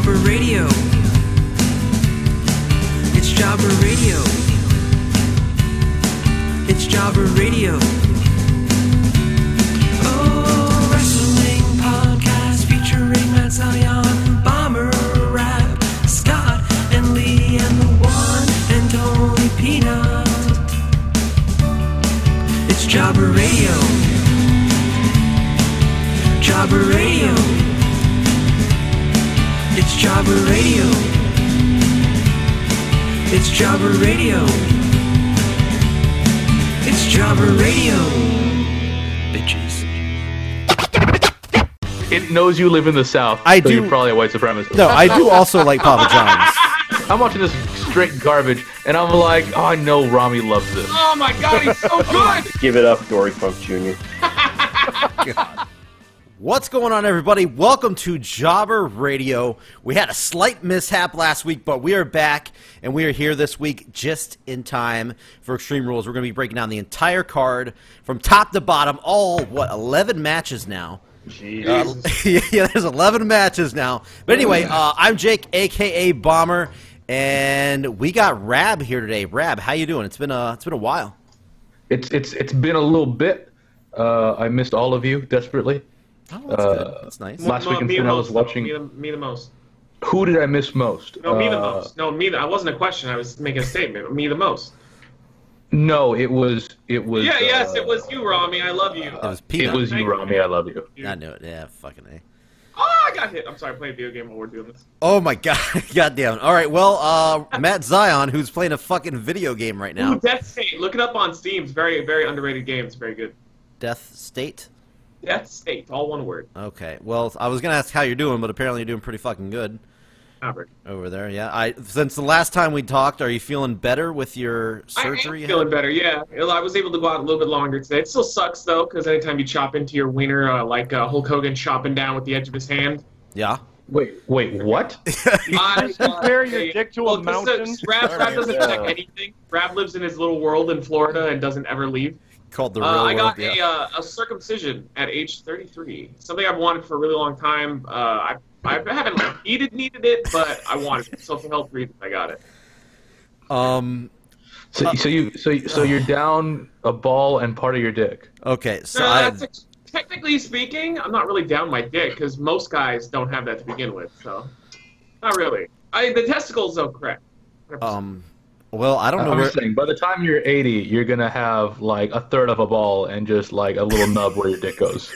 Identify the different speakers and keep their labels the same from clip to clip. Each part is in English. Speaker 1: Radio. It's Jabber Radio. It's Jabber Radio. Oh, wrestling podcast featuring Matt Zion, Bomber Rap, Scott and Lee, and the one and only Peanut. It's Jabber Radio. Jabber Radio. It's Jabber Radio. It's Jabber Radio. It's Jabber Radio. Bitches.
Speaker 2: It knows you live in the South.
Speaker 3: I
Speaker 2: so
Speaker 3: do-
Speaker 2: You're probably a white supremacist.
Speaker 3: No, I do also like Papa John's.
Speaker 2: I'm watching this straight garbage, and I'm like, oh, I know Rami loves this.
Speaker 4: Oh my god, he's so good!
Speaker 5: Give it up, Dory Funk Jr.
Speaker 3: What's going on, everybody? Welcome to Jobber Radio. We had a slight mishap last week, but we are back and we are here this week just in time for Extreme Rules. We're going to be breaking down the entire card from top to bottom, all, what, 11 matches now? Uh, yeah, there's 11 matches now. But
Speaker 2: Mm.
Speaker 3: anyway, uh, I'm Jake, aka Bomber, and we got Rab here today. Rab, how you doing? It's been a it's been a while.
Speaker 2: It's it's it's been a little bit. Uh, I missed all of you desperately.
Speaker 3: Oh, that's
Speaker 2: Uh,
Speaker 3: good. That's nice.
Speaker 2: Last week in
Speaker 4: me the
Speaker 2: Finland, I was
Speaker 4: most, though.
Speaker 2: watching-
Speaker 4: Me the, me the most.
Speaker 2: Who did I miss most?
Speaker 4: No, me the
Speaker 2: Uh,
Speaker 4: most. No, me the. I wasn't a question. I was making a statement. Me the most.
Speaker 2: No, it was it was.
Speaker 4: Yeah,
Speaker 2: uh,
Speaker 4: yes, it was you, Rami. I love you.
Speaker 3: It was
Speaker 2: It
Speaker 3: peanut.
Speaker 2: was you, Rami. I love you.
Speaker 3: I knew it. Yeah, fucking a.
Speaker 4: oh, I got hit. I'm sorry. I played a video game while we're doing this.
Speaker 3: Oh my god, goddamn! All right, well, uh, Matt Zion, who's playing a fucking video game right
Speaker 4: Ooh,
Speaker 3: now,
Speaker 4: Death State. Look it up on Steam. It's very, very underrated game. It's very good.
Speaker 3: Death State.
Speaker 4: Death State. All one word.
Speaker 3: Okay, well, I was gonna ask how you're doing, but apparently you're doing pretty fucking good
Speaker 4: Not very-
Speaker 3: over there. Yeah, I since the last time we talked, are you feeling better with your surgery?
Speaker 4: I am feeling better. Yeah, I was able to go out a little bit longer today. It still sucks though, because anytime you chop into your wiener, uh, like uh, Hulk Hogan chopping down with the edge of his hand,
Speaker 3: yeah.
Speaker 2: Wait, wait, what?
Speaker 4: I
Speaker 6: compare your dick to a
Speaker 4: Well, 'cause,
Speaker 6: mountain?
Speaker 4: uh, Rab, Rab doesn't
Speaker 5: Yeah.
Speaker 4: check anything. Rab lives in his little world in Florida and doesn't ever leave.
Speaker 3: Called the real
Speaker 4: Uh, I got
Speaker 3: world.
Speaker 4: a,
Speaker 3: yeah.
Speaker 4: uh, a circumcision at age 33. Something I've wanted for a really long time. Uh, I, I haven't like, needed needed it, but I wanted it. So for health reasons, I got it. uh,
Speaker 3: Um.
Speaker 2: So, so you so so you're down a ball and part of your dick.
Speaker 3: Okay, so
Speaker 4: No,
Speaker 3: I,
Speaker 4: Uh, that's ex- technically speaking, I'm not really down my dick because most guys don't have that to begin with. So not really. I the testicles though, correct.
Speaker 3: um, well, I
Speaker 4: Uh,
Speaker 3: don't know
Speaker 2: I'm
Speaker 3: where.
Speaker 2: just saying, by the time you're 80, you're gonna have like a third of a ball and just like a little nub where your dick goes.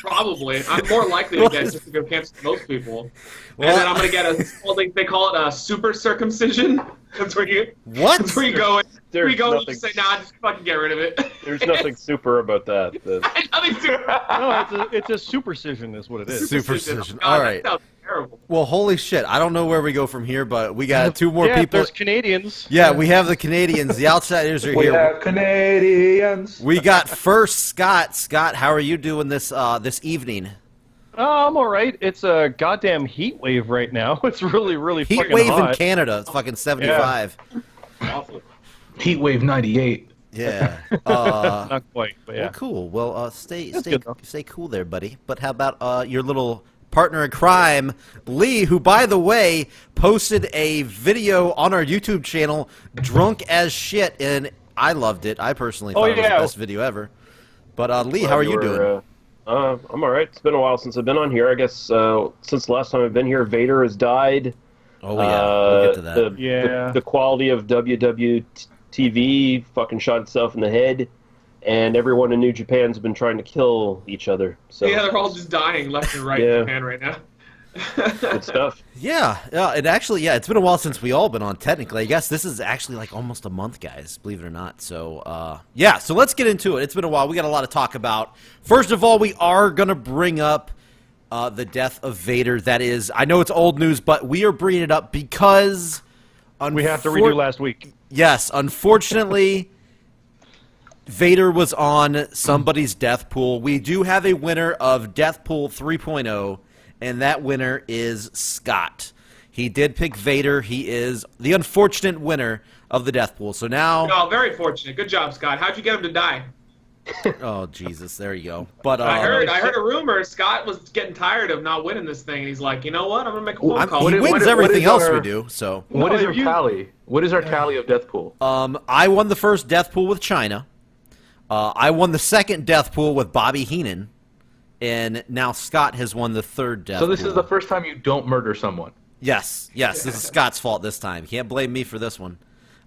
Speaker 4: Probably. I'm more likely to get testicular cancer than most people.
Speaker 3: Well-
Speaker 4: and then I'm gonna get a well, they, they call it a super circumcision. That's where you
Speaker 3: What?
Speaker 4: that's where you go in. Where you
Speaker 5: There's
Speaker 4: go and you
Speaker 5: nothing-
Speaker 4: just say, nah, just fucking get rid of it.
Speaker 5: There's nothing super about that. The-
Speaker 4: nothing to
Speaker 6: No, it's a, it's a supercision, is what it is.
Speaker 3: Superstition.
Speaker 4: God,
Speaker 3: All
Speaker 4: that
Speaker 3: right.
Speaker 4: sounds terrible.
Speaker 3: Well, holy shit! I don't know where we go from here, but we got two more
Speaker 6: yeah,
Speaker 3: people.
Speaker 6: there's Canadians.
Speaker 3: Yeah, we have the Canadians. The outsiders are
Speaker 2: We
Speaker 3: here.
Speaker 2: are Canadians.
Speaker 3: We got first Scott. Scott, how are you doing this uh, this evening?
Speaker 6: Oh, I'm all right. It's a goddamn heat wave right now. It's really, really
Speaker 3: Heat
Speaker 6: fucking
Speaker 3: wave
Speaker 6: hot.
Speaker 3: in Canada. It's fucking seventy five.
Speaker 4: Awful.
Speaker 2: Heat wave 98.
Speaker 3: Yeah. Uh,
Speaker 6: Not quite, but
Speaker 3: Well,
Speaker 6: yeah.
Speaker 3: cool. Well, uh, stay stay
Speaker 6: good, though.
Speaker 3: stay cool there, buddy. But how about uh, your little partner in crime, Lee, who by the way posted a video on our YouTube channel, drunk as shit, and I loved it. I personally
Speaker 6: Oh,
Speaker 3: thought it was the
Speaker 6: yeah.
Speaker 3: best video ever. But uh, Lee, how are you
Speaker 5: were,
Speaker 3: doing?
Speaker 5: Uh, uh, I'm all right. It's been a while since I've been on here. I guess uh, since the last time I've been here, Vader has died.
Speaker 3: oh yeah,
Speaker 5: Uh,
Speaker 3: we'll get to that.
Speaker 5: The,
Speaker 6: Yeah.
Speaker 5: The, the quality of WWTV fucking shot itself in the head, and everyone in New Japan's been trying to kill each other. So
Speaker 4: Yeah, they're all just dying left and right in
Speaker 5: Yeah.
Speaker 4: Japan right now.
Speaker 5: good stuff.
Speaker 3: Yeah, yeah, and actually, yeah, it's been a while since we all been on. Technically, I guess this is actually like almost a month, guys. Believe it or not. So, uh, yeah, so let's get into it. It's been a while. We got a lot to talk about. First of all, we are gonna bring up uh, the death of Vader. That is, I know it's old news, but we are bringing it up because
Speaker 6: We have to
Speaker 3: unfor-
Speaker 6: redo last week.
Speaker 3: Yes, unfortunately, Vader was on somebody's death pool. We do have a winner of Death Pool 3.0, oh, and that winner is Scott. He did pick Vader. He is the unfortunate winner of the death pool. So now,
Speaker 4: Oh, No, very fortunate. Good job, Scott. How'd you get him to die?
Speaker 3: Oh Jesus, there you go. But uh,
Speaker 5: Oh,
Speaker 4: I heard, I heard a rumor. Scott was getting tired of not winning this thing, and he's like, you know what? I'm gonna make a phone
Speaker 3: I'm-
Speaker 4: call.
Speaker 3: he
Speaker 2: what
Speaker 3: wins
Speaker 2: is- what
Speaker 3: everything
Speaker 2: is
Speaker 3: else we
Speaker 2: our-
Speaker 3: do. So
Speaker 2: What
Speaker 6: No,
Speaker 2: is our
Speaker 6: you-
Speaker 2: tally? What is our tally of death pool?
Speaker 3: um, I won the first death pool with China. Uh, I won the second death pool with Bobby Heenan, and now Scott has won the third death.
Speaker 2: So this
Speaker 3: pool.
Speaker 2: is the first time you don't murder someone.
Speaker 3: Yes, yes, this is Scott's fault this time. Can't blame me for this one.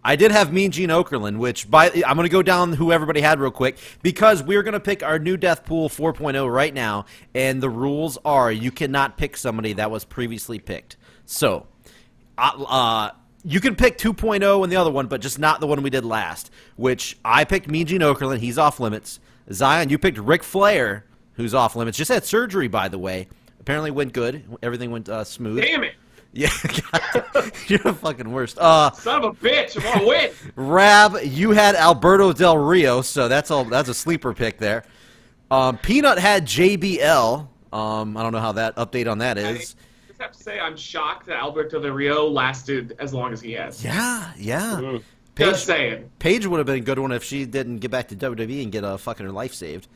Speaker 3: I did have Mean Gene Okerlund, which by I'm going to go down who everybody had real quick because we're going to pick our new Death Pool 4.0 right now, and the rules are you cannot pick somebody that was previously picked. So, uh, uh, you can pick 2.0 and the other one, but just not the one we did last. Which I picked Mean Gene Okerlund. He's off limits. Zion, you picked Ric Flair, who's off limits. Just had surgery, by the way. Apparently went good. Everything went uh, smooth.
Speaker 4: Damn it,
Speaker 3: Yeah, God, you're the fucking worst. Uh,
Speaker 4: son of a bitch! I want to win.
Speaker 3: Rab, you had Alberto Del Rio, so that's all. That's a sleeper pick there. Um, Peanut had JBL. Um, I don't know how that update on that
Speaker 4: I
Speaker 3: is.
Speaker 4: just have to say, I'm shocked that Alberto Del Rio lasted as long as he has.
Speaker 3: Yeah, yeah.
Speaker 4: Mm-hmm. Just
Speaker 3: Paige,
Speaker 4: saying.
Speaker 3: Paige would have been a good one if she didn't get back to WWE and get a fucking her life saved.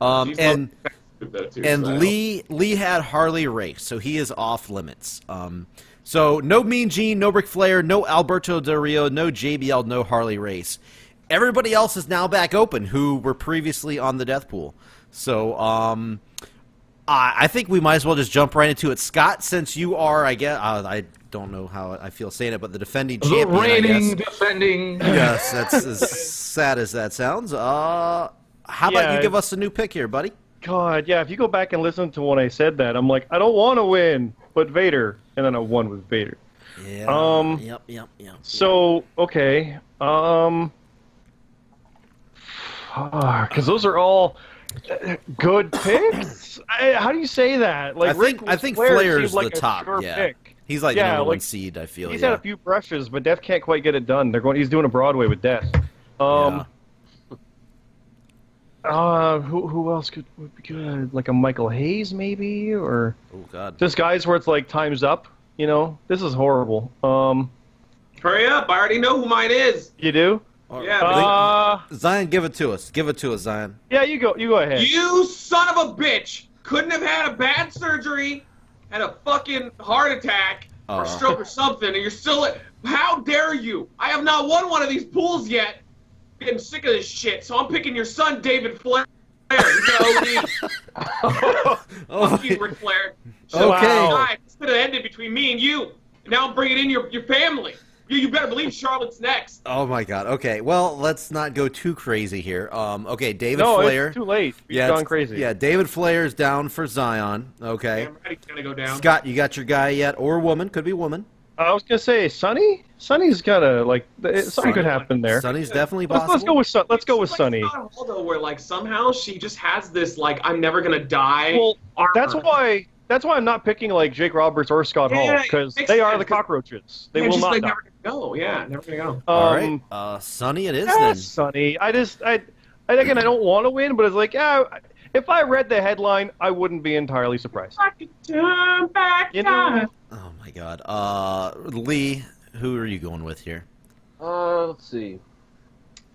Speaker 3: Um,
Speaker 4: She's
Speaker 3: and
Speaker 4: not- though, too, so.
Speaker 3: and Lee Lee had Harley Race, so he is off limits. Um, so no Mean Gene, no Ric Flair, no Alberto Del Rio, no JBL, no Harley Race. Everybody else is now back open who were previously on the death pool. So um, I, I think we might as well just jump right into it, Scott. Since you are, I guess uh, I don't know how I feel saying it, but the defending
Speaker 2: The
Speaker 3: champion. I
Speaker 2: reigning,
Speaker 3: guess.
Speaker 2: defending.
Speaker 3: Yes, that's as sad as that sounds. Uh, how about
Speaker 6: Yeah,
Speaker 3: you give
Speaker 6: I-
Speaker 3: us a new pick here, buddy?
Speaker 6: God, yeah. If you go back and listen to when I said that, I'm like, I don't want to win, but Vader, and then I won with Vader.
Speaker 3: Yeah.
Speaker 6: Um,
Speaker 3: Yep. Yep. Yep.
Speaker 6: So okay, um, because those are all uh, good picks. I, how do you say that? Like
Speaker 3: I think
Speaker 6: Rick
Speaker 3: I think
Speaker 6: Flair
Speaker 3: Flair's
Speaker 6: seemed like
Speaker 3: the
Speaker 6: a
Speaker 3: top.
Speaker 6: sure
Speaker 3: yeah,
Speaker 6: pick.
Speaker 3: he's like the
Speaker 6: Yeah,
Speaker 3: number one
Speaker 6: like,
Speaker 3: seed. I feel.
Speaker 6: He's
Speaker 3: yeah.
Speaker 6: had a few brushes, but Def can't quite get it done. They're going. He's doing a Broadway with Def. Um, uh, who who else could would be good? Like a Michael Hayes maybe, or
Speaker 3: Yeah. Oh God.
Speaker 6: just guys where it's like time's up. You know, this is horrible. Um,
Speaker 4: hurry up! I already know who mine is.
Speaker 6: you do?
Speaker 3: All
Speaker 4: Yeah,
Speaker 3: right.
Speaker 6: Uh,
Speaker 3: Zion, give it to us. Give it to us, Zion.
Speaker 6: yeah, you go. You go ahead.
Speaker 4: You son of a bitch! Couldn't have had a bad surgery, had a fucking heart attack
Speaker 3: Uh-oh.
Speaker 4: or stroke or something, and you're still. At, how dare you? I have not won one of these pools yet. Getting sick of this shit, so I'm picking your son, David Flair. He's got OD.
Speaker 3: Oh,
Speaker 4: Fuck you, Ric Flair.
Speaker 3: Okay.
Speaker 4: Wow. This could have ended between me and you. And now I'm bringing in your, your family. You, you better believe Charlotte's next.
Speaker 3: oh my God. Okay. Well, let's not go too crazy here. Um. Okay, David
Speaker 6: no,
Speaker 3: Flair.
Speaker 6: it's too late. You've
Speaker 3: yeah,
Speaker 6: gone
Speaker 3: it's-
Speaker 6: crazy.
Speaker 3: Yeah, David Flair is down for Zion. Okay.
Speaker 4: Damn right he's gonna go down.
Speaker 3: Scott, you got your guy yet, or woman? Could be woman.
Speaker 6: I was gonna say Sonny. Sonny's gotta like th-
Speaker 3: Sonny.
Speaker 6: something could happen there.
Speaker 3: Sonny's definitely
Speaker 6: Let's,
Speaker 3: possible.
Speaker 6: let's go with Son- let's go with
Speaker 4: It's like
Speaker 6: Sonny.
Speaker 4: Scott Hall, though, where like somehow she just has this like I'm never gonna die.
Speaker 6: Well,
Speaker 4: armor.
Speaker 6: that's why that's why I'm not picking like Jake Roberts or Scott
Speaker 4: Yeah,
Speaker 6: Hall
Speaker 4: it
Speaker 6: because
Speaker 4: makes
Speaker 6: they are
Speaker 4: sense.
Speaker 6: the cockroaches. They
Speaker 4: Yeah,
Speaker 6: will
Speaker 4: just,
Speaker 6: not.
Speaker 4: like,
Speaker 6: die.
Speaker 4: never gonna go. Yeah, never gonna go.
Speaker 3: All right.
Speaker 6: um,
Speaker 3: Uh, Sonny, it is
Speaker 6: yeah,
Speaker 3: then.
Speaker 6: Sonny. I just I, I again I don't want to win, but it's like yeah. If I read the headline, I wouldn't be entirely surprised.
Speaker 4: I could turn back
Speaker 6: You know,
Speaker 4: time.
Speaker 3: Oh my God. Uh, Lee, who are you going with here?
Speaker 5: Uh, let's see.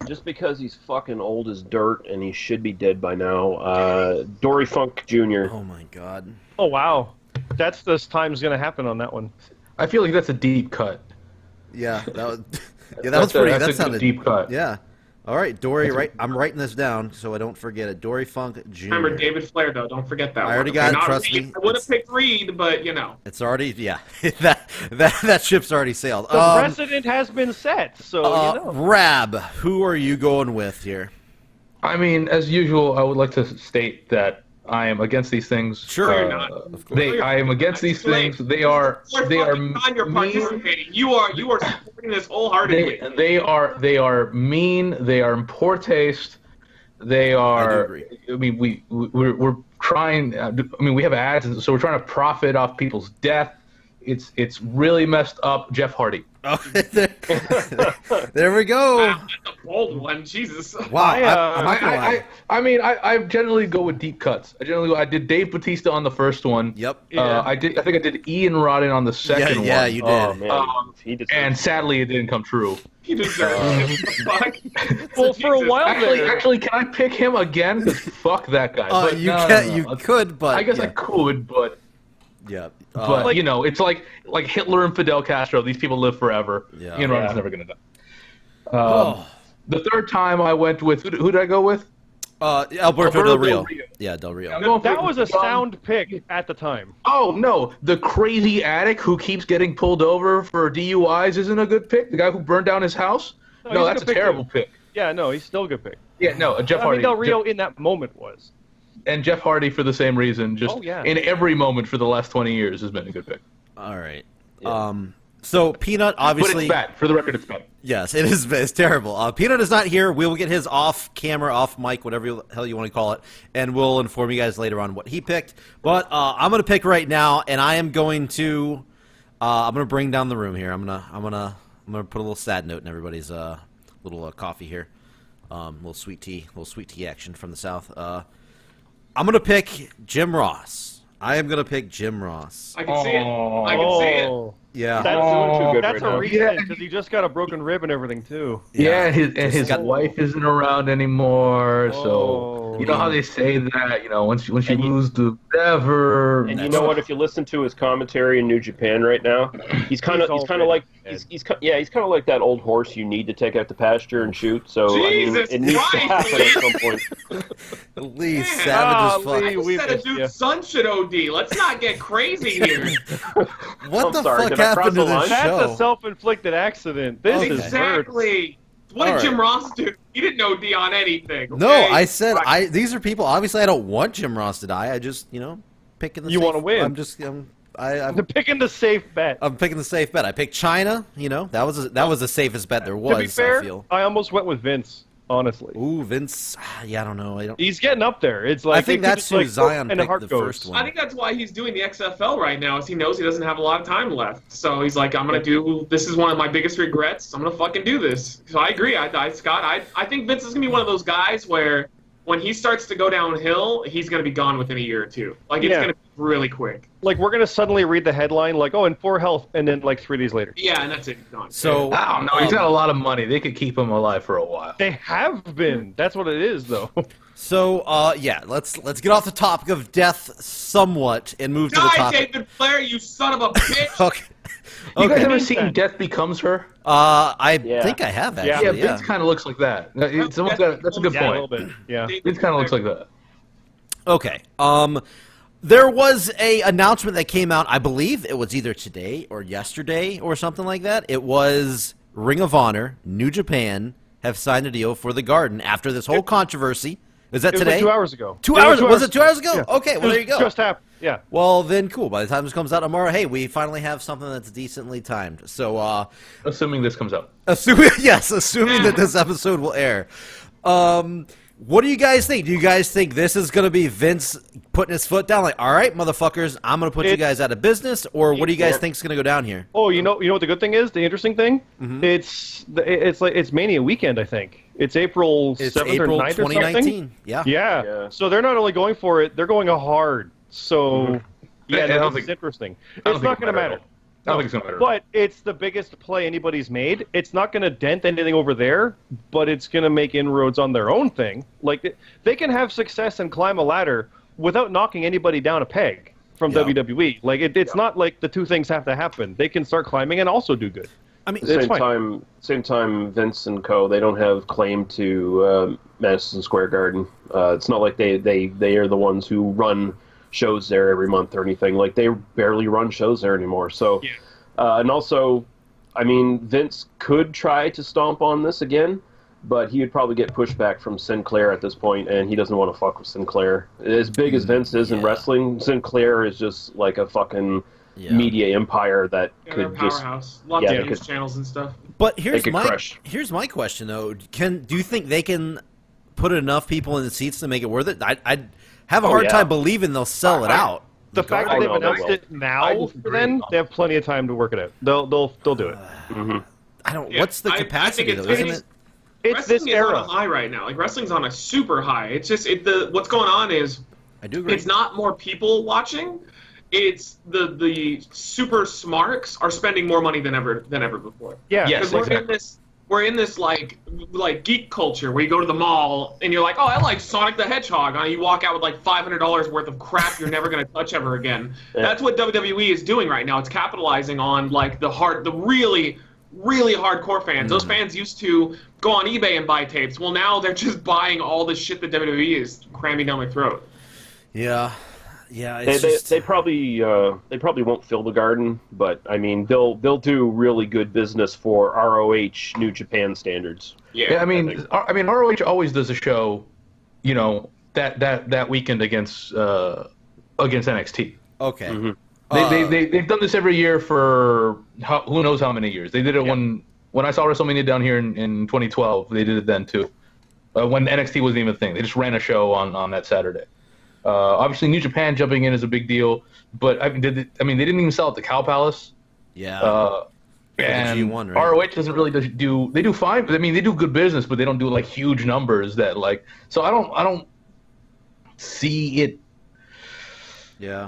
Speaker 5: Just because he's fucking old as dirt and he should be dead by now, uh, Dory Funk Jr.
Speaker 3: Oh my God.
Speaker 6: Oh wow, that's this time's gonna happen on that one.
Speaker 2: I feel like that's a deep cut.
Speaker 3: Yeah, that was. Yeah, that
Speaker 2: That's
Speaker 3: was pretty.
Speaker 2: a, that's
Speaker 3: that
Speaker 2: a good
Speaker 3: sounded
Speaker 2: deep cut.
Speaker 3: Yeah. All right, Dory. Right, I'm writing this down so I don't forget it. Dory Funk Jr.
Speaker 4: Remember David Flair though. Don't forget that.
Speaker 3: I
Speaker 4: one.
Speaker 3: already got it,
Speaker 4: Not
Speaker 3: trust
Speaker 4: Reed.
Speaker 3: me.
Speaker 4: I would
Speaker 3: It's-
Speaker 4: have picked Reed, but you know.
Speaker 3: It's already yeah. that that that ship's already sailed.
Speaker 6: The
Speaker 3: Um,
Speaker 6: precedent has been set, so
Speaker 3: uh,
Speaker 6: you know.
Speaker 3: Rab, who are you going with here?
Speaker 2: I mean, as usual, I would like to state that I am against these things.
Speaker 3: Sure.
Speaker 2: Uh,
Speaker 3: You're
Speaker 4: not.
Speaker 2: Of course. They, I am against these things. They are.
Speaker 4: You're
Speaker 2: They are.
Speaker 4: fucking on. You're
Speaker 2: mean.
Speaker 4: participating. You are you are supporting this wholeheartedly.
Speaker 2: They, they are. They are mean. They are in poor taste. They are.
Speaker 3: agree.
Speaker 2: I mean, we uh, we- we're, we're trying. I mean, we have ads, so we're trying to profit off people's death. it's it's really messed up Jeff Hardy.
Speaker 3: Oh, there, there we go.
Speaker 4: That's a bold one. Jesus.
Speaker 3: Wow, I, am
Speaker 2: I,
Speaker 3: not gonna
Speaker 2: I,
Speaker 3: lie.
Speaker 2: I, I mean, I, I generally go with deep cuts. I generally go, I did Dave Batista on the first one.
Speaker 3: Yep.
Speaker 2: Uh, I did. I think I did Ian Rodden on the second
Speaker 3: yeah,
Speaker 2: one.
Speaker 3: you did.
Speaker 5: Oh man,
Speaker 4: Um,
Speaker 5: he just
Speaker 2: And sadly, it didn't come true.
Speaker 4: He deserves it. Fuck.
Speaker 6: Well, for a
Speaker 4: Jesus.
Speaker 6: while
Speaker 2: Actually,
Speaker 6: there,
Speaker 2: actually, can I pick him again? 'Cause fuck that guy.
Speaker 3: Uh,
Speaker 2: But
Speaker 3: you
Speaker 2: no, no,
Speaker 3: can,
Speaker 2: no.
Speaker 3: you could, but
Speaker 2: I guess
Speaker 3: yeah,
Speaker 2: I could, but
Speaker 3: yeah.
Speaker 2: but
Speaker 3: Uh,
Speaker 2: you know, it's like like Hitler and Fidel Castro. These people live forever.
Speaker 3: Yeah.
Speaker 2: Ian Rodden's
Speaker 5: Yeah.
Speaker 2: never gonna die. Um,
Speaker 3: oh,
Speaker 2: The third time I went with who, who did I go with?
Speaker 3: uh, Alberto,
Speaker 2: Alberto
Speaker 3: Del
Speaker 2: Del
Speaker 3: Rio.
Speaker 2: Rio.
Speaker 3: Yeah, Del Rio.
Speaker 2: I'm going
Speaker 6: that
Speaker 2: for-
Speaker 6: was a
Speaker 2: John-
Speaker 6: sound pick at the time.
Speaker 2: Oh no, the crazy addict who keeps getting pulled over for DUIs isn't a good pick. The guy who burned down his house.
Speaker 6: No,
Speaker 2: No,
Speaker 6: he's a
Speaker 2: that's a
Speaker 6: good pick,
Speaker 2: terrible
Speaker 6: dude.
Speaker 2: pick.
Speaker 6: Yeah, no, he's still a good pick.
Speaker 2: Yeah, no, uh, Jeff
Speaker 6: I mean,
Speaker 2: Hardy
Speaker 6: Del Rio
Speaker 2: Jeff-
Speaker 6: in that moment was.
Speaker 2: and Jeff Hardy for the same reason. Just
Speaker 6: Oh, yeah.
Speaker 2: in every moment for the last twenty years has been a good pick.
Speaker 3: All right. Um, so Peanut obviously.
Speaker 2: but it's bad. For the record, it's bad.
Speaker 3: Yes, it is. It's terrible. Uh, Peanut is not here. We will get his off camera, off mic, whatever you- hell you want to call it, and we'll inform you guys later on what he picked. But uh, I'm going to pick right now, and I am going to. Uh, I'm going to bring down the room here. I'm gonna. I'm gonna. I'm gonna put a little sad note in everybody's uh, little uh, coffee here. Um, little sweet tea, little sweet tea action from the south. Uh, I'm gonna pick Jim Ross. I am gonna pick Jim Ross.
Speaker 4: I can see it. I can see it.
Speaker 6: Oh,
Speaker 3: Yeah,
Speaker 5: that's doing too good
Speaker 6: that's
Speaker 5: right
Speaker 6: a
Speaker 5: now.
Speaker 6: reason because he just got a broken rib and everything too.
Speaker 2: Yeah, his, and
Speaker 3: Just
Speaker 2: his
Speaker 3: got-
Speaker 2: wife isn't around anymore,
Speaker 6: Oh.
Speaker 2: so you know how they say that, you know, once you, once you lose the ever,
Speaker 5: And you
Speaker 3: That's
Speaker 5: know
Speaker 3: right.
Speaker 5: what? If you listen to his commentary in New Japan right now, he's kind
Speaker 6: He's
Speaker 5: of he's,
Speaker 6: all
Speaker 5: kind of like
Speaker 6: dead.
Speaker 5: he's, he's ki- yeah he's kind of like that old horse you need to take out to pasture and shoot. So
Speaker 4: Jesus
Speaker 5: I mean, it needs to
Speaker 4: Christ!
Speaker 5: happen at some point.
Speaker 3: Lee,
Speaker 4: Yeah.
Speaker 3: savage as fuck.
Speaker 6: Golly.
Speaker 4: I just
Speaker 6: we
Speaker 4: said a
Speaker 6: missed
Speaker 4: dude's
Speaker 6: ya.
Speaker 4: son should OD. Let's not get crazy here.
Speaker 3: What
Speaker 5: I'm
Speaker 3: the
Speaker 5: sorry,
Speaker 3: fuck
Speaker 5: did I cross
Speaker 3: happened to
Speaker 5: the line?
Speaker 3: this
Speaker 6: That's
Speaker 3: show?
Speaker 6: a self-inflicted accident. This
Speaker 3: Okay.
Speaker 6: is weird.
Speaker 4: exactly. What did
Speaker 3: All right.
Speaker 4: Jim Ross do? He didn't OD on anything.
Speaker 3: No,
Speaker 4: okay?
Speaker 3: I said
Speaker 4: Right.
Speaker 3: I. These are people. Obviously, I don't want Jim Ross to die. I just, you know, picking the.
Speaker 6: You
Speaker 3: safe-
Speaker 6: wanna win.
Speaker 3: I'm just. I'm. I,
Speaker 6: The
Speaker 3: I'm,
Speaker 6: picking the safe bet.
Speaker 3: I'm picking the safe bet. I picked China. You know, that was a, that was the safest bet there was.
Speaker 6: to be fair,
Speaker 3: I feel.
Speaker 6: I almost went with Vince. Honestly,
Speaker 3: Ooh, Vince. ah, Yeah, I don't know. I don't.
Speaker 6: he's getting up there. It's like
Speaker 3: I think
Speaker 6: they could
Speaker 3: that's
Speaker 6: just,
Speaker 3: who
Speaker 6: like,
Speaker 3: Zion
Speaker 6: and
Speaker 3: picked
Speaker 6: heart
Speaker 3: the
Speaker 6: goes.
Speaker 3: first one.
Speaker 4: I think that's why he's doing the XFL right now, is he knows he doesn't have a lot of time left. So he's like, I'm gonna do this is one of my biggest regrets. I'm gonna fucking do this. So I agree. I, I Scott. I I think Vince is gonna be one of those guys where when he starts to go downhill, he's gonna be gone within a year or two. Like it's
Speaker 6: Yeah.
Speaker 4: gonna be really quick.
Speaker 6: Like we're gonna suddenly read the headline like, "Oh, and for health," and then like three days later,
Speaker 4: Yeah, and that's it. He's gone.
Speaker 3: So
Speaker 2: I don't know. He's
Speaker 3: um,
Speaker 2: got a lot of money. They could keep him alive for a while.
Speaker 6: they have been. That's what it is, though.
Speaker 3: so uh, yeah. Let's let's get off the topic of death somewhat and move to the
Speaker 4: Die,
Speaker 3: topic.
Speaker 4: David Flair, you son of a bitch!
Speaker 3: Okay.
Speaker 2: You guys
Speaker 3: Okay.
Speaker 2: ever
Speaker 6: Vince
Speaker 2: seen
Speaker 6: then.
Speaker 2: Death Becomes Her?
Speaker 3: Uh, I
Speaker 5: Yeah.
Speaker 3: think I have
Speaker 6: Yeah,
Speaker 2: Yeah,
Speaker 3: actually. Yeah.
Speaker 2: Vince kind of looks like that. No, it- someone's got- that's a good
Speaker 6: yeah, a little
Speaker 2: point.
Speaker 6: bit. Yeah.
Speaker 2: Vince kind of looks like that.
Speaker 3: Okay. Um, there was a announcement that came out. I believe it was either today or yesterday or something like that. It was Ring of Honor, New Japan have signed a deal for the Garden after this whole controversy. Is that
Speaker 6: It was
Speaker 3: today?
Speaker 6: like two hours ago.
Speaker 3: Two
Speaker 6: It
Speaker 3: hours- was it two hours ago? Okay, well,
Speaker 6: It was
Speaker 3: there you go.
Speaker 6: Just happened. Yeah.
Speaker 3: Well, then cool. By the time this comes out tomorrow, hey, we finally have something that's decently timed. So, uh,
Speaker 2: Assuming this comes out.
Speaker 3: assuming yes, assuming that this episode will air. Um, what do you guys think? Do you guys think this is going to be Vince putting his foot down, like, all right, motherfuckers, I'm going to put you
Speaker 6: It-
Speaker 3: guys out of business, or what do you guys
Speaker 5: Yeah.
Speaker 3: think is going to go down here?
Speaker 6: Oh, you know, you know what the good thing is? The interesting thing?
Speaker 3: Mm-hmm.
Speaker 6: It's the- it's like it's Mania weekend, I think. It's April
Speaker 3: It's
Speaker 6: 7th
Speaker 3: April Ah.
Speaker 6: or 9th or something.
Speaker 3: 2019. Yeah.
Speaker 6: Yeah.
Speaker 5: Yeah.
Speaker 6: So they're not only going for it, they're going hard. So yeah,
Speaker 2: Mm-hmm. I don't
Speaker 6: no, this
Speaker 2: think-
Speaker 6: is interesting.
Speaker 2: I don't
Speaker 6: It's
Speaker 2: think
Speaker 6: not
Speaker 2: it
Speaker 6: going to
Speaker 2: matter at
Speaker 6: matter.
Speaker 2: all. I don't think it's gonna matter.
Speaker 6: But it's the biggest play anybody's made. It's not going to dent anything over there, but it's going to make inroads on their own thing. Like th- they can have success and climb a ladder without knocking anybody down a peg from
Speaker 3: Yeah.
Speaker 6: WWE. Like it, it's not like the two things have to happen. They can start climbing and also do good.
Speaker 3: I mean,
Speaker 5: At the
Speaker 6: It's
Speaker 5: same
Speaker 6: fine.
Speaker 5: time, same time, Vince and Co. They don't have claim to um Madison Square Garden. Uh, it's not like they, they they are the ones who run shows there every month or anything. Like they barely run shows there anymore. So,
Speaker 6: Yeah.
Speaker 5: uh, and also, I mean, Vince could try to stomp on this again, but he would probably get pushback from Sinclair at this point, and he doesn't want to fuck with Sinclair. As big as Vince is in
Speaker 3: Mm, yeah.
Speaker 5: wrestling, Sinclair is just like a fucking
Speaker 3: Yeah.
Speaker 5: media empire that
Speaker 4: They're a
Speaker 5: could just
Speaker 4: powerhouse. Lots
Speaker 5: yeah,
Speaker 4: of
Speaker 5: they
Speaker 4: news
Speaker 5: could-
Speaker 4: channels and stuff.
Speaker 3: but here's
Speaker 5: could
Speaker 3: my
Speaker 5: crush.
Speaker 3: here's my question though. Can do you think they can put enough people in the seats to make it worth it? I I have a hard
Speaker 5: yeah.
Speaker 3: time believing they'll sell it
Speaker 2: I-
Speaker 3: out.
Speaker 6: The fact that
Speaker 5: I
Speaker 6: they've
Speaker 5: know they
Speaker 6: announced
Speaker 5: will.
Speaker 6: it now,
Speaker 4: disagree. Uh,
Speaker 6: then they have plenty of time to work it out. They'll they'll they'll do it.
Speaker 3: I don't.
Speaker 4: Yeah,
Speaker 3: what's the
Speaker 4: I- I think
Speaker 3: capacity
Speaker 4: it's-
Speaker 3: though? Isn't
Speaker 4: it's-
Speaker 3: it?
Speaker 6: It's this
Speaker 4: wrestling is on a
Speaker 6: era.
Speaker 4: high right now. Like wrestling's on a super high. It's just it, the what's going on is
Speaker 3: I do agree.
Speaker 4: it's not more people watching. It's the the super smarks are spending more money than ever than ever before.
Speaker 6: Yeah.
Speaker 2: Yes,
Speaker 4: because we're in
Speaker 2: exactly.
Speaker 4: this we're in this like like geek culture where you go to the mall and you're like, oh, I like Sonic the Hedgehog, and you walk out with like five hundred dollars worth of crap you're never gonna touch ever again.
Speaker 5: Yeah.
Speaker 4: That's what WWE is doing right now. It's capitalizing on like the hard, the really, really hardcore fans. Those
Speaker 2: Mm.
Speaker 4: fans used to go on eBay and buy tapes. Well, now they're just buying all the shit that WWE is cramming down their throat.
Speaker 3: yeah, yeah.
Speaker 5: They,
Speaker 3: It's
Speaker 5: they,
Speaker 3: just,
Speaker 5: they probably uh, they probably won't fill the garden, but I mean they'll they'll do really good business for ROH New Japan standards.
Speaker 2: Yeah, I mean, I, I mean, ROH always does a show, you know, that that that weekend against uh, against NXT.
Speaker 3: okay.
Speaker 2: They,
Speaker 3: Uh,
Speaker 2: they, they they've done this every year for how, who knows how many years. They did it when when I saw WrestleMania down here in, in 2012. They did it then too, uh, when NXT wasn't even a thing. They just ran a show on on that Saturday. Uh, obviously, New Japan jumping in is a big deal, but I mean, did they, I mean they didn't even sell at the Cow Palace.
Speaker 3: Yeah.
Speaker 2: Uh,
Speaker 3: the
Speaker 2: and
Speaker 3: G1, right?
Speaker 2: ROH doesn't really do- do they do fine, but I mean they do good business, but they don't do like huge numbers that like. So I don't I don't see it.
Speaker 3: yeah.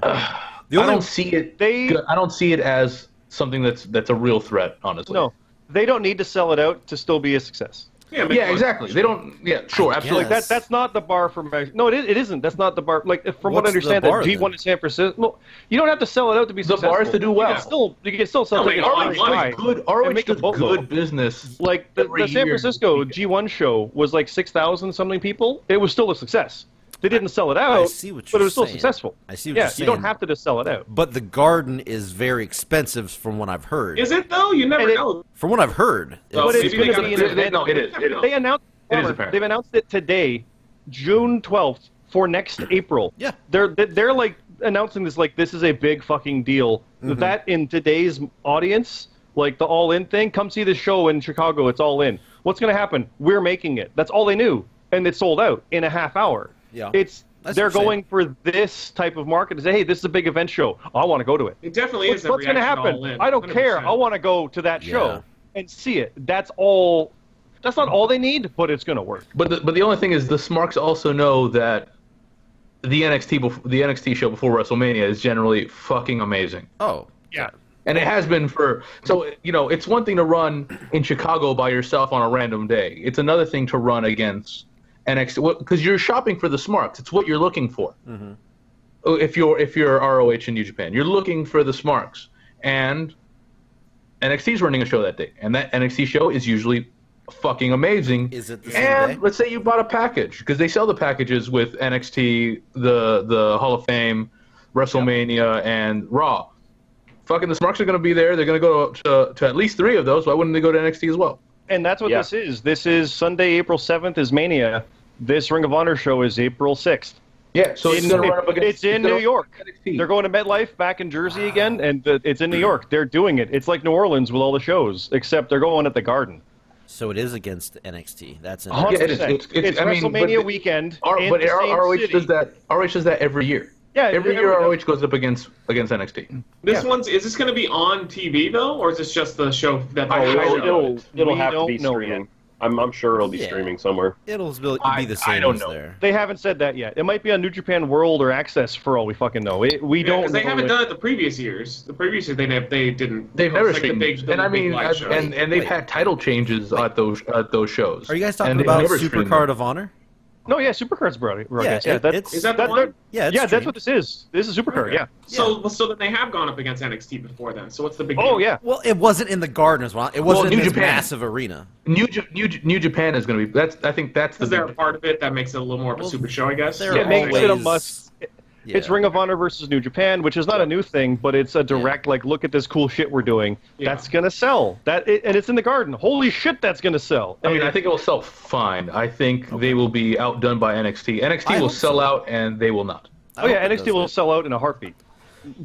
Speaker 3: the
Speaker 2: I
Speaker 3: only
Speaker 2: don't see it.
Speaker 6: They-
Speaker 2: I don't see it as something that's that's a real threat, honestly.
Speaker 6: No, they don't need to sell it out to still be a success.
Speaker 4: Yeah, make
Speaker 2: Yeah,
Speaker 4: fun.
Speaker 2: exactly. They don't. Yeah, sure, absolutely.
Speaker 6: Like that that's not the bar for Mex- no, it, is- it isn't. That's not the bar. Like from what I
Speaker 3: What's the
Speaker 6: understand, that
Speaker 3: bar,
Speaker 6: G1
Speaker 3: then?
Speaker 6: in San Francisco. No, you don't have to sell it out to be
Speaker 2: The
Speaker 6: successful.
Speaker 2: bar is to do
Speaker 6: You
Speaker 2: well.
Speaker 6: can still you can still sell
Speaker 4: No,
Speaker 6: tickets
Speaker 4: like,
Speaker 6: on
Speaker 4: ROH
Speaker 6: the
Speaker 4: does
Speaker 6: side
Speaker 2: good.
Speaker 6: and
Speaker 2: ROH
Speaker 6: make a
Speaker 2: does
Speaker 6: boatload.
Speaker 2: good business.
Speaker 6: Like the,
Speaker 2: every
Speaker 6: the San
Speaker 2: year.
Speaker 6: Francisco G1 show was like six thousand something people. It was still a success. They didn't sell it out,
Speaker 3: I see what
Speaker 6: but
Speaker 3: you're
Speaker 6: it was still
Speaker 3: saying.
Speaker 6: successful.
Speaker 3: I see what
Speaker 6: yeah,
Speaker 3: you're
Speaker 6: you don't
Speaker 3: saying.
Speaker 6: have to just sell it out.
Speaker 3: but the garden is very expensive, from what I've heard.
Speaker 4: Is it though? You never
Speaker 6: And it-
Speaker 4: know.
Speaker 3: From what I've heard,
Speaker 4: Well,
Speaker 6: But
Speaker 3: it's-
Speaker 6: it's
Speaker 4: maybe
Speaker 6: going to
Speaker 4: they
Speaker 6: be
Speaker 4: gotta-
Speaker 6: an
Speaker 2: they- no,
Speaker 6: event.
Speaker 2: it is. It is.
Speaker 6: They announced
Speaker 2: It is
Speaker 6: Robert,
Speaker 2: apparent.
Speaker 6: they've announced it today, June twelfth for next April.
Speaker 3: Yeah.
Speaker 6: they're they- they're like announcing this like this is a big fucking deal.
Speaker 3: Mm-hmm.
Speaker 6: That in today's audience, like the all in thing, come see the show in Chicago. It's all in. What's going to happen? We're making it. That's all they knew, and it sold out in a half hour.
Speaker 3: Yeah.
Speaker 6: it's.
Speaker 3: That's
Speaker 6: They're
Speaker 3: insane.
Speaker 6: going for this type of market to say, hey, this is a big event show. I want to go to it.
Speaker 4: It definitely
Speaker 6: What's,
Speaker 4: is. a
Speaker 6: what's going to
Speaker 4: reaction
Speaker 6: happen?
Speaker 4: all in,
Speaker 6: I don't care.
Speaker 4: 100%.
Speaker 6: I want to go to that
Speaker 3: Yeah.
Speaker 6: show and see it. That's all. That's not all they need, but it's going to work.
Speaker 2: But the, but the only thing is, the Smarks also know that the NXT bef- the NXT show before WrestleMania is generally fucking amazing.
Speaker 3: oh,
Speaker 6: Yeah.
Speaker 2: and it has been for so you know it's one thing to run in chicago by yourself on a random day it's another thing to run against nxt because you're shopping for the smarts it's what you're looking for Oh, if you're if you're roh in new japan you're looking for the smarts and nxt's running a show that day and that nxt show is usually fucking amazing
Speaker 3: Is it the same
Speaker 2: and
Speaker 3: day?
Speaker 2: let's say you bought a package because they sell the packages with nxt the the hall of fame wrestlemania and raw fucking the Smarks are going to be there. They're going to go to, to at least three of those. Why wouldn't they go to NXT as well?
Speaker 6: And that's what
Speaker 5: Yeah.
Speaker 6: this is. This is Sunday, April 7th is Mania. This Ring of Honor show is April 6th.
Speaker 2: Yeah, so it's,
Speaker 6: In-
Speaker 2: going to run up against.
Speaker 6: it's in
Speaker 2: gonna-
Speaker 6: New York.
Speaker 2: NXT.
Speaker 6: They're going to MetLife back in Jersey again, and the, it's in New York. They're doing it. It's like New Orleans with all the shows, except they're going at the Garden.
Speaker 3: so it is against NXT. That's it.
Speaker 6: 100%.
Speaker 2: Yeah, it is. It's-
Speaker 6: It's,
Speaker 2: it's- I mean, but
Speaker 6: WrestleMania
Speaker 2: the-
Speaker 6: weekend.
Speaker 2: R-
Speaker 6: in
Speaker 2: but
Speaker 6: the
Speaker 2: R-
Speaker 6: same
Speaker 2: ROH
Speaker 6: city.
Speaker 2: does that. ROH does that every year.
Speaker 6: Yeah,
Speaker 2: every
Speaker 6: yeah,
Speaker 2: year
Speaker 6: yeah.
Speaker 2: ROH goes up against against NXT.
Speaker 4: This
Speaker 6: Yeah.
Speaker 4: one's is this going to be on TV though, or is this just the show that
Speaker 5: Oh,
Speaker 4: the show?
Speaker 5: it'll it'll, it'll
Speaker 6: We
Speaker 5: have to
Speaker 6: don't
Speaker 5: be
Speaker 6: know yet.
Speaker 5: streaming. I'm, I'm sure it'll be
Speaker 3: Yeah.
Speaker 5: streaming somewhere.
Speaker 3: It'll be, be
Speaker 2: I-
Speaker 3: the
Speaker 2: I
Speaker 3: same
Speaker 2: don't
Speaker 3: as
Speaker 2: know.
Speaker 3: there.
Speaker 6: They haven't said that yet. It might be on New Japan World or Access for all we fucking know. It, we
Speaker 4: Yeah,
Speaker 6: don't.
Speaker 4: 'cause they
Speaker 6: know
Speaker 4: haven't
Speaker 6: it.
Speaker 4: done it the previous years. The previous year they nev- they didn't.
Speaker 2: They've
Speaker 4: it's
Speaker 2: never
Speaker 4: like the
Speaker 2: seen,
Speaker 4: big- the
Speaker 2: and I
Speaker 4: big
Speaker 2: mean,
Speaker 4: live
Speaker 2: I've-
Speaker 4: shows.
Speaker 2: and and they've
Speaker 3: Wait.
Speaker 2: had title changes at those at those shows.
Speaker 3: Are you guys
Speaker 2: And
Speaker 3: talking
Speaker 2: they've
Speaker 3: about
Speaker 2: never streamed
Speaker 3: Supercard
Speaker 2: them.
Speaker 3: of Honor?
Speaker 6: No, yeah, Supercard's brought it.
Speaker 3: Yeah,
Speaker 6: Yeah,
Speaker 3: it-
Speaker 6: that-
Speaker 3: it's-
Speaker 4: Is that the one?
Speaker 3: Yeah, it's
Speaker 6: yeah,
Speaker 3: streamed.
Speaker 6: that's what this is. This is Supercard. Yeah.
Speaker 4: So well, so then they have gone up against NXT before then. So what's the big?
Speaker 6: Oh
Speaker 4: deal?
Speaker 6: yeah.
Speaker 3: Well, it wasn't in the garden as well. It wasn't
Speaker 2: New
Speaker 3: in this
Speaker 2: Japan.
Speaker 3: massive arena.
Speaker 2: New, Ja- New Ja- New Japan is going to be. That's I think that's the
Speaker 4: Because they're a
Speaker 2: big.
Speaker 4: part of it, that makes it a little more of a
Speaker 3: Well,
Speaker 4: super show, I guess.
Speaker 3: they're
Speaker 6: It
Speaker 3: Yeah,
Speaker 6: makes it a
Speaker 3: always-
Speaker 6: must. It's
Speaker 3: Yeah.
Speaker 6: Ring of Honor versus New Japan, which is not a new thing, but it's a direct like, look at this cool shit we're doing.
Speaker 4: Yeah.
Speaker 6: That's gonna sell. That it, and it's in the Garden. Holy shit, that's gonna sell.
Speaker 2: I mean, I think it will sell fine. I think they will be outdone by NXT. NXT
Speaker 3: I
Speaker 2: will
Speaker 3: hope
Speaker 2: sell
Speaker 3: so.
Speaker 2: out, and they will not.
Speaker 3: I
Speaker 6: oh yeah,
Speaker 3: hope it
Speaker 6: NXT
Speaker 3: does
Speaker 6: will
Speaker 3: that.
Speaker 6: sell out in a heartbeat.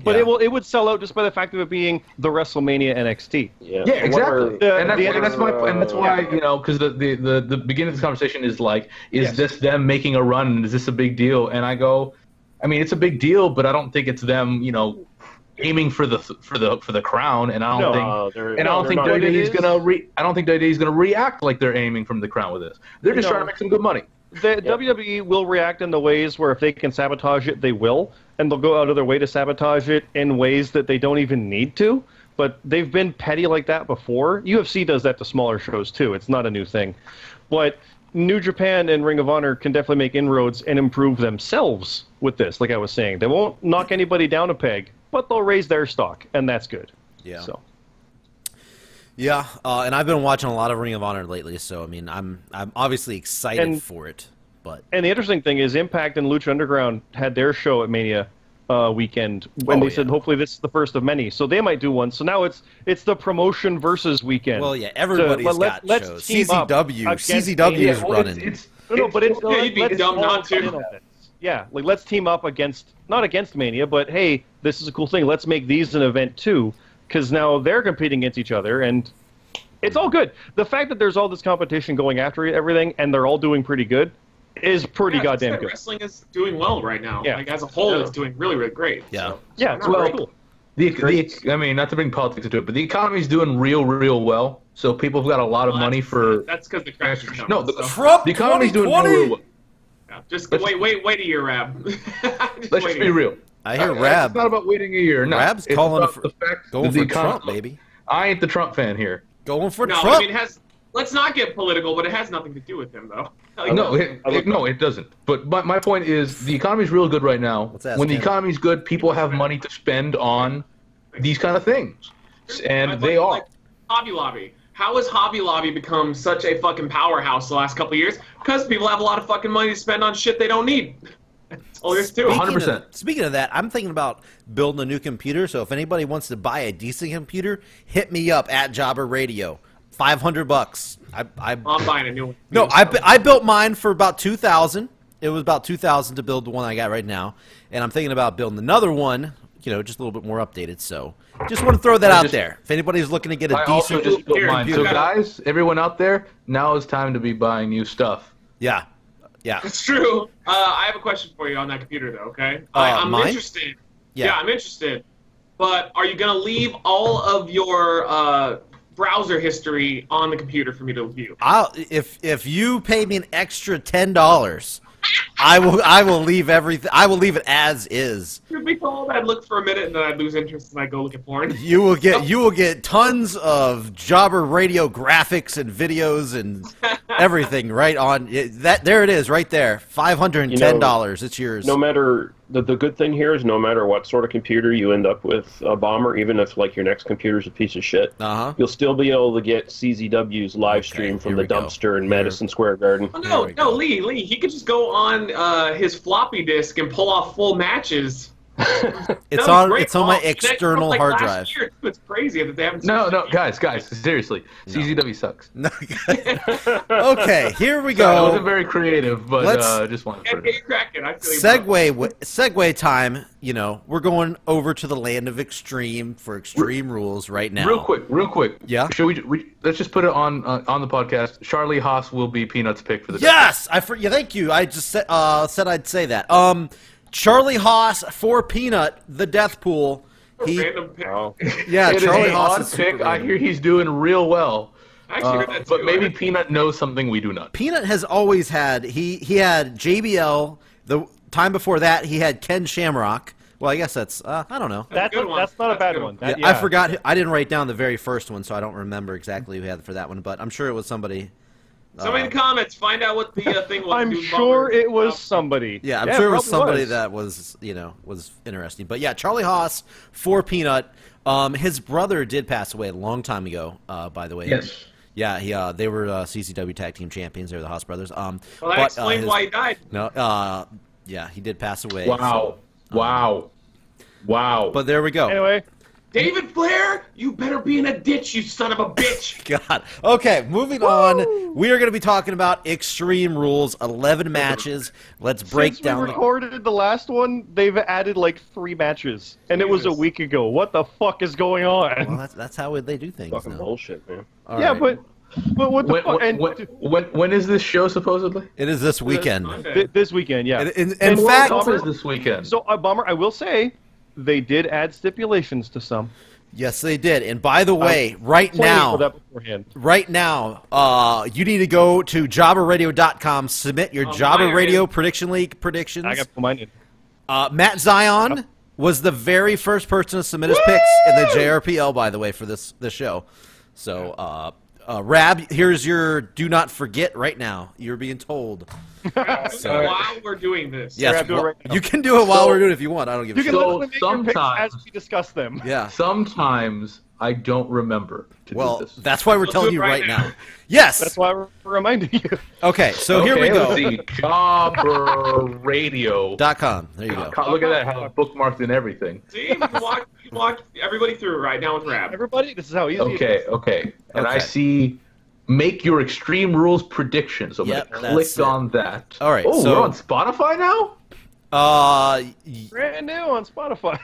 Speaker 6: But
Speaker 3: Yeah.
Speaker 6: it will it would sell out just by the fact of it being the WrestleMania NXT.
Speaker 5: Yeah,
Speaker 2: Yeah, exactly.
Speaker 5: Whatever-
Speaker 6: Uh,
Speaker 2: and, that's,
Speaker 6: the- uh,
Speaker 2: and that's my and that's why
Speaker 5: Yeah.
Speaker 2: you know because the, the the the beginning of this conversation is like, is
Speaker 6: Yes.
Speaker 2: this them making a run? and Is this a big deal? And I go, I mean, it's a big deal, but I don't think it's them, you know, aiming for the for the for the crown, and I
Speaker 6: No,
Speaker 2: don't think.
Speaker 5: Uh, they're-
Speaker 2: And I don't
Speaker 5: they're
Speaker 2: think
Speaker 5: not-
Speaker 6: WWE
Speaker 2: WWE's
Speaker 6: is-
Speaker 2: gonna. Re- I don't think WWE's gonna react like they're aiming from the crown with this. They're just
Speaker 6: No.
Speaker 2: trying to make some good money.
Speaker 6: The WWE will react in the ways where if they can sabotage it, they will, and they'll go out of their way to sabotage it in ways that they don't even need to. But they've been petty like that before. UFC does that to smaller shows too. It's not a new thing, but New Japan and Ring of Honor can definitely make inroads and improve themselves with this. Like I was saying, they won't knock anybody down a peg, but they'll raise their stock, and that's good.
Speaker 3: Yeah.
Speaker 6: So
Speaker 3: Yeah, uh, and I've been watching a lot of Ring of Honor lately, so I mean, I'm I'm obviously excited
Speaker 6: And-
Speaker 3: for it, but
Speaker 6: And the interesting thing is, Impact and Lucha Underground had their show at Mania uh, weekend when
Speaker 3: Oh,
Speaker 6: they
Speaker 3: yeah.
Speaker 6: said hopefully this is the first of many. So they might do one. So now it's it's the promotion versus weekend.
Speaker 3: well, yeah,
Speaker 6: everybody's
Speaker 3: everybody's got shows.
Speaker 6: team up
Speaker 3: CZW,
Speaker 6: against
Speaker 3: CZW
Speaker 6: Mania.
Speaker 3: is running.
Speaker 6: No, no, but it's
Speaker 4: yeah, you'd be
Speaker 6: let's
Speaker 4: dumb
Speaker 6: all
Speaker 4: not
Speaker 6: come in
Speaker 4: to.
Speaker 6: on this. Yeah, like let's team up against not against Mania, but hey, this is a cool thing. Let's make these an event too, because now they're competing against each other, and it's all good. The fact that there's all this competition going after everything, and they're all doing pretty good, is pretty
Speaker 4: Yeah,
Speaker 6: goddamn
Speaker 4: it's-
Speaker 6: good.
Speaker 4: Wrestling is doing well right now.
Speaker 6: Yeah.
Speaker 4: Like as a whole, it's doing really, really great.
Speaker 3: Yeah.
Speaker 4: So-
Speaker 6: Yeah, it's
Speaker 4: Well,
Speaker 6: pretty cool.
Speaker 2: The, the, I mean, not to bring politics into it, but the economy's doing real, real well. So people have got a lot of
Speaker 4: Well,
Speaker 2: money for.
Speaker 4: That's because the crash is coming.
Speaker 2: No, the,
Speaker 4: so-
Speaker 3: Trump
Speaker 2: the economy's doing real,
Speaker 3: 2020?
Speaker 2: real well.
Speaker 4: yeah. just
Speaker 2: let's-
Speaker 4: wait, wait, wait a year, Rab.
Speaker 2: Let's
Speaker 4: Just wait
Speaker 2: just
Speaker 4: a
Speaker 2: be
Speaker 4: year.
Speaker 2: real.
Speaker 3: I hear
Speaker 2: Uh,
Speaker 3: Rab
Speaker 2: It's not about waiting a year. No,
Speaker 3: Rab's
Speaker 2: It's
Speaker 3: calling
Speaker 2: about
Speaker 3: for-
Speaker 2: the fact
Speaker 3: going
Speaker 2: that the
Speaker 3: for Trump,
Speaker 2: economy-
Speaker 3: baby.
Speaker 2: I ain't the Trump fan here.
Speaker 3: Going for
Speaker 4: No,
Speaker 3: Trump.
Speaker 4: I mean, it has. Let's not get political, but it has nothing to do with him, though. Like,
Speaker 2: No, it,
Speaker 5: I
Speaker 2: it-
Speaker 5: look-
Speaker 2: no, it doesn't. But my, my point is, the economy's real good right now.
Speaker 3: Let's ask
Speaker 2: when the
Speaker 3: him.
Speaker 2: economy's good, people have money to spend on these kind of things,
Speaker 4: I'd
Speaker 2: and they
Speaker 4: like-
Speaker 2: are.
Speaker 4: like, Hobby Lobby. How has Hobby Lobby become such a fucking powerhouse the last couple of years? Because people have a lot of fucking money to spend on shit they don't need. That's all there's to it.
Speaker 3: Speaking of-
Speaker 2: 100%.
Speaker 3: Speaking of that, I'm thinking about building a new computer. So if anybody wants to buy a decent computer, hit me up at Jobber Radio. Five hundred bucks. I, I
Speaker 4: I'm buying a new one.
Speaker 3: no, I, bu- I built mine for about two thousand. It was about two thousand to build the one I got right now, and I'm thinking about building another one. You know, just a little bit more updated. So just want to throw that
Speaker 2: I
Speaker 3: out
Speaker 2: just-
Speaker 3: there. If anybody's looking to get a
Speaker 2: I also
Speaker 3: decent,
Speaker 2: just built
Speaker 4: Here,
Speaker 2: mine.
Speaker 4: you
Speaker 2: So
Speaker 4: gotta-
Speaker 2: guys, everyone out there, now is time to be buying new stuff.
Speaker 3: yeah, yeah,
Speaker 4: It's true. Uh, I have a question for you on that computer, though. Okay,
Speaker 3: Uh,
Speaker 4: I, I'm
Speaker 3: mine?
Speaker 4: interested.
Speaker 3: Yeah.
Speaker 4: Yeah. I'm interested. But are you gonna leave all of your uh, browser history on the computer for me to view?
Speaker 3: I'll if if you pay me an extra ten dollars, I will I will leave everything. I will leave it as is.
Speaker 4: It'd be cold. I'd look for a minute and then I'd lose interest and I'd go look at porn.
Speaker 3: You will get you will get tons of jobber radio graphics and videos and everything right on it- that. There it is, right there. Five hundred and ten dollars. it's yours. Uh-huh.
Speaker 5: no matter the, the good thing here is no matter what sort of computer you end up with a bomber even if like your next computer's a piece of shit
Speaker 3: Uh-huh.
Speaker 5: you'll still be able to get czw's live stream
Speaker 3: here
Speaker 5: from the
Speaker 3: we go.
Speaker 5: dumpster in madison square garden
Speaker 4: Oh,
Speaker 3: There
Speaker 4: no,
Speaker 3: we
Speaker 4: no, Lee, Lee. He could just go on uh, his floppy disk and pull off full matches.
Speaker 3: it's
Speaker 4: That was
Speaker 3: on
Speaker 4: great.
Speaker 3: it's on my
Speaker 4: Oh, that-
Speaker 3: external
Speaker 4: like
Speaker 3: hard
Speaker 4: last
Speaker 3: drive.
Speaker 4: year, too. It's crazy that they haven't.
Speaker 2: No, no, guys, guys, seriously, CZW sucks.
Speaker 3: okay, here we
Speaker 2: It
Speaker 3: go.
Speaker 2: wasn't very creative, but
Speaker 3: Let's-
Speaker 2: uh, just wanted to
Speaker 4: Can't
Speaker 2: put
Speaker 4: get
Speaker 2: it.
Speaker 4: you cracking. I feel you, bro.
Speaker 3: Segway, w- segway time. You know, we're going over to the land of extreme for extreme rules right now.
Speaker 2: Real quick, real quick.
Speaker 3: Yeah?
Speaker 2: Should we, we? Let's just put it on uh, on the podcast. Charlie Haas will be Peanuts pick for the day.
Speaker 3: Yes, I for, yeah, thank you. I just said, uh, said I'd say that. Um, Charlie Haas for Peanut, the Death Pool. He,
Speaker 4: Random pick.
Speaker 5: Oh.
Speaker 3: yeah,
Speaker 2: It is
Speaker 3: Charlie
Speaker 2: an
Speaker 3: Haas
Speaker 2: odd
Speaker 3: is super
Speaker 2: pick. I
Speaker 3: random.
Speaker 2: hear he's doing real well.
Speaker 4: I actually heard
Speaker 2: Uh,
Speaker 4: that too.
Speaker 2: but maybe Peanut knows something we do not.
Speaker 3: Peanut has always had he he had JBL. The time before that, he had Ken Shamrock. Well, I guess that's uh, I don't know.
Speaker 6: That's,
Speaker 4: a good one.
Speaker 6: that's not a
Speaker 4: That's
Speaker 6: bad
Speaker 4: a good
Speaker 6: one.
Speaker 4: one.
Speaker 6: That-
Speaker 3: I forgot. who- I didn't write down the very first one, so I don't remember exactly who had for that one. But I'm sure it was somebody.
Speaker 4: Somebody in
Speaker 3: Uh,
Speaker 4: the comments find out what the uh, thing was.
Speaker 6: I'm
Speaker 4: Dude,
Speaker 6: sure
Speaker 4: Bummer.
Speaker 6: it was somebody.
Speaker 3: Yeah, I'm sure it was
Speaker 6: probably
Speaker 3: somebody
Speaker 6: was.
Speaker 3: that was, you know, was interesting. But yeah, Charlie Haas for Peanut. Um, his brother did pass away a long time ago, uh, by the way.
Speaker 2: Yes.
Speaker 3: Yeah, he, uh, they were uh, CCW Tag Team Champions. They were the Haas brothers. Um,
Speaker 4: Well, that
Speaker 3: but, uh,
Speaker 4: explains
Speaker 3: his-
Speaker 4: why he died.
Speaker 3: No, uh, yeah, he did pass away.
Speaker 2: Wow, wow, wow.
Speaker 3: But there we go.
Speaker 6: Anyway,
Speaker 4: David Flair, you better be in a ditch, you son of a bitch.
Speaker 3: God. Okay, moving on. We are going to be talking about Extreme Rules, 11 matches. Let's break
Speaker 6: since
Speaker 3: down.
Speaker 6: we
Speaker 3: the-
Speaker 6: recorded the last one, they've added like three matches, and it was a
Speaker 4: Jesus.
Speaker 6: week ago. What the fuck is going on?
Speaker 3: well, that's, that's how they do things.
Speaker 5: fucking
Speaker 3: now.
Speaker 5: bullshit man
Speaker 3: All
Speaker 6: yeah,
Speaker 3: right.
Speaker 6: but But what the
Speaker 2: When,
Speaker 4: Oh,
Speaker 6: fuck?
Speaker 2: when,
Speaker 6: and
Speaker 2: when, when, when is this show supposedly?
Speaker 3: It is this weekend.
Speaker 6: thi- this weekend, yeah.
Speaker 3: In, in, in
Speaker 6: And World
Speaker 3: fact,
Speaker 6: Cup-
Speaker 2: What is this weekend?
Speaker 6: So, a bummer. I will say, they did add stipulations to some.
Speaker 3: yes, they did. And by the way, right
Speaker 6: Plenty
Speaker 3: now,
Speaker 6: for that beforehand.
Speaker 3: right now, uh, you need to go to jobberradio.com, submit your
Speaker 4: I'm
Speaker 3: Jobber
Speaker 4: hired.
Speaker 3: Radio Prediction League predictions.
Speaker 6: Oh, I got to put mine in.
Speaker 3: Uh, Matt Zion was the very first person to submit his picks in the JRPL, by the way, for this this show. So, uh, uh, Rab, here's your do not forget right now. You're being told.
Speaker 2: All
Speaker 4: While we're doing this,
Speaker 3: uh, Yes,
Speaker 6: Rab, do it
Speaker 3: wha-
Speaker 6: right now.
Speaker 3: you can do it while we're doing it if you want. I don't give
Speaker 6: You
Speaker 3: a
Speaker 6: can
Speaker 3: shit.
Speaker 2: So
Speaker 6: literally make your
Speaker 2: sometimes-
Speaker 6: picks as we discuss them.
Speaker 3: Yeah.
Speaker 2: Sometimes I don't remember to do
Speaker 3: Well,
Speaker 2: this.
Speaker 3: that's why we're telling
Speaker 4: do
Speaker 3: you
Speaker 4: it
Speaker 3: right,
Speaker 4: right
Speaker 3: now.
Speaker 4: now.
Speaker 3: Yes.
Speaker 6: That's why we're reminding you.
Speaker 3: okay. So
Speaker 2: okay,
Speaker 3: here we
Speaker 2: let's
Speaker 3: go.
Speaker 2: See, Jobber Radio.
Speaker 3: Dot com. There you go.
Speaker 2: God, Look at that, how it's bookmarked and everything.
Speaker 4: see, you can walk, you can walk everybody through right now with Rab.
Speaker 6: Everybody, this is how easy it
Speaker 2: Okay,
Speaker 6: is.
Speaker 2: okay. And I
Speaker 3: Okay.
Speaker 2: see make your extreme rules predictions. I'm
Speaker 3: Yep,
Speaker 2: gonna
Speaker 3: that's
Speaker 2: click
Speaker 3: it.
Speaker 2: on that.
Speaker 3: All right,
Speaker 2: Oh,
Speaker 3: so-
Speaker 2: we're on Spotify now?
Speaker 3: Uh, y-
Speaker 6: Brand new on Spotify.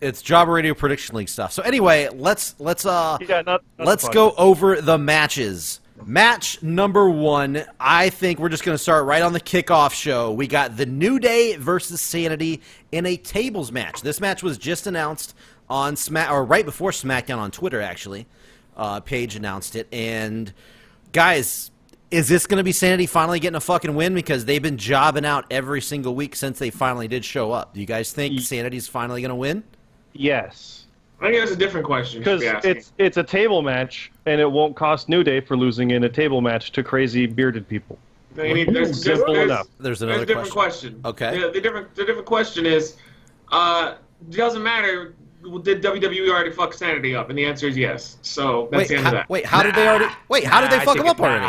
Speaker 3: it's Jobber Radio Prediction League stuff. So anyway, let's let's uh
Speaker 6: yeah, not, not
Speaker 3: Let's
Speaker 6: Spotify.
Speaker 3: go over the matches. Match number one, I think we're just going to start right on the kickoff show. We got the New Day versus Sanity in a tables match. This match was just announced on Smack, or right before SmackDown on Twitter, actually. Uh, Paige announced it. And guys, is this going to be Sanity finally getting a fucking win? Because they've been jobbing out every single week since they finally did show up. Do you guys think Sanity's finally going to win?
Speaker 6: Yes.
Speaker 4: I think that's a different question. you should
Speaker 6: Because
Speaker 4: be asking.
Speaker 6: it's it's a table match, and it won't cost New Day for losing in a table match to crazy bearded people.
Speaker 4: I mean, there's, there's,
Speaker 6: Simple
Speaker 4: there's,
Speaker 6: enough.
Speaker 3: There's
Speaker 4: there's
Speaker 3: another
Speaker 4: a different question.
Speaker 3: Okay.
Speaker 4: Yeah, the different the different question is, uh, it doesn't matter. Did WWE already fuck sanity up? And the answer is yes. So that's
Speaker 3: Wait,
Speaker 4: the end
Speaker 3: how,
Speaker 4: of that.
Speaker 3: wait, how did they already? Wait, how did they fuck him up already?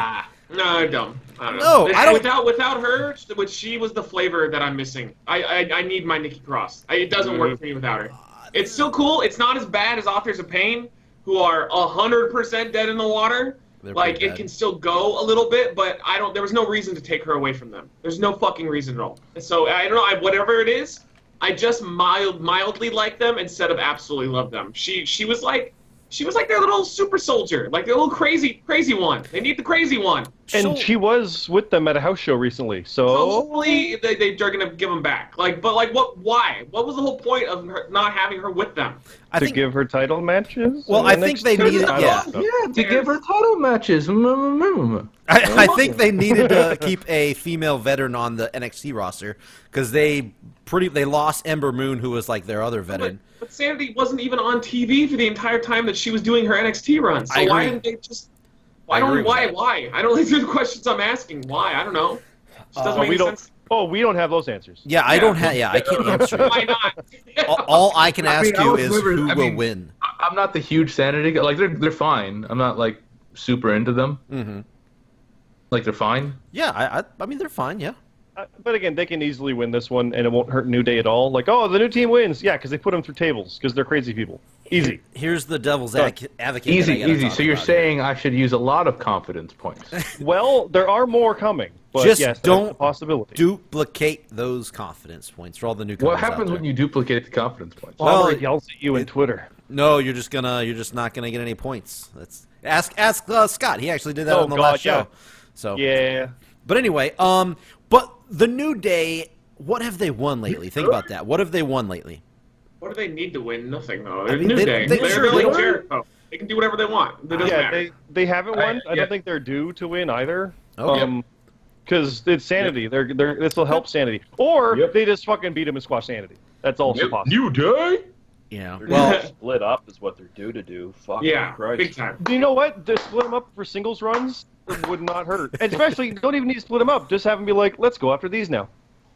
Speaker 4: No, I don't. I don't
Speaker 3: No,
Speaker 4: know.
Speaker 3: I don't-
Speaker 4: Without without her, which she was the flavor that I'm missing. I I, I need my Nikki Cross. I, it doesn't
Speaker 3: Mm-hmm.
Speaker 4: work for me without her. It's still cool. It's not as bad as Authors of Pain, who are hundred percent dead in the water.
Speaker 3: They're
Speaker 4: like
Speaker 3: pretty
Speaker 4: it
Speaker 3: bad.
Speaker 4: can still go a little bit, but I don't. There was no reason to take her away from them. There's no fucking reason at all. So I don't know. I, whatever it is, I just mild mildly like them instead of absolutely love them. She she was like. She was like their little super soldier, like the little crazy, crazy one. They need the crazy one.
Speaker 6: And she was with them at a house show recently, so
Speaker 3: Oh.
Speaker 4: Hopefully, they, they, they're gonna give them back. Like, but like, what? Why? What was the whole point of her not having her with them?
Speaker 3: I
Speaker 6: to
Speaker 3: think
Speaker 6: give her title matches.
Speaker 3: Well,
Speaker 6: and
Speaker 3: I
Speaker 6: the
Speaker 3: think
Speaker 6: next
Speaker 3: they
Speaker 6: title
Speaker 3: need-
Speaker 6: match
Speaker 3: yeah.
Speaker 6: stuff.
Speaker 2: Yeah, to give her title matches. Mm, mm, mm, mm.
Speaker 3: I, I think they needed to keep a female veteran on the NXT roster because they pretty they lost Ember Moon, who was like their other
Speaker 4: But,
Speaker 3: veteran.
Speaker 4: but Sanity wasn't even on TV for the entire time that she was doing her NXT run. So
Speaker 3: I
Speaker 4: why
Speaker 3: agree.
Speaker 4: didn't they just? Why
Speaker 3: I agree
Speaker 4: don't?
Speaker 3: with
Speaker 4: Why?
Speaker 3: that.
Speaker 4: Why? I don't. These are the questions I'm asking. Why? I don't know. It just
Speaker 3: Uh,
Speaker 4: doesn't
Speaker 6: Oh,
Speaker 4: make
Speaker 6: we
Speaker 4: any
Speaker 6: don't.
Speaker 4: sense.
Speaker 6: Oh, we don't have those answers.
Speaker 3: Yeah, I
Speaker 4: yeah.
Speaker 3: don't have. Yeah, I can't answer.
Speaker 4: Why not?
Speaker 3: All, all I can
Speaker 2: I mean,
Speaker 3: ask
Speaker 2: I
Speaker 3: you
Speaker 2: was
Speaker 3: is
Speaker 2: never-
Speaker 3: who
Speaker 2: I
Speaker 3: will
Speaker 2: mean-
Speaker 3: win.
Speaker 2: I- I'm not the huge sanity guy. Like, they're, they're fine. I'm not, like, super into them. Mm-hmm. Like, they're fine.
Speaker 3: Yeah, I, I, I mean they're fine. Yeah,
Speaker 6: Uh, But again, they can easily win this one, and it won't hurt New Day at all. Like, oh, the new team wins. Yeah, because they put them through tables because they're crazy people. Easy.
Speaker 3: here's the devil's
Speaker 6: Done.
Speaker 3: advocate. advocate that
Speaker 2: Easy,
Speaker 3: I gotta
Speaker 2: easy.
Speaker 3: talk
Speaker 2: So you're
Speaker 3: about.
Speaker 2: saying I should use a lot of confidence points.
Speaker 6: Well, there are more coming. But
Speaker 3: Just
Speaker 6: yes, that's
Speaker 3: don't
Speaker 6: a possibility.
Speaker 3: duplicate those confidence points for all the new.
Speaker 2: what happens when you duplicate the confidence points?
Speaker 3: Well,
Speaker 6: Palmer yells at you in Twitter.
Speaker 3: No, you're just gonna you're just not gonna get any points. That's ask ask uh, Scott. He actually did that
Speaker 6: Oh,
Speaker 3: on the
Speaker 6: God,
Speaker 3: last show.
Speaker 6: yeah.
Speaker 3: So
Speaker 6: Yeah.
Speaker 3: But anyway, um, but the New Day, what have they won lately? Think about that. What have they won lately?
Speaker 4: what do they need to win? Nothing though. They're
Speaker 3: mean,
Speaker 4: New
Speaker 3: they-
Speaker 4: Day.
Speaker 3: they-
Speaker 4: They, are
Speaker 3: sure,
Speaker 4: like
Speaker 3: they-
Speaker 4: Jericho. They can do whatever they want. It doesn't
Speaker 6: Yeah,
Speaker 4: matter.
Speaker 6: they, they haven't won. I,
Speaker 2: yeah.
Speaker 6: don't think they're due to win either.
Speaker 3: Okay.
Speaker 6: because it's sanity. They're they're this will help sanity, or
Speaker 5: Yep.
Speaker 6: they just fucking beat him and squash sanity. That's also possible.
Speaker 2: New Day?
Speaker 3: Yeah.
Speaker 5: They're
Speaker 3: Well,
Speaker 5: gonna split up is what they're due to do. Fuck
Speaker 4: yeah,
Speaker 5: Christ.
Speaker 4: big time.
Speaker 6: Do you know what? To split them up for singles runs would not hurt. And especially, you don't even need to split them up. Just have them be like, let's go after these now.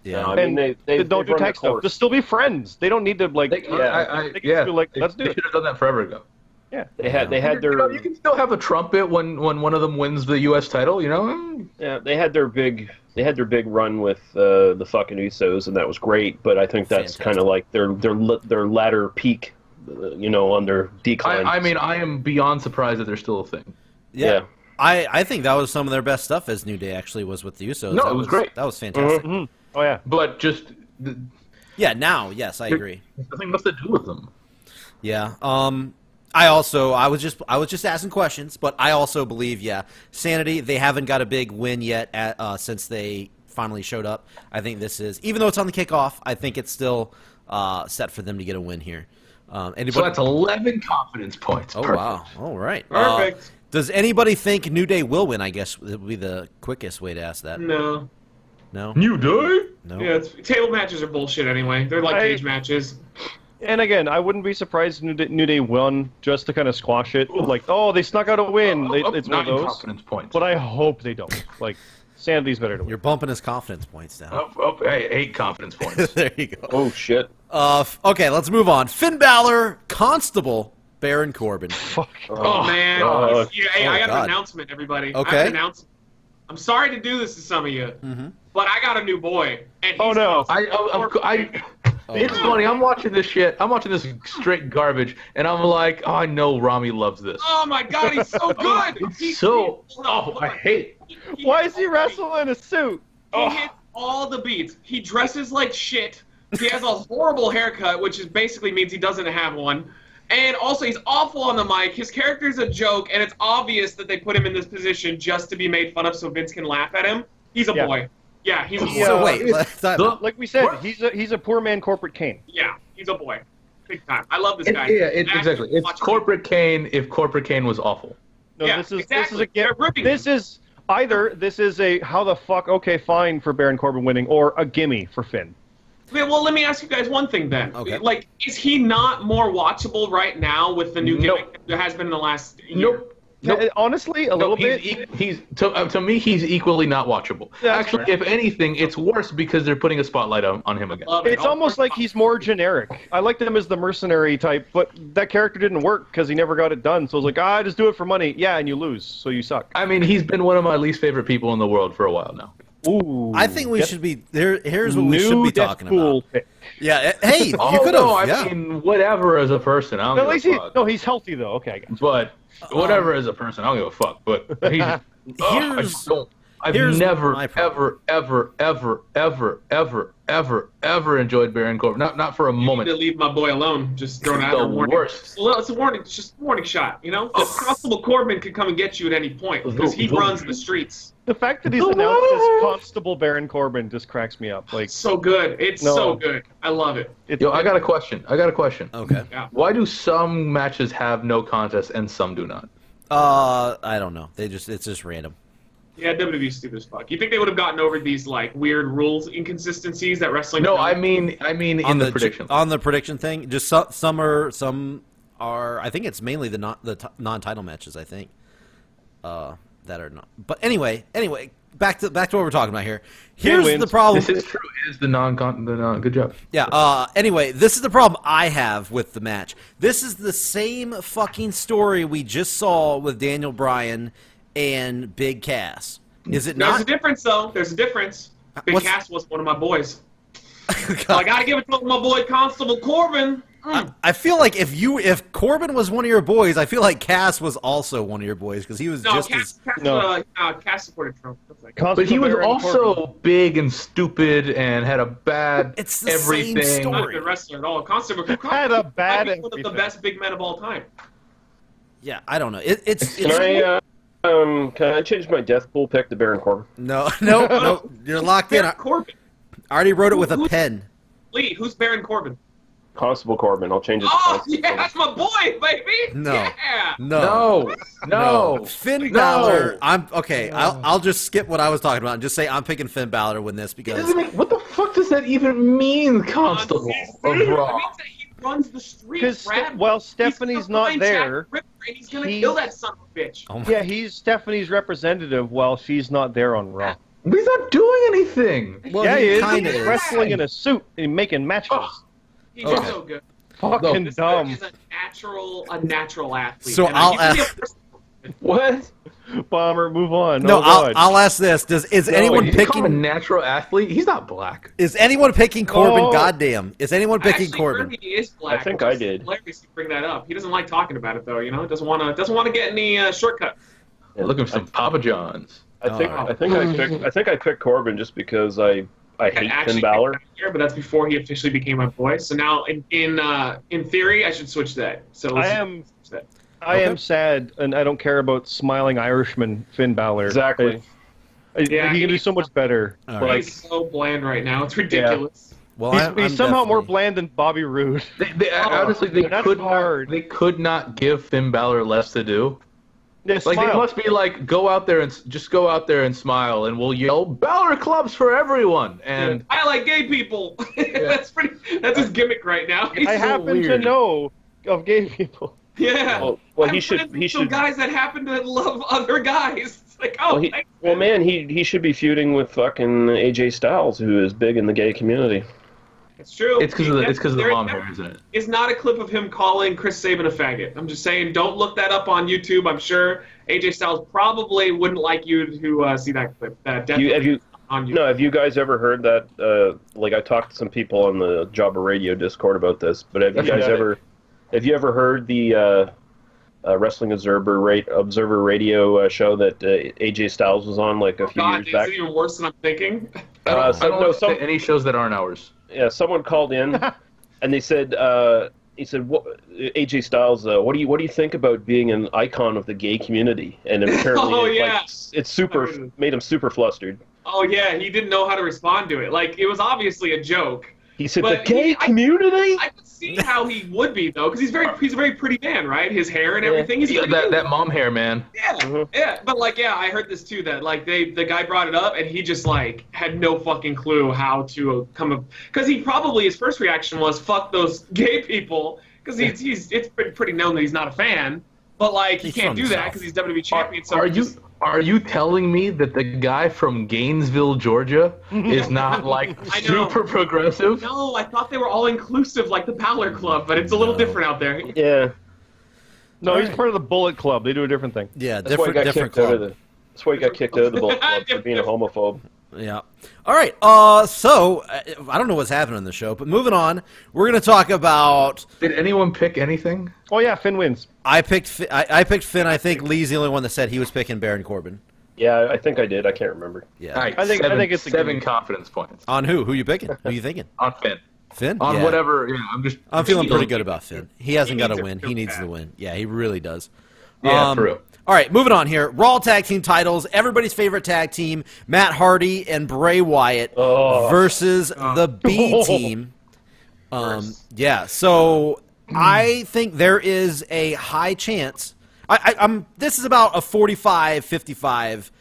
Speaker 5: No, I
Speaker 3: yeah.
Speaker 5: mean,
Speaker 6: And
Speaker 5: they, they,
Speaker 6: don't
Speaker 5: they've
Speaker 6: do
Speaker 5: run their
Speaker 6: tag stuff.
Speaker 5: course.
Speaker 6: Just still be friends. They don't need to like. uh,
Speaker 5: They-
Speaker 2: Yeah, I, I,
Speaker 6: They could
Speaker 2: yeah.
Speaker 6: be like,
Speaker 2: They-
Speaker 6: let's do
Speaker 2: they
Speaker 6: it.
Speaker 2: should have done that forever ago.
Speaker 6: yeah.
Speaker 5: They had they had
Speaker 2: You know,
Speaker 5: their
Speaker 2: you can still have a trumpet when when one of them wins the U.S. title. You know, Mm.
Speaker 5: yeah, they had their big they had their big run with uh, the fucking Usos and that was great. But I think that's
Speaker 3: Fantastic.
Speaker 5: kind of like their their li- their latter peak, uh, you know, on their decline.
Speaker 2: I, I mean, I am beyond surprised that they're still a thing.
Speaker 3: yeah,
Speaker 5: yeah.
Speaker 3: I I think that was some of their best stuff as New Day actually was with the Usos.
Speaker 2: No,
Speaker 3: that
Speaker 2: it was great. Mm-hmm.
Speaker 3: That was fantastic.
Speaker 6: Oh yeah.
Speaker 2: But just th-
Speaker 3: Yeah. Now, yes, I agree.
Speaker 2: nothing left to do with them.
Speaker 3: Yeah. Um. I also I was just I was just asking questions, but I also believe yeah, Sanity they haven't got a big win yet at, uh, since they finally showed up. I think this is even though it's on the kickoff, I think it's still uh, set for them to get a win here. Um, anybody?
Speaker 2: So that's 11 confidence points.
Speaker 3: oh
Speaker 2: Perfect.
Speaker 3: wow! All right, Uh,
Speaker 4: Perfect.
Speaker 3: does anybody think New Day will win? I guess that would be the quickest way to ask that.
Speaker 4: No.
Speaker 3: No,
Speaker 2: New Day?
Speaker 3: no.
Speaker 4: Yeah, it's, table matches are bullshit anyway. They're like
Speaker 6: I-
Speaker 4: cage matches.
Speaker 6: And again, I wouldn't be surprised if New Day, New Day won just to kind of squash it. Like, oh, they snuck out a win. They- it's one
Speaker 2: Nine
Speaker 6: of those.
Speaker 2: oh, confidence points.
Speaker 6: But I hope they don't. Like, Sanity's better to win.
Speaker 3: You're bumping his confidence points down.
Speaker 2: Oh, oh, hey, eight confidence points.
Speaker 3: there you go.
Speaker 5: Oh shit!
Speaker 3: Uh, f- okay, let's move on. Finn Balor, Constable, Baron Corbin.
Speaker 4: Oh, man.
Speaker 5: God.
Speaker 4: yeah, hey,
Speaker 3: Oh,
Speaker 4: I got
Speaker 3: God.
Speaker 4: an announcement, everybody. I
Speaker 3: Okay. Mm-hmm.
Speaker 4: have an announcement. I'm sorry to do this to some of you, but I got a new boy. And he's
Speaker 6: Oh, no.
Speaker 2: I, I, I,
Speaker 5: Oh,
Speaker 2: it's funny. I'm watching this shit. I'm watching this straight garbage, and I'm like, oh, I know Rami loves this.
Speaker 4: Oh my god, he's so good. He-
Speaker 2: So,
Speaker 4: he-
Speaker 2: oh, I hate.
Speaker 4: he-
Speaker 6: Why is he wrestling Oh. in a suit?
Speaker 4: He hits all the beats. He dresses like shit. He has a horrible haircut, which is basically means he doesn't have one. And also, he's awful on the mic. His character's a joke, and it's obvious that they put him in this position just to be made fun of, so Vince can laugh at him. He's a
Speaker 6: Yeah.
Speaker 4: boy. Yeah, he's a boy.
Speaker 3: So wait, let's not-
Speaker 2: The-
Speaker 6: Like we said, he's a he's a poor man corporate Kane.
Speaker 4: Yeah, he's a boy. Big time. I love this
Speaker 2: It-
Speaker 4: guy.
Speaker 2: yeah, it,
Speaker 4: Actually,
Speaker 2: exactly. It's
Speaker 4: watch him.
Speaker 2: corporate Kane if corporate Kane was awful.
Speaker 6: No,
Speaker 4: Yeah,
Speaker 6: this is this is
Speaker 4: exactly.
Speaker 6: a
Speaker 4: They're ripping
Speaker 6: This
Speaker 4: him.
Speaker 6: is either this is a how the fuck okay fine for Baron Corbin winning or a gimme for Finn.
Speaker 4: Yeah, Well, let me ask you guys one thing then.
Speaker 3: Okay.
Speaker 4: Like, is he not more watchable right now with the new
Speaker 2: Nope.
Speaker 4: gimmick that there has been in the last year?
Speaker 2: Nope. Nope.
Speaker 6: Uh, Honestly, a
Speaker 2: No,
Speaker 6: little
Speaker 2: he's,
Speaker 6: bit.
Speaker 2: e- he's to, uh, to me he's equally not watchable.
Speaker 6: That's
Speaker 2: Actually, if anything, it's worse because they're putting a spotlight on, on him again.
Speaker 4: Love it.
Speaker 6: It's almost like he's more generic. I liked him as the mercenary type, but that character didn't work because he never got it done. So I was like, ah, just do it for money. Yeah, and you lose, so you suck.
Speaker 2: I mean, he's been one of my least favorite people in the world for a while now.
Speaker 6: Ooh,
Speaker 3: I think we
Speaker 6: Death-
Speaker 3: should be there. Here's what we
Speaker 6: new
Speaker 3: should be talking
Speaker 6: Deathpool
Speaker 3: about.
Speaker 6: pick.
Speaker 3: Yeah. eh, Hey,
Speaker 2: Oh
Speaker 3: you could have.
Speaker 2: no, I
Speaker 3: yeah.
Speaker 2: mean whatever as a person. I don't
Speaker 6: At
Speaker 2: give
Speaker 6: least
Speaker 2: a
Speaker 6: he,
Speaker 2: fuck.
Speaker 6: no, he's healthy though. Okay, I got it.
Speaker 2: But
Speaker 3: Um,
Speaker 2: whatever as a person, I don't give a fuck. But he's, ugh, I
Speaker 3: Here's-
Speaker 2: just don't. I've
Speaker 3: here's
Speaker 2: never,
Speaker 3: my problem.
Speaker 2: ever, ever, ever, ever, ever, ever, ever enjoyed Baron Corbin. Not not for a moment.
Speaker 4: to leave my boy alone. Just throwing
Speaker 2: He's
Speaker 4: out
Speaker 2: the
Speaker 4: a warning.
Speaker 2: worst. Oh.
Speaker 4: Well, it's a warning. It's just a warning shot. You know, because Constable Corbin could come and get you at any point because he
Speaker 2: The- the-
Speaker 4: runs the streets.
Speaker 6: The fact that he's announced as Constable Baron Corbin just cracks me up. Like,
Speaker 4: So good. It's
Speaker 6: No.
Speaker 4: so good. I love it.
Speaker 6: it's,
Speaker 2: Yo, I got a question. I got a question.
Speaker 3: okay.
Speaker 2: Why do some matches have no contest and some do not?
Speaker 3: Uh, I don't know. They just it's just random.
Speaker 4: Yeah, WWE's stupid as fuck. You think they would have gotten over these like weird rules inconsistencies that wrestling?
Speaker 2: No, I
Speaker 4: does?
Speaker 2: mean, I mean in the, prediction.
Speaker 3: on the prediction thing, just some, some are some are. I think it's mainly the not the t- non-title matches. I think uh, that are not. But anyway, anyway, back to back to what we're talking about here. Here's
Speaker 6: wins.
Speaker 3: the problem.
Speaker 2: this is true. It is the non con the non. Good job.
Speaker 3: Yeah. Uh, anyway, this is the problem I have with the match. This is the same fucking story we just saw with Daniel Bryan and Big Cass. Is it
Speaker 4: There's a
Speaker 3: not?
Speaker 4: difference though. There's a difference. Big
Speaker 3: what's- Uh.
Speaker 4: Cass was one of my boys. I gotta give it to my boy Constable Corbin. Mm.
Speaker 3: I feel like if you if Corbin was one of your boys, I feel like Cass was also one of your boys because he was
Speaker 4: No,
Speaker 3: just
Speaker 4: Cass,
Speaker 3: as.
Speaker 4: Cass,
Speaker 6: no.
Speaker 4: Uh, uh, Cass supported Trump. That's like-
Speaker 6: Constable
Speaker 2: But he was
Speaker 6: Baron
Speaker 2: also
Speaker 6: Corbin.
Speaker 2: big and stupid and had a bad
Speaker 3: It's the same
Speaker 2: everything.
Speaker 3: story.
Speaker 4: not a good wrestler at all. Constable Corbin
Speaker 6: Had a bad
Speaker 4: might be one of the
Speaker 6: everything.
Speaker 4: best big men of all time.
Speaker 3: Yeah, I don't know. It, it's
Speaker 5: Can
Speaker 3: it's
Speaker 5: I uh, um can I change my Deathpool pick to Baron Corbin?
Speaker 3: no no no. You're locked in.
Speaker 4: Baron
Speaker 3: I
Speaker 4: Corbin.
Speaker 3: I already wrote it with a
Speaker 4: Who-
Speaker 3: pen.
Speaker 4: Lee, who's Baron Corbin?
Speaker 5: Constable Corbin. I'll change it. To
Speaker 4: Oh,
Speaker 5: Constable
Speaker 4: yeah, that's my boy, baby.
Speaker 3: No.
Speaker 4: Yeah.
Speaker 2: No, no.
Speaker 3: Finn
Speaker 2: No.
Speaker 3: Balor. I'm okay. I'll, I'll just skip what I was talking about and just say I'm picking Finn Balor to win this
Speaker 2: It
Speaker 3: because
Speaker 2: doesn't make- what the fuck does that even mean, Constable of
Speaker 4: That
Speaker 2: Raw?
Speaker 4: means that he runs the street.
Speaker 6: 'Cause Ste-
Speaker 4: Brad.
Speaker 6: while
Speaker 4: He's
Speaker 6: Stephanie's
Speaker 4: gonna
Speaker 6: not
Speaker 4: find
Speaker 6: there,
Speaker 4: Jack Ripper and he's gonna
Speaker 6: he's-
Speaker 4: kill that son of a bitch.
Speaker 3: Oh my-
Speaker 6: Yeah, he's Stephanie's representative while she's not there on Raw.
Speaker 2: He's not doing anything.
Speaker 3: well,
Speaker 6: yeah,
Speaker 3: he
Speaker 6: he is.
Speaker 3: kinda
Speaker 6: He's
Speaker 3: is.
Speaker 6: wrestling in a suit and making matches.
Speaker 4: Oh,
Speaker 2: Ah.
Speaker 4: He's
Speaker 3: Okay.
Speaker 4: so good.
Speaker 6: Fucking
Speaker 4: This guy
Speaker 6: dumb.
Speaker 4: is a natural, a natural athlete.
Speaker 3: So
Speaker 4: And I
Speaker 3: I'll
Speaker 4: used to be a
Speaker 3: ask-
Speaker 4: person-
Speaker 2: What?
Speaker 6: Bomber, move on.
Speaker 3: No,
Speaker 6: oh,
Speaker 3: I'll,
Speaker 6: God.
Speaker 3: I'll ask this: Does is anyone
Speaker 2: Wait, did you call him a
Speaker 3: picking?
Speaker 2: natural athlete? He's not black.
Speaker 3: Is anyone picking Corbin?
Speaker 6: No.
Speaker 3: Goddamn! Is anyone picking
Speaker 4: Actually,
Speaker 3: Corbin?
Speaker 4: Kirby is black,
Speaker 5: I think
Speaker 4: which
Speaker 5: I
Speaker 4: is
Speaker 5: did.
Speaker 4: Hilarious to bring that up. He doesn't like talking about it though. You know, doesn't want to doesn't want to get any uh, shortcuts.
Speaker 5: Yeah.
Speaker 2: Looking for some Papa Johns.
Speaker 5: I think
Speaker 3: Oh.
Speaker 5: I think I picked I think I picked Corbin just because I I
Speaker 4: I
Speaker 5: hate
Speaker 4: actually
Speaker 5: Finn Balor.
Speaker 4: picked that Here, but that's before he officially became my boy. So now, in in, uh, in theory, I should switch that. So
Speaker 6: I
Speaker 4: let's-
Speaker 6: am
Speaker 4: That's it.
Speaker 6: I am sad, and I don't care about smiling Irishman Finn Balor.
Speaker 5: Exactly.
Speaker 6: I, I-
Speaker 4: Yeah,
Speaker 6: he can do
Speaker 4: he-
Speaker 6: so much better.
Speaker 3: All
Speaker 6: Like,
Speaker 3: right.
Speaker 4: He's so bland right now. It's ridiculous.
Speaker 3: Well,
Speaker 6: he's,
Speaker 3: I-
Speaker 6: he's
Speaker 3: I'm
Speaker 6: somehow more
Speaker 3: definitely-
Speaker 6: bland than Bobby Roode.
Speaker 2: They, they, honestly, they
Speaker 6: that's
Speaker 2: could
Speaker 6: hard.
Speaker 2: Not, they could not give Finn Balor less to do.
Speaker 6: Yeah,
Speaker 2: Like
Speaker 6: smile.
Speaker 2: they must be like, go out there and s- just go out there and smile, and we'll yell Balor clubs for everyone. And
Speaker 4: I like gay people. that's pretty. That's his gimmick right now. He's
Speaker 6: I
Speaker 4: so-
Speaker 6: happen to
Speaker 2: weird.
Speaker 6: know of gay people.
Speaker 4: yeah.
Speaker 5: Well, well,
Speaker 4: I'm
Speaker 5: he should.
Speaker 4: friends
Speaker 5: He
Speaker 4: with some
Speaker 5: should.
Speaker 4: guys that happen to love other guys. It's like, oh,
Speaker 5: Well, he,
Speaker 4: thanks,
Speaker 5: well,
Speaker 4: man.
Speaker 5: man, he he should be feuding with fucking AJ Styles, who is big in the gay community.
Speaker 4: it's true.
Speaker 2: it's because of the,
Speaker 4: That's-
Speaker 2: it's because of the
Speaker 4: there-
Speaker 2: mom
Speaker 4: there
Speaker 2: hair, isn't it?
Speaker 4: is not a clip of him calling Chris Saban a faggot. I'm just saying, don't look that up on YouTube. I'm sure AJ Styles probably wouldn't like you to uh, see that clip. That
Speaker 5: Have you,
Speaker 4: definitely
Speaker 5: have you
Speaker 4: on YouTube.
Speaker 5: no? Have you guys ever heard that? Uh, like I talked to some people on the Jobber Radio Discord about this, but have you
Speaker 6: Yeah.
Speaker 5: guys ever? Have you ever heard the uh, uh, Wrestling Observer Rate Observer Radio uh, show that uh, AJ Styles was on like a few
Speaker 4: Oh, God,
Speaker 5: years
Speaker 4: is
Speaker 5: back?
Speaker 4: it even worse than I'm thinking?
Speaker 2: I don't,
Speaker 5: Uh, so-
Speaker 2: I don't
Speaker 5: no,
Speaker 2: know
Speaker 5: some-
Speaker 2: any shows that aren't ours.
Speaker 5: yeah, someone called in, and they said, uh, he said, what, AJ Styles, uh, what do you what do you think about being an icon of the gay community? And apparently,
Speaker 4: Oh,
Speaker 5: it, like,
Speaker 4: yeah.
Speaker 5: s- it's super
Speaker 4: I heard
Speaker 5: made him super flustered.
Speaker 4: Oh yeah, he didn't know how to respond to it. Like it was obviously a joke.
Speaker 5: He said,
Speaker 4: But
Speaker 5: the gay
Speaker 4: he- I-
Speaker 5: community.
Speaker 4: I could see how he would be though, because he's very he's a very pretty man, right? His hair and
Speaker 5: Yeah.
Speaker 4: everything. He's
Speaker 2: Yeah,
Speaker 4: pretty
Speaker 2: that
Speaker 4: good.
Speaker 2: that mom hair man.
Speaker 4: Yeah,
Speaker 3: Uh-huh.
Speaker 5: Mhm.
Speaker 4: yeah, but like, yeah, I heard this too. That like they, the guy brought it up, and he just like had no fucking clue how to uh, come up because he probably his first reaction was fuck those gay people because he's he's it's pretty, pretty known that he's not a fan, but like he
Speaker 3: He's
Speaker 4: can't
Speaker 3: from
Speaker 4: do
Speaker 3: the
Speaker 4: that
Speaker 3: South.
Speaker 4: because he's WWE
Speaker 2: Are,
Speaker 4: champion. So
Speaker 2: are
Speaker 4: he
Speaker 2: you
Speaker 4: just-
Speaker 2: are you telling me that the guy from Gainesville, Georgia, is not like
Speaker 4: I know.
Speaker 2: super progressive?
Speaker 4: No, I thought they were all inclusive like the Power Club, but it's a little
Speaker 3: No.
Speaker 4: different out there.
Speaker 5: yeah,
Speaker 6: No,
Speaker 3: All
Speaker 6: he's
Speaker 3: right.
Speaker 6: part of the Bullet Club. They do a different thing.
Speaker 3: Yeah,
Speaker 5: that's why
Speaker 3: different
Speaker 5: he got
Speaker 3: different
Speaker 5: kicked out of
Speaker 3: club.
Speaker 5: the. That's why he got kicked out of the Bullet Club for being a homophobe.
Speaker 3: Yeah. All right. Uh, so uh, I don't know what's happening on the show, but moving on, we're gonna talk about.
Speaker 2: Did anyone pick anything?
Speaker 6: Oh yeah, Finn wins.
Speaker 3: I picked. Fi- I, I picked Finn. I think Lee's the only one that said he was picking Baron Corbin.
Speaker 5: Yeah, I think I did. I can't remember.
Speaker 3: Yeah.
Speaker 2: All right,
Speaker 6: I think- I
Speaker 2: seven,
Speaker 6: think it's a
Speaker 2: seven
Speaker 6: good-
Speaker 2: confidence points
Speaker 3: On who? Who you picking? Who you thinking?
Speaker 2: on Finn.
Speaker 3: Finn.
Speaker 2: On
Speaker 3: Yeah.
Speaker 2: whatever, yeah, I'm just.
Speaker 3: I'm feeling pretty good about Finn. He hasn't
Speaker 4: He
Speaker 3: got a
Speaker 4: needs a
Speaker 3: win. He
Speaker 4: real
Speaker 3: needs
Speaker 4: bad.
Speaker 3: the win. Yeah, he really does. Um,
Speaker 2: Yeah, for real.
Speaker 3: All right, moving on here. Raw tag team titles. Everybody's favorite tag team: Matt Hardy and Bray Wyatt
Speaker 5: Oh.
Speaker 3: versus the B team. Um, yeah. So I think there is a high chance. I, I, I'm. This is about a 45-55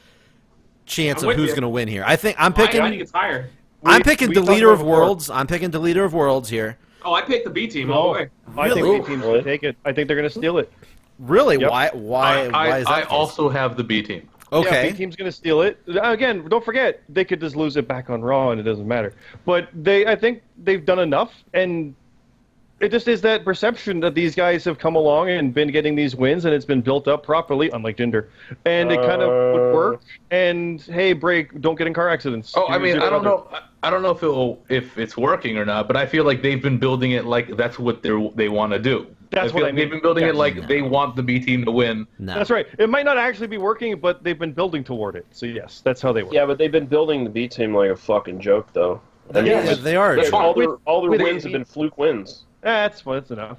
Speaker 3: chance
Speaker 4: I'm
Speaker 3: of
Speaker 4: with
Speaker 3: who's
Speaker 4: you.
Speaker 3: going to win here. I think I'm
Speaker 4: I, I
Speaker 3: picking.
Speaker 4: think it's higher.
Speaker 3: I'm
Speaker 6: We-
Speaker 3: picking
Speaker 6: we
Speaker 3: the
Speaker 6: talked
Speaker 3: leader
Speaker 6: about
Speaker 3: of
Speaker 6: it before.
Speaker 3: worlds. I'm picking the leader of worlds here.
Speaker 4: Oh, I picked the B team all the way.
Speaker 6: I
Speaker 3: Really?
Speaker 6: think B teams will take it. I think they're going to steal it.
Speaker 3: Really?
Speaker 6: Yep.
Speaker 3: Why? Why?
Speaker 2: I, I,
Speaker 3: why is that?
Speaker 2: I
Speaker 3: the case?
Speaker 2: also have the B team.
Speaker 3: okay.
Speaker 6: Yeah, B team's going to steal it. Again, don't forget they could just lose it back on Raw and it doesn't matter. But they, I think they've done enough, and it just is that perception that these guys have come along and been getting these wins, and it's been built up properly, unlike Dinder, and it kind of would
Speaker 5: Uh.
Speaker 6: work. And hey, break! Don't get in car accidents.
Speaker 2: Oh, I
Speaker 6: You're
Speaker 2: mean,
Speaker 6: doing
Speaker 2: I don't
Speaker 6: other-
Speaker 2: know. I- I don't know if it'll, if it's working or not, but I feel like they've been building it like that's what they are they want to do.
Speaker 6: That's
Speaker 2: I feel
Speaker 6: what I
Speaker 2: like They've
Speaker 6: mean.
Speaker 2: been building
Speaker 6: Yeah.
Speaker 2: it like they want the B team to win.
Speaker 3: No.
Speaker 6: That's right. It might not actually be working, but they've been building toward it. So yes, that's how they work.
Speaker 5: Yeah, but they've been building the B team like a fucking joke, though. I mean,
Speaker 3: Yeah,
Speaker 5: it's-
Speaker 3: they are.
Speaker 5: it's All their, all their
Speaker 6: With-
Speaker 5: wins have been fluke wins.
Speaker 6: That's well, that's enough.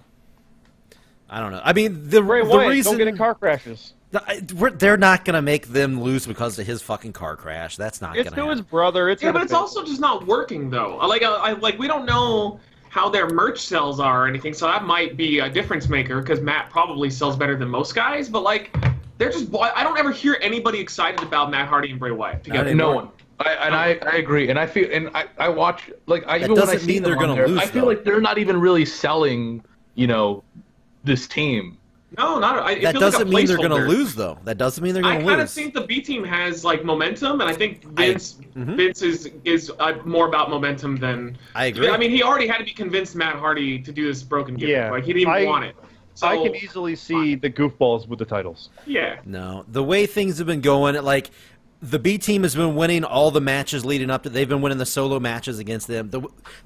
Speaker 3: I don't know. I mean, the,
Speaker 6: Bray
Speaker 3: the
Speaker 6: Wyatt,
Speaker 3: reason
Speaker 6: don't get in car crashes.
Speaker 3: the- I- we're- they're not going to make them lose because of his fucking car crash. That's not going
Speaker 6: It's
Speaker 3: to
Speaker 6: to his
Speaker 3: happen.
Speaker 6: brother. It's
Speaker 4: Yeah,
Speaker 6: gonna
Speaker 4: but it's
Speaker 6: fit.
Speaker 4: also just not working though. Like, I, I, like we don't know how their merch sales are or anything, so that might be a difference maker because Matt probably sells better than most guys. But like, they're just. I don't ever hear anybody excited about Matt Hardy and Bray Wyatt together.
Speaker 3: They
Speaker 2: No
Speaker 3: weren't.
Speaker 2: one. I, and I, I agree, and I feel, and I, I watch like I
Speaker 3: That
Speaker 2: even when I
Speaker 3: doesn't
Speaker 2: see
Speaker 3: mean they're
Speaker 2: them on
Speaker 3: gonna
Speaker 2: there,
Speaker 3: lose,
Speaker 2: I feel
Speaker 3: though.
Speaker 2: like they're not even really selling, you know, this team.
Speaker 4: No, not. I,
Speaker 3: That
Speaker 4: it feels like a
Speaker 3: doesn't mean they're going to
Speaker 4: placeholder.
Speaker 3: lose, though. That doesn't mean they're
Speaker 4: I
Speaker 3: going to
Speaker 4: kind of
Speaker 3: lose.
Speaker 4: think the B team has like momentum, and I think
Speaker 3: I- Mm-hmm.
Speaker 4: Vince Vince is is uh, more about momentum than
Speaker 3: I agree.
Speaker 4: I mean, he already had to be convinced Matt Hardy to do this broken gimmick.
Speaker 6: Yeah.
Speaker 4: like he didn't even
Speaker 6: I-
Speaker 4: want it. So
Speaker 6: I can easily see the goofballs with the titles.
Speaker 4: yeah.
Speaker 3: no, the way things have been going, it, like the B team has been winning all the matches leading up to. They've been winning the solo matches against them. The,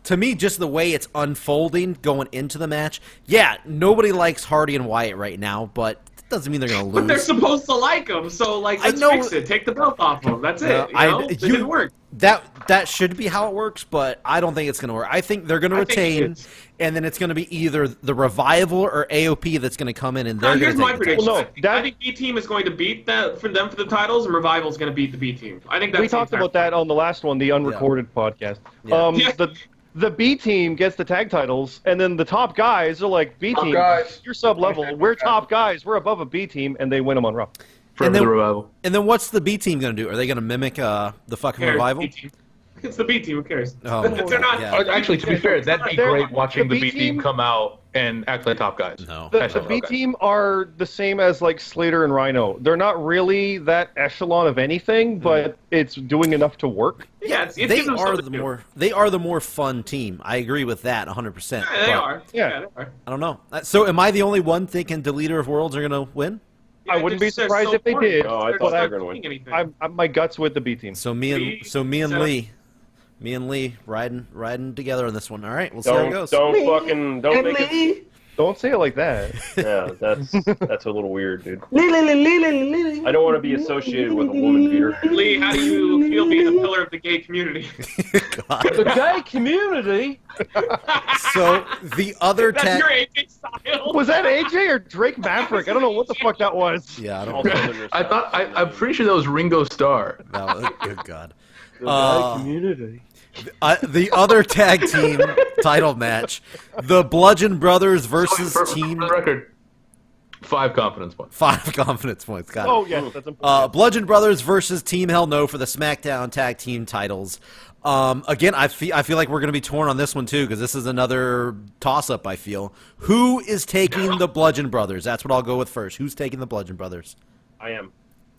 Speaker 3: to me, just the way it's unfolding going into the match. Yeah, nobody likes Hardy and Wyatt right now, but. doesn't mean they're going to
Speaker 4: But they're
Speaker 3: lose.
Speaker 4: supposed to like him, so like
Speaker 3: I
Speaker 4: let's
Speaker 3: know-
Speaker 4: fix it. Take the belt off him. That's it.
Speaker 3: Uh,
Speaker 4: You
Speaker 3: I-
Speaker 4: know? it
Speaker 3: you-
Speaker 4: didn't work.
Speaker 3: That that should be how it works, but I don't think it's going to work. I think they're going to
Speaker 4: I think it
Speaker 3: retain,
Speaker 4: is.
Speaker 3: and then it's going to be either the revival or AOP that's going to come in and
Speaker 4: Now,
Speaker 3: they're going
Speaker 4: here's
Speaker 3: to
Speaker 4: my
Speaker 3: take the
Speaker 4: prediction.
Speaker 6: Well, no,
Speaker 4: I, think,
Speaker 6: that-
Speaker 4: I think B team is going to beat that for them for the titles, and Revival's going to beat the B team. I think that's
Speaker 6: we
Speaker 4: the
Speaker 6: talked
Speaker 4: entire-
Speaker 6: about that on the last one, the unrecorded podcast.
Speaker 3: Yeah.
Speaker 6: Um,
Speaker 4: Yeah.
Speaker 6: the the B team gets the tag titles, and then the top guys are like B
Speaker 5: Top
Speaker 6: team.
Speaker 5: guys.
Speaker 6: You're sub level. We're top guys. We're above a B team, and they win them on Raw.
Speaker 5: for
Speaker 3: And then-
Speaker 5: the revival.
Speaker 3: And then what's the B team going to do? Are they going to mimic uh, the fucking
Speaker 4: Who cares?
Speaker 3: revival?
Speaker 4: B team. It's the B team. Who cares?
Speaker 3: Oh, my
Speaker 4: they're not.
Speaker 3: God, yeah.
Speaker 2: Uh, Actually, to be fair, that'd be
Speaker 6: They're-
Speaker 2: great watching
Speaker 6: the
Speaker 2: the B
Speaker 6: B
Speaker 2: team
Speaker 6: team-
Speaker 2: come out and act like top guys.
Speaker 3: No.
Speaker 6: The,
Speaker 2: That's
Speaker 6: the
Speaker 2: not
Speaker 6: B
Speaker 2: okay.
Speaker 6: team are the same as like Slater and Rhino. They're not really that echelon of anything, but it's doing enough to work.
Speaker 4: Yeah, it's, it's
Speaker 3: They
Speaker 4: giving them
Speaker 3: are
Speaker 4: something
Speaker 3: the
Speaker 4: to do.
Speaker 3: more they are the more fun team. I agree with that 100%.
Speaker 4: Yeah, they
Speaker 3: but
Speaker 4: are.
Speaker 6: Yeah.
Speaker 4: Yeah, they are.
Speaker 3: I don't know. Uh, So am I the only one thinking the leader of worlds are going to win?
Speaker 6: I wouldn't
Speaker 4: They're
Speaker 6: be
Speaker 4: just- they're
Speaker 6: surprised
Speaker 4: so
Speaker 6: if they
Speaker 4: boring.
Speaker 6: did.
Speaker 5: Oh, I
Speaker 4: They're
Speaker 5: thought
Speaker 4: not
Speaker 5: they were gonna
Speaker 4: doing
Speaker 5: win.
Speaker 4: anything.
Speaker 6: I'm, I'm my guts with the B team.
Speaker 3: So me and
Speaker 4: Please,
Speaker 3: so me and
Speaker 4: sir.
Speaker 3: Lee, me and Lee riding riding together on this one. All right, we'll see how it
Speaker 5: Don't
Speaker 3: goes.
Speaker 5: don't fucking don't make it.
Speaker 6: Don't say it like that.
Speaker 5: Yeah, that's that's a little weird, dude.
Speaker 7: Lee, Lee, Lee, Lee, Lee, Lee, Lee.
Speaker 5: I don't want to be associated with a woman beater.
Speaker 4: Lee, how do you feel being a pillar of the gay community?
Speaker 3: God.
Speaker 7: The gay community.
Speaker 3: So the other
Speaker 4: That's
Speaker 3: tag.
Speaker 4: your AJ style.
Speaker 6: Was that AJ or Drake Maverick? I don't know what the fuck that was.
Speaker 3: Yeah, I don't
Speaker 5: Also,
Speaker 3: know.
Speaker 5: there's-
Speaker 2: I thought I, I'm pretty sure that was Ringo Starr.
Speaker 3: That was- good God.
Speaker 5: The
Speaker 3: Uh,
Speaker 5: gay community.
Speaker 3: Uh, the other tag team title match, the Bludgeon Brothers versus
Speaker 2: For- for
Speaker 3: Team
Speaker 2: the record. Five confidence points.
Speaker 3: Five Confidence Points. Got it.
Speaker 6: Oh yes, that's important.
Speaker 3: Uh, Bludgeon Brothers versus Team Hell No for the SmackDown Tag Team titles. Um, again, I feel I feel like we're going to be torn on this one too because this is another toss up. I feel who is taking the Bludgeon Brothers? That's what I'll go with first. Who's taking the Bludgeon Brothers?
Speaker 5: I am.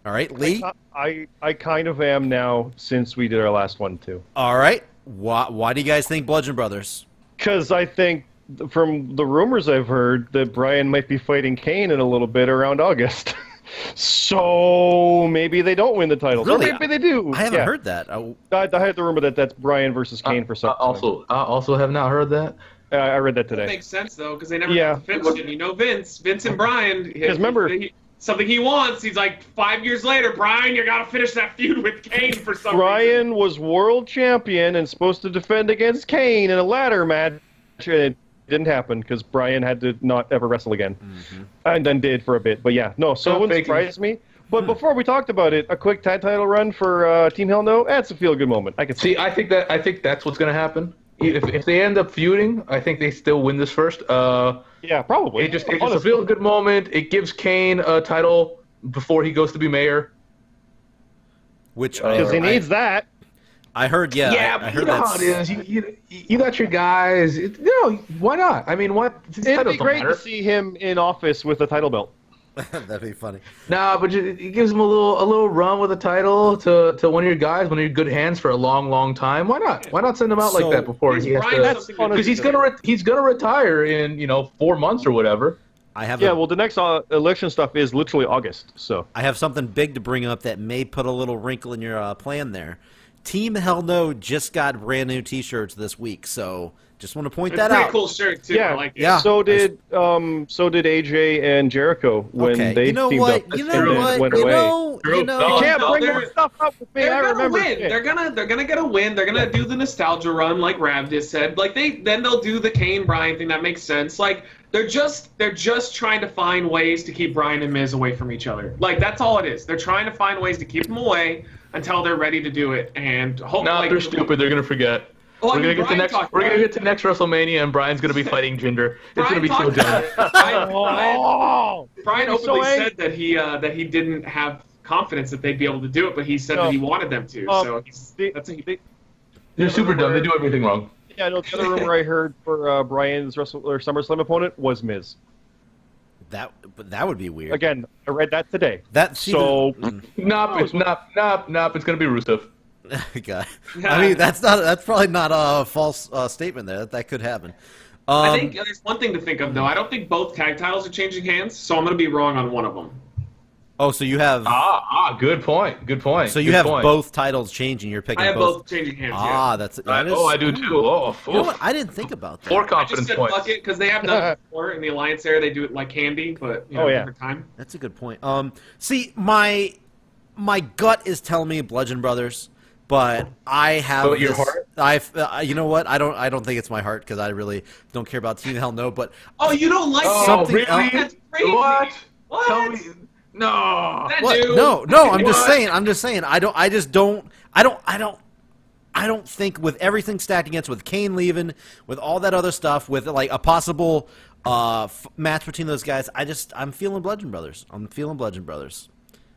Speaker 3: All right, Lee.
Speaker 6: I I kind of am now since we did our last one too,
Speaker 3: All right. Why Why do you guys think Bludgeon Brothers?
Speaker 6: because I think th- from the rumors I've heard that Brian might be fighting Kane in a little bit around August. so maybe they don't win the titles.
Speaker 3: Really?
Speaker 6: Or maybe they do.
Speaker 3: I haven't
Speaker 6: Yeah.
Speaker 3: heard that. Uh, I,
Speaker 6: I, I had the rumor that that's Brian versus Kane for some.
Speaker 2: I Uh, also, I also have not heard that.
Speaker 6: I, I read that
Speaker 4: That
Speaker 6: today.
Speaker 4: makes sense though, because they never
Speaker 6: Yeah.
Speaker 4: yeah. finished it. You know, Vince, Vince and Brian. Because
Speaker 6: remember-
Speaker 4: something he wants. He's like five years later, Brian, you gotta finish that feud with Kane for some reason.
Speaker 6: Brian was world champion and supposed to defend against Kane in a ladder match, and it didn't happen because Brian had to not ever wrestle again,
Speaker 2: Mm-hmm.
Speaker 6: and then did for a bit. But yeah, no, so
Speaker 2: Stop
Speaker 6: it wouldn't
Speaker 2: faking.
Speaker 6: surprise me. But before we talked about it, a quick tag title run for uh, Team Hell No. That's a feel good moment. I can see.
Speaker 2: See, I think that I think that's what's going to happen. If, if they end up feuding, I think they still win this first. Uh,
Speaker 6: Yeah, probably.
Speaker 2: it just it's just a
Speaker 6: Honestly.
Speaker 2: feel good moment. It gives Kane a title before he goes to be mayor.
Speaker 3: which
Speaker 6: Uh,
Speaker 3: uh,
Speaker 6: because he
Speaker 3: I,
Speaker 6: needs that.
Speaker 3: I heard. Yeah,
Speaker 2: yeah,
Speaker 3: I, I
Speaker 2: but you
Speaker 3: heard
Speaker 2: know how
Speaker 3: that.
Speaker 2: it is. You, you, you got your guys. It, no, why not? I mean, what? These
Speaker 6: It'd
Speaker 2: titles
Speaker 6: be
Speaker 2: don't
Speaker 6: great to
Speaker 2: matter.
Speaker 6: see him in office with a title belt.
Speaker 3: That'd be funny.
Speaker 2: Nah, but ju- it gives him a little a little run with a title to, to one of your guys, one of your good hands for a long, long time. Why not? Why not send him out
Speaker 3: So-
Speaker 2: like that before he has
Speaker 4: Brian,
Speaker 2: to?
Speaker 4: that's
Speaker 6: honest-
Speaker 2: Because he's gonna re- he's gonna retire in you know four months or whatever.
Speaker 3: I have.
Speaker 6: Yeah,
Speaker 3: a-
Speaker 6: well, the next uh, election stuff is literally August, so.
Speaker 3: I have something big to bring up that may put a little wrinkle in your uh, plan there. Team Hell No just got brand new T-shirts this week, so just want to point
Speaker 4: It's a
Speaker 3: that
Speaker 4: pretty
Speaker 3: out.
Speaker 4: cool shirt too.
Speaker 6: Yeah,
Speaker 4: I like it.
Speaker 3: yeah.
Speaker 6: So did um, so did AJ and Jericho when
Speaker 3: okay,
Speaker 6: they
Speaker 3: you know
Speaker 6: teamed
Speaker 3: what?
Speaker 6: up
Speaker 3: You
Speaker 6: and
Speaker 3: know
Speaker 6: then
Speaker 3: what?
Speaker 6: went
Speaker 3: You
Speaker 6: away.
Speaker 3: know, you
Speaker 2: Drew,
Speaker 3: know.
Speaker 2: no.
Speaker 6: Can't bring
Speaker 4: they're-
Speaker 6: more stuff up with me.
Speaker 4: They're
Speaker 6: I
Speaker 4: gonna
Speaker 6: remember.
Speaker 4: win.
Speaker 6: shit.
Speaker 4: They're gonna they're gonna get a win. They're gonna do the nostalgia run, like Rav just said. Like they then they'll do the Kane Brian thing. That makes sense. Like they're just they're just trying to find ways to keep Brian and Miz away from each other. Like that's all it is. They're trying to find ways to keep them away until they're ready to do it. And hope,
Speaker 2: No,
Speaker 4: like,
Speaker 2: they're stupid. They're gonna forget.
Speaker 4: Oh, I
Speaker 2: we're
Speaker 4: mean,
Speaker 2: gonna get to
Speaker 4: Brian
Speaker 2: next.
Speaker 4: talked
Speaker 2: We're
Speaker 4: about
Speaker 2: gonna
Speaker 4: it.
Speaker 2: get to next WrestleMania, and Brian's gonna be fighting Ginger. It's gonna
Speaker 4: Brian
Speaker 2: be so
Speaker 4: talked about
Speaker 2: dumb.
Speaker 4: it. Brian, Brian,
Speaker 6: Oh,
Speaker 4: Brian
Speaker 6: He's so
Speaker 4: openly
Speaker 6: angry.
Speaker 4: said that he uh, that he didn't have confidence that they'd be able to do it, but he said
Speaker 6: No.
Speaker 4: that he wanted them to.
Speaker 6: Um,
Speaker 4: so he's,
Speaker 6: the-
Speaker 4: that's a,
Speaker 6: the-
Speaker 2: They're super dumb. They do everything wrong.
Speaker 6: yeah, no. The other rumor I heard for uh, Brian's Wrestle or SummerSlam opponent was Miz.
Speaker 3: That but that would be weird.
Speaker 6: Again, I read that today.
Speaker 3: That see,
Speaker 6: so
Speaker 2: Nope, it's not. Nope, nope. It's gonna be Rusev.
Speaker 3: the- God. I mean, that's not. That's probably not a false uh, statement there. That, that could happen. Um,
Speaker 4: I think uh, there's one thing to think of though. I don't think both tag titles are changing hands, so I'm gonna be wrong on one of them.
Speaker 3: Oh, so you have
Speaker 2: Ah, ah, good point. Good point.
Speaker 3: so you
Speaker 2: good
Speaker 3: have
Speaker 2: point.
Speaker 3: both titles changing. You're picking
Speaker 4: I have
Speaker 3: both.
Speaker 4: both changing hands. yeah.
Speaker 3: Ah, that's
Speaker 2: I,
Speaker 3: that is-
Speaker 2: oh, I do too. Oh,
Speaker 3: You know
Speaker 2: oof.
Speaker 3: what? I didn't think about that.
Speaker 2: four
Speaker 4: I just
Speaker 2: confidence
Speaker 4: said
Speaker 2: points.
Speaker 4: fuck it because they have done before in the alliance era. They do it like candy, but you know,
Speaker 6: Oh, yeah.
Speaker 4: different time.
Speaker 3: That's a good point. Um, see, my my gut is telling me Bludgeon Brothers, but I have
Speaker 2: But your
Speaker 3: this-
Speaker 2: heart?
Speaker 3: I've uh, you know what? I don't I don't think it's my heart because I really don't care about Teen Hell No. But
Speaker 4: Oh, you don't like
Speaker 2: Oh,
Speaker 3: Something
Speaker 2: really?
Speaker 3: else-
Speaker 4: That's crazy.
Speaker 2: What?
Speaker 4: What?
Speaker 2: Tell me. No.
Speaker 4: That
Speaker 3: what?
Speaker 4: dude.
Speaker 3: No, no. I'm just
Speaker 2: What?
Speaker 3: saying. I'm just saying. I don't. I just don't. I don't. I don't. I don't think with everything stacked against with Kane leaving, with all that other stuff, with like a possible uh, f- match between those guys. I just I'm feeling Bludgeon Brothers. I'm feeling Bludgeon Brothers.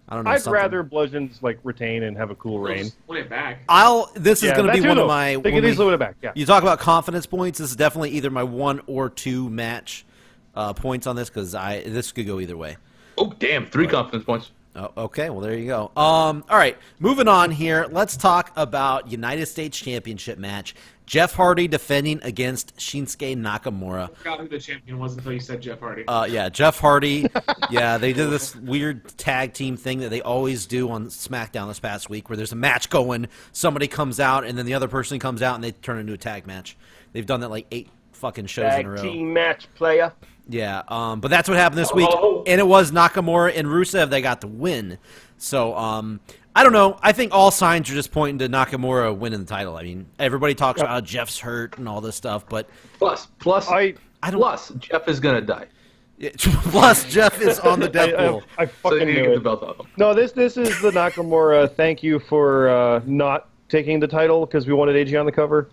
Speaker 3: I don't know.
Speaker 6: I'd
Speaker 3: something-
Speaker 6: rather bludgeons like retain and have a cool
Speaker 4: We'll
Speaker 6: reign.
Speaker 4: just Win it back.
Speaker 2: Ah.
Speaker 3: I'll. This is
Speaker 6: Yeah,
Speaker 3: going to
Speaker 6: that
Speaker 3: be
Speaker 6: too,
Speaker 3: one of
Speaker 6: though.
Speaker 3: my.
Speaker 6: They
Speaker 3: when
Speaker 6: could
Speaker 3: we-
Speaker 6: easily win it back. Yeah.
Speaker 3: You talk about confidence points. This is definitely either my one or two match uh, points on this because I this could go either way.
Speaker 2: Oh, damn. Three confidence points.
Speaker 3: Oh, okay, well there you go. Um, all right, moving on here. Let's talk about United States Championship match. Jeff Hardy defending against Shinsuke Nakamura.
Speaker 4: I forgot who the champion was until you said Jeff Hardy.
Speaker 3: Uh, yeah, Jeff Hardy. yeah, they did this weird tag team thing that they always do on SmackDown this past week, where there's a match going, somebody comes out, and then the other person comes out, and they turn into a tag match. They've done that like eight fucking shows in a row.
Speaker 5: match player.
Speaker 3: Yeah, um, but that's what happened this week,
Speaker 4: Oh.
Speaker 3: and it was Nakamura and Rusev that got the win. So um, I don't know. I think all signs are just pointing to Nakamura winning the title. I mean, everybody talks about Jeff's hurt and all this stuff, but
Speaker 2: Plus, plus,
Speaker 6: I-
Speaker 3: I don't-
Speaker 2: plus, Jeff is gonna die.
Speaker 3: plus Jeff is on the death
Speaker 6: I, I,
Speaker 3: pool.
Speaker 6: I
Speaker 2: So
Speaker 6: fucking
Speaker 2: you need to
Speaker 6: knew
Speaker 2: get the
Speaker 6: it.
Speaker 2: belt off him.
Speaker 6: No, this this is the Nakamura. Thank you for uh, not taking the title because we wanted AJ on the cover.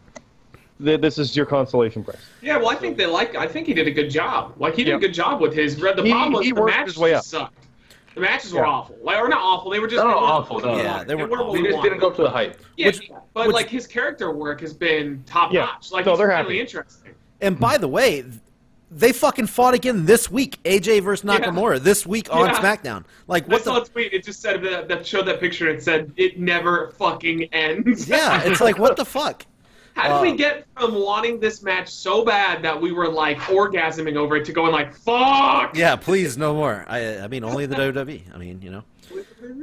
Speaker 6: Th- This is your consolation prize.
Speaker 4: yeah, well, I think they like. I think he did a good job. Like he did
Speaker 6: Yep.
Speaker 4: a good job with his. The problem was
Speaker 6: he
Speaker 4: the
Speaker 6: worked
Speaker 4: matches
Speaker 6: his way up.
Speaker 4: sucked. The matches were
Speaker 6: Yeah.
Speaker 4: awful. Like, or not awful. They were just
Speaker 2: They're not
Speaker 4: they weren't
Speaker 2: awful,
Speaker 4: what we
Speaker 2: no.
Speaker 3: Yeah,
Speaker 4: wanted.
Speaker 3: they weren't
Speaker 4: weren't what
Speaker 2: They
Speaker 4: we
Speaker 2: just
Speaker 4: wanted.
Speaker 2: didn't go up to the hype.
Speaker 4: Yeah,
Speaker 3: Which-
Speaker 4: but
Speaker 3: which-
Speaker 4: like his character work has been top
Speaker 6: Yeah.
Speaker 4: notch. Like
Speaker 6: No,
Speaker 4: he's
Speaker 6: they're
Speaker 4: finally
Speaker 6: happy.
Speaker 4: interesting.
Speaker 3: And by the way, they fucking fought again this week. AJ versus
Speaker 4: Yeah.
Speaker 3: Nakamura this week on
Speaker 4: Yeah.
Speaker 3: SmackDown. Like
Speaker 4: I
Speaker 3: what
Speaker 4: saw
Speaker 3: the?
Speaker 4: a tweet. It just said that, that showed that picture and said it never fucking ends.
Speaker 3: Yeah, it's like what the fuck.
Speaker 4: How did
Speaker 3: Uh,
Speaker 4: we get from wanting this match so bad that we were like orgasming over it to going like fuck?
Speaker 3: Yeah, please no more. I I mean only the WWE. I mean you know.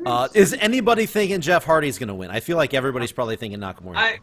Speaker 3: Uh, is anybody thinking Jeff Hardy's going to win? I feel like everybody's probably thinking Nakamura.
Speaker 4: I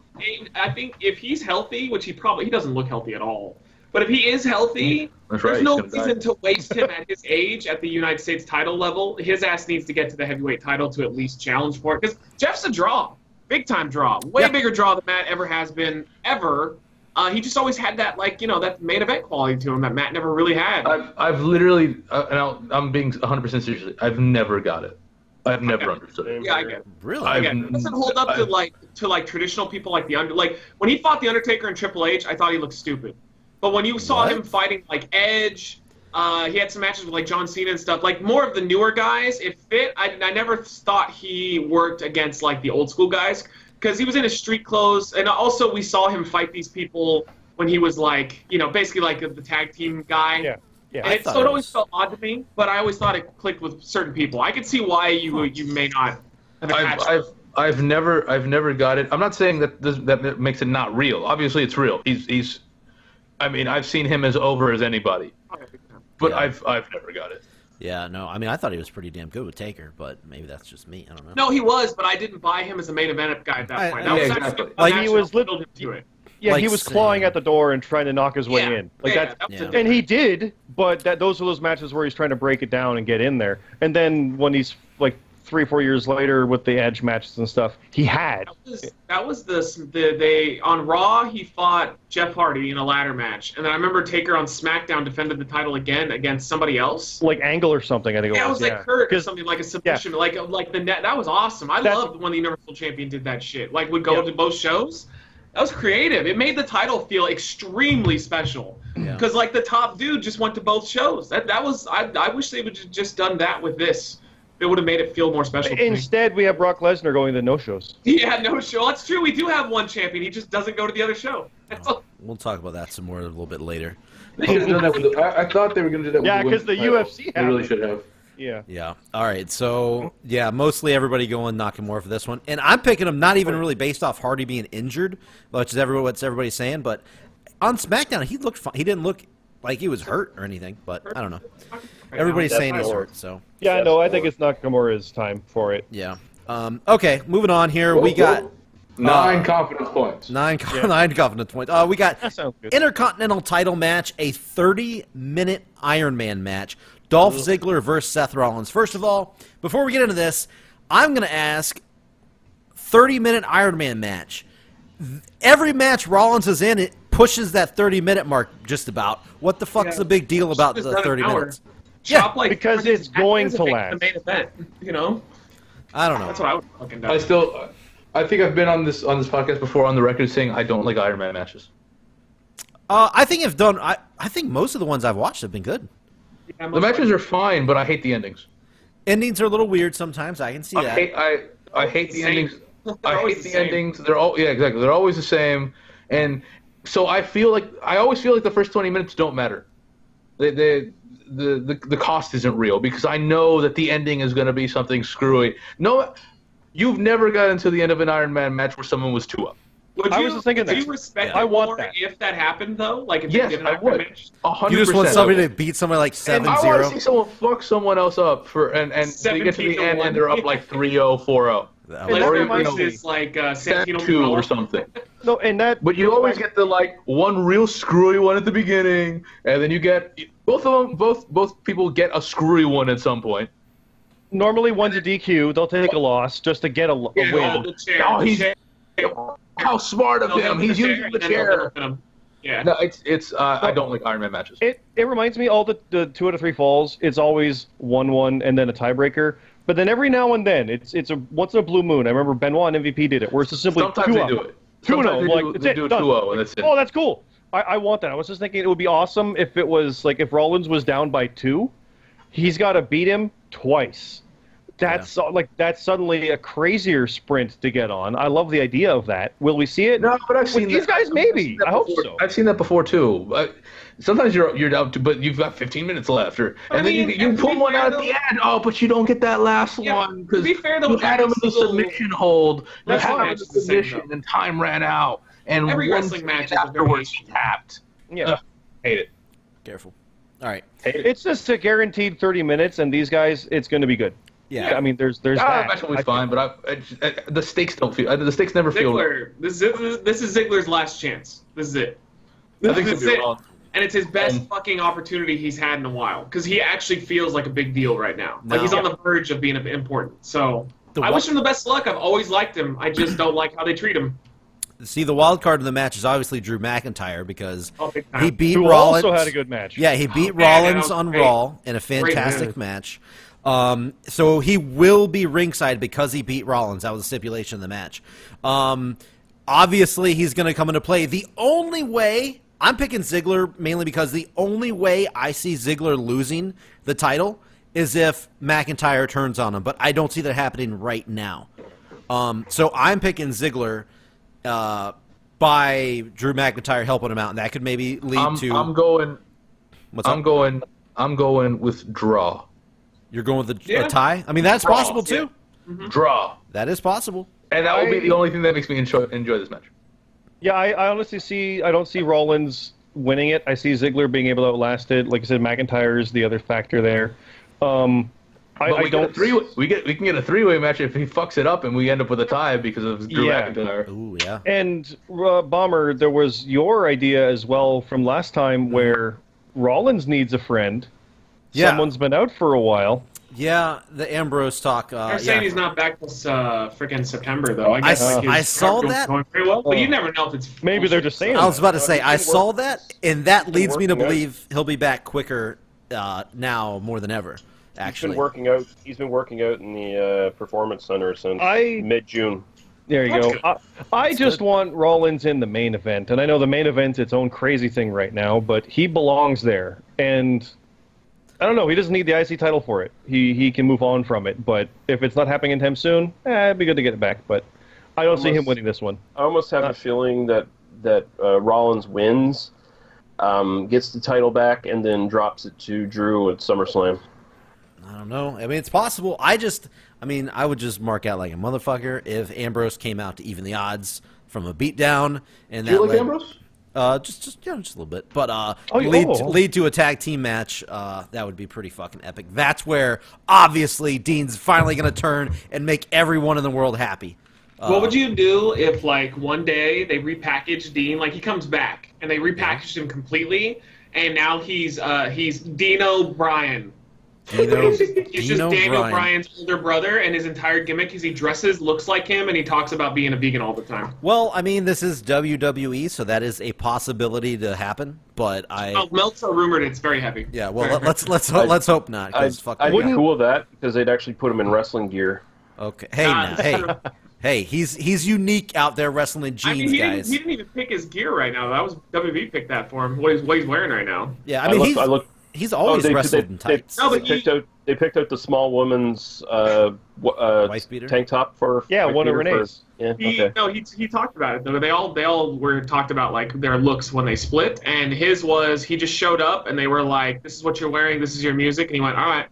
Speaker 4: I think if he's healthy, which he probably he doesn't look healthy at all. But if he is healthy,
Speaker 2: That's
Speaker 4: there's
Speaker 2: right,
Speaker 4: no
Speaker 2: he's gonna
Speaker 4: reason
Speaker 2: die.
Speaker 4: to waste him at his age at the United States title level. His ass needs to get to the heavyweight title to at least challenge for it. Because Jeff's a draw, big time draw, way
Speaker 3: Yeah.
Speaker 4: bigger draw than Matt ever has been ever. Uh, he just always had that like you know that main event quality to him that Matt never really had.
Speaker 2: I've, I've literally, uh, and I'll, I'm being 100 percent serious. I've never got it. I've never
Speaker 4: Okay.
Speaker 2: understood it.
Speaker 4: yeah, I get. it.
Speaker 3: really?
Speaker 2: I-
Speaker 4: Yeah, it doesn't hold up to like to like traditional people like the under like when he fought the Undertaker and Triple H, I thought he looked stupid. But when you saw
Speaker 3: What?
Speaker 4: him fighting like Edge, uh, he had some matches with like John Cena and stuff, like more of the newer guys. It fit. I, I never thought he worked against like the old school guys because he was in his street clothes, and also we saw him fight these people when he was like you know basically like the tag team guy.
Speaker 6: Yeah,
Speaker 4: And
Speaker 6: yeah.
Speaker 4: it,
Speaker 3: thought
Speaker 4: so it
Speaker 3: it
Speaker 4: always
Speaker 3: was-
Speaker 4: felt odd to me, but I always thought it clicked with certain people. I could see why you you may not
Speaker 2: I've,
Speaker 4: have attached.
Speaker 2: I've, I've never, I've never got it. I'm not saying that this, that makes it not real. Obviously, it's real. He's, he's. I mean, I've seen him as over as anybody, but
Speaker 3: Yeah.
Speaker 2: I've, I've never got it.
Speaker 3: yeah, no. I mean, I thought he was pretty damn good with Taker, but maybe that's just me. I don't know.
Speaker 4: No, he was, but I didn't buy him as a main event guy at that
Speaker 3: I-
Speaker 4: point.
Speaker 3: I-
Speaker 4: That was
Speaker 2: Yeah,
Speaker 4: actually
Speaker 2: exactly.
Speaker 4: a
Speaker 6: Like, he
Speaker 4: match
Speaker 6: was
Speaker 4: that built him to it.
Speaker 6: Yeah,
Speaker 3: Like
Speaker 6: he was
Speaker 3: Sam.
Speaker 6: clawing at the door and trying to knock his way
Speaker 4: Yeah,
Speaker 6: in. Like
Speaker 4: yeah,
Speaker 6: that,
Speaker 4: that was a
Speaker 3: Yeah.
Speaker 4: different-
Speaker 6: and he did, but that those were those matches where he's trying to break it down and get in there. And then when he's like three, four years later with the Edge matches and stuff, he had.
Speaker 4: That was, that was the, the they on Raw he fought Jeff Hardy in a ladder match, and then I remember Taker on SmackDown defended the title again against somebody else.
Speaker 6: like angle or something. I think
Speaker 4: Yeah,
Speaker 6: it
Speaker 4: it
Speaker 6: was.
Speaker 4: was like Kurt or something like a submission, like uh, like the net. That was awesome. I
Speaker 6: That's-
Speaker 4: loved when the Universal Champion did that shit. Like would go
Speaker 6: Yeah.
Speaker 4: to both shows. That was creative. It made the title feel extremely special
Speaker 3: Yeah.
Speaker 4: because like the top dude just went to both shows. That that was I I wish they would have just done that with this. It would have made it feel more special. to me.
Speaker 6: Instead, we have Brock Lesnar going to no shows.
Speaker 4: Yeah, no show. That's true. We do have one champion. He just doesn't go to the other show. That's all.
Speaker 3: We'll talk about that some more a little bit later.
Speaker 5: They should have done that. With the, I, I thought they were going to do that.
Speaker 6: Yeah,
Speaker 5: with
Speaker 6: 'cause
Speaker 5: the
Speaker 6: the
Speaker 5: women's
Speaker 6: UFC
Speaker 5: title. They really
Speaker 6: had
Speaker 5: should have.
Speaker 6: Yeah.
Speaker 3: Yeah. All right. So yeah, mostly everybody going Nakamura for this one, and I'm picking him not even really based off Hardy being injured, which is everyone what's everybody saying. But on SmackDown, he looked fine. He didn't look like he was hurt or anything, but I don't know.
Speaker 4: Right now.
Speaker 3: Everybody's saying
Speaker 5: my
Speaker 3: he's
Speaker 5: lord.
Speaker 3: hurt, so
Speaker 6: Yeah, no, I think it's Nakamura's time for it.
Speaker 3: yeah. Um, okay, moving on here. we
Speaker 2: Whoa,
Speaker 3: got uh,
Speaker 2: whoa. nine confidence points.
Speaker 3: nine nine confidence points. Uh, we got
Speaker 6: That sounds good.
Speaker 3: intercontinental title match, a thirty minute Iron Man match. Dolph Ziggler versus Seth Rollins. First of all, before we get into this, I'm going to ask 30 minute Iron Man match. Th- Every match Rollins is in, it pushes that 30 minute mark just about. What the fuck's
Speaker 4: Yeah.
Speaker 3: the big deal about
Speaker 4: Just
Speaker 3: the
Speaker 4: done an
Speaker 3: 30
Speaker 4: hour.
Speaker 3: minutes?
Speaker 4: Shop like
Speaker 6: because it's
Speaker 4: fucking
Speaker 6: going
Speaker 4: actors
Speaker 6: to
Speaker 4: and make
Speaker 6: last.
Speaker 4: The main event, you know.
Speaker 3: I don't
Speaker 4: That's
Speaker 3: know.
Speaker 4: what I would fucking do.
Speaker 2: I still, I think I've been on this on this podcast before on the record saying I don't like Iron Man matches.
Speaker 3: Uh, I think if done, I, I think most of the ones I've watched have been good.
Speaker 4: Yeah, most
Speaker 2: The matches
Speaker 4: likely.
Speaker 2: are fine, but I hate the endings.
Speaker 3: Endings are a little weird sometimes. I can see
Speaker 2: I
Speaker 3: that.
Speaker 2: hate I I hate the
Speaker 4: Same.
Speaker 2: endings.
Speaker 4: They're
Speaker 2: I
Speaker 4: always
Speaker 2: hate
Speaker 4: the
Speaker 2: the,
Speaker 4: same.
Speaker 2: endings. They're all yeah exactly. They're always the same, and so I feel like I always feel like the first twenty minutes don't matter. They, they, the, the the cost isn't real because I know that the ending is going to be something screwy. No, you've never gotten to the end of an Iron Man match where someone was two up.
Speaker 4: Would you,
Speaker 6: I was just thinking
Speaker 4: do
Speaker 6: that.
Speaker 4: you respect
Speaker 6: Yeah. I
Speaker 4: it
Speaker 6: want
Speaker 4: more
Speaker 6: that.
Speaker 4: if that happened though? Like if
Speaker 2: Yes,
Speaker 4: they did
Speaker 2: I
Speaker 4: not
Speaker 2: would.
Speaker 4: match
Speaker 2: A hundred
Speaker 3: You just want
Speaker 2: percent.
Speaker 3: somebody to beat somebody like 7
Speaker 2: I want to see
Speaker 3: 0.
Speaker 2: someone fuck someone else up for and and they get to
Speaker 4: 17
Speaker 2: the
Speaker 4: to
Speaker 2: end
Speaker 4: one.
Speaker 2: and they're up like 3-0, 4-0.
Speaker 4: Like,
Speaker 2: oh. Or,
Speaker 4: or
Speaker 2: you
Speaker 4: reminds
Speaker 2: know,
Speaker 4: is like uh, Santino
Speaker 2: 2
Speaker 4: Morella.
Speaker 2: or something.
Speaker 6: No, and that.
Speaker 2: But you always get the like one real screwy one at the beginning, and then you get both of them. Both both people get a screwy one at some point.
Speaker 6: normally one's a DQ. They'll take a loss just to get a, a
Speaker 4: Yeah, oh,
Speaker 6: win.
Speaker 4: the chair,
Speaker 2: Oh,
Speaker 4: the
Speaker 2: he's
Speaker 4: chair.
Speaker 2: how smart of
Speaker 4: They'll
Speaker 2: him.
Speaker 4: hit
Speaker 2: He's
Speaker 4: the
Speaker 2: using the
Speaker 4: and then they'll
Speaker 2: chair.
Speaker 4: hit him. Yeah.
Speaker 2: No, it's it's. Uh, I don't like Iron Man matches.
Speaker 6: It it reminds me all the, the two out of three falls. It's always one one and then a tiebreaker. But then every now and then it's it's a once in a blue moon. I remember Benoit and MVP did it, where it's just simply
Speaker 2: Sometimes
Speaker 6: two
Speaker 2: they
Speaker 6: up.
Speaker 2: do it.
Speaker 6: Two and
Speaker 2: Sometimes
Speaker 6: oh,
Speaker 2: they
Speaker 6: like
Speaker 2: do-
Speaker 6: that's
Speaker 2: they
Speaker 6: it,
Speaker 2: do a
Speaker 6: done.
Speaker 2: 2-0, and that's it.
Speaker 6: Oh, that's cool. I, I want that. I was just thinking it would be awesome if it was like if Rollins was down by two, he's got to beat him twice. That's so- like that's suddenly a crazier sprint to get on. I love the idea of that. Will we see it?
Speaker 2: No, but I've seen
Speaker 6: these
Speaker 2: that-
Speaker 6: guys
Speaker 2: I've
Speaker 6: maybe.
Speaker 2: seen that
Speaker 6: I hope
Speaker 2: before.
Speaker 6: so.
Speaker 2: I've seen that before too. I, sometimes you're you're down, to, but you've got 15 minutes left, or and then
Speaker 4: mean,
Speaker 2: you, you
Speaker 4: and to
Speaker 2: pull
Speaker 4: be
Speaker 2: one
Speaker 4: fair,
Speaker 2: out at
Speaker 4: though-
Speaker 2: the end. Oh, but you don't get that last
Speaker 4: Yeah,
Speaker 2: one
Speaker 4: to
Speaker 2: because
Speaker 4: be
Speaker 2: you
Speaker 4: fair, though,
Speaker 2: had him in the
Speaker 4: every single-
Speaker 2: submission hold. You had
Speaker 4: Wrestling
Speaker 2: him in
Speaker 4: match
Speaker 2: the
Speaker 4: is the same,
Speaker 2: submission,
Speaker 4: though.
Speaker 2: and time ran out. And
Speaker 4: Every
Speaker 2: one
Speaker 4: wrestling match is
Speaker 2: second
Speaker 4: a
Speaker 2: afterwards,
Speaker 4: variation.
Speaker 2: he tapped.
Speaker 6: Yeah.
Speaker 2: Ugh, hate it.
Speaker 3: Careful. All right.
Speaker 6: It's just a guaranteed 30 minutes, and these guys, it's going to be good.
Speaker 3: Yeah.
Speaker 6: I mean, there's there's
Speaker 2: Ah,
Speaker 6: that.
Speaker 2: match will
Speaker 6: I-
Speaker 2: be fine, but I, I, just- I- the stakes don't feel. The stakes never feel.
Speaker 4: Ziggler. This is this is Ziggler's last chance. This is it.
Speaker 2: I think
Speaker 4: This
Speaker 2: it's
Speaker 4: is it.
Speaker 2: wrong.
Speaker 4: And it's his best
Speaker 2: Um,
Speaker 4: fucking opportunity he's had in a while because he actually feels like a big deal right now.
Speaker 3: No.
Speaker 4: Like he's on the verge of being important. So
Speaker 3: The
Speaker 4: I
Speaker 3: one-
Speaker 4: wish him the best of luck. I've always liked him. I just don't like how they treat him.
Speaker 3: See, the wild card of the match is obviously Drew McIntyre because
Speaker 4: Oh, big time.
Speaker 3: he beat
Speaker 6: who
Speaker 3: Rollins.
Speaker 6: also had a good match.
Speaker 3: Yeah, he beat
Speaker 4: Oh, man, that
Speaker 3: Rollins
Speaker 4: was
Speaker 3: on
Speaker 4: great.
Speaker 3: Raw in a fantastic
Speaker 4: match.
Speaker 3: match. Um, so he will be ringside because he beat Rollins. That was the stipulation of the match. Um, obviously, he's going to come into play. The only way I'm picking Ziggler mainly because the only way I see Ziggler losing the title is if McIntyre turns on him, but I don't see that happening right now. Um, so I'm picking Ziggler uh, by Drew McIntyre helping him out, and that could maybe lead
Speaker 2: I'm,
Speaker 3: to
Speaker 2: I'm going.
Speaker 3: what's up?
Speaker 2: I'm going. I'm going with draw.
Speaker 3: You're going with a,
Speaker 4: Yeah. Oh,
Speaker 3: a tie? I mean, that's
Speaker 4: Draw,
Speaker 3: possible too.
Speaker 2: Draw.
Speaker 3: That is possible.
Speaker 2: And that will be
Speaker 6: I-
Speaker 2: the only thing that makes me enjoy, enjoy this match.
Speaker 6: Yeah, I, I honestly see. I don't see Rollins winning it. I see Ziggler being able to outlast it. Like I said, McIntyre is the other factor there. Um, I,
Speaker 2: But we
Speaker 6: I don't.
Speaker 2: get a three. We get we can get a three way match if he fucks it up and we end up with a tie because of Drew
Speaker 6: Yeah.
Speaker 2: McIntyre.
Speaker 3: Ooh, yeah.
Speaker 6: And uh, Bomber, there was your idea as well from last time where Rollins needs a friend.
Speaker 3: Yeah.
Speaker 6: Someone's been out for a while.
Speaker 3: Yeah, the Ambrose talk. Uh,
Speaker 4: They're saying
Speaker 3: yeah.
Speaker 4: he's not back till uh, freaking September though. I
Speaker 3: I
Speaker 4: guess
Speaker 3: s-
Speaker 4: like, his
Speaker 3: I saw
Speaker 4: contract's
Speaker 3: that.
Speaker 4: going very well, but you
Speaker 6: Uh,
Speaker 4: never know if it's
Speaker 6: Maybe they're just saying.
Speaker 3: I was
Speaker 6: that.
Speaker 3: about to say, I
Speaker 6: He's been
Speaker 3: saw
Speaker 6: working-
Speaker 3: that, and that leads me to
Speaker 5: working out.
Speaker 3: believe he'll be back quicker uh, now more than ever,
Speaker 5: He's been
Speaker 3: actually.
Speaker 5: working out. He's been working out in the uh, performance center since
Speaker 6: I-
Speaker 5: mid June.
Speaker 6: There you
Speaker 4: That's
Speaker 6: go.
Speaker 4: good.
Speaker 6: I, I just want Rollins in the main event, and I know the main event's its own crazy thing right now, but he belongs there, and I don't know. He doesn't need the IC title for it. He he can move on from it, but if it's not happening in time soon, eh, it'd be good to get it back. But I don't see him
Speaker 5: Almost.
Speaker 6: winning this one.
Speaker 5: I almost
Speaker 6: Uh.
Speaker 5: have a feeling that that uh, Rollins wins, um, gets the title back, and then drops it to Drew at SummerSlam.
Speaker 3: I don't know. I mean, it's possible. I just, I mean, I would just mark out like a mmotherfucker if Ambrose came out to even the odds from a beatdown, and
Speaker 2: Do you
Speaker 3: that
Speaker 2: like
Speaker 3: led-
Speaker 2: Ambrose?
Speaker 3: Uh, Uh, just, just, you know, just a little bit, but uh,
Speaker 6: Oh, you-
Speaker 3: lead
Speaker 6: oh.
Speaker 3: lead to a tag team match. Uh, that would be pretty fucking epic. That's where obviously Dean's finally gonna turn and make everyone in the world happy. Uh,
Speaker 4: what would you do if, like, one day they repackaged Dean? Like, he comes back and they repackaged him completely, and now he's uh he's Dino Bryan.
Speaker 3: Dino,
Speaker 4: he's just, he's just
Speaker 3: Dino
Speaker 4: Daniel
Speaker 3: Bryan.
Speaker 4: Bryan's older brother, and his entire gimmick is he dresses, looks like him, and he talks about being a vegan all the time.
Speaker 3: Well, I mean, this is WWE, so that is a possibility to happen. But I,
Speaker 4: Oh, Meltzer rumored it's very heavy.
Speaker 3: yeah, well, let- let's let's ho-
Speaker 5: I-
Speaker 3: let's hope not. 'cause
Speaker 5: I'd,
Speaker 3: fuck
Speaker 5: I'd
Speaker 3: that
Speaker 5: be
Speaker 3: guy.
Speaker 5: cool with that because they'd actually put him in wrestling gear.
Speaker 3: Okay, hey,
Speaker 4: Nah,
Speaker 3: now,
Speaker 4: that's
Speaker 3: hey,
Speaker 4: true.
Speaker 3: hey, he's he's unique out there wrestling in
Speaker 4: I
Speaker 3: jeans,
Speaker 4: mean, he didn't,
Speaker 3: guys.
Speaker 4: he didn't even pick his gear right now. That was WB picked that for him. What he's, what he's wearing right now.
Speaker 3: yeah,
Speaker 5: I
Speaker 3: I mean,
Speaker 5: looked-
Speaker 3: he's
Speaker 5: I looked-
Speaker 3: he's always
Speaker 5: Oh, they-
Speaker 3: wrestled
Speaker 5: they-
Speaker 3: in tights.
Speaker 5: They,
Speaker 4: No, but
Speaker 5: they
Speaker 4: he-
Speaker 5: picked out they picked out the small woman's uh, w- uh,
Speaker 3: Wife beater?
Speaker 5: tank top for
Speaker 6: Yeah,
Speaker 5: wife
Speaker 6: one of
Speaker 5: beater
Speaker 6: Renee's.
Speaker 5: for- yeah,
Speaker 4: He,
Speaker 5: okay.
Speaker 4: No, he, he talked about it though. They all they all were talked about like their looks when they split, and his was he just showed up and they were like, "This is what you're wearing. This is your music," and he went, "All right."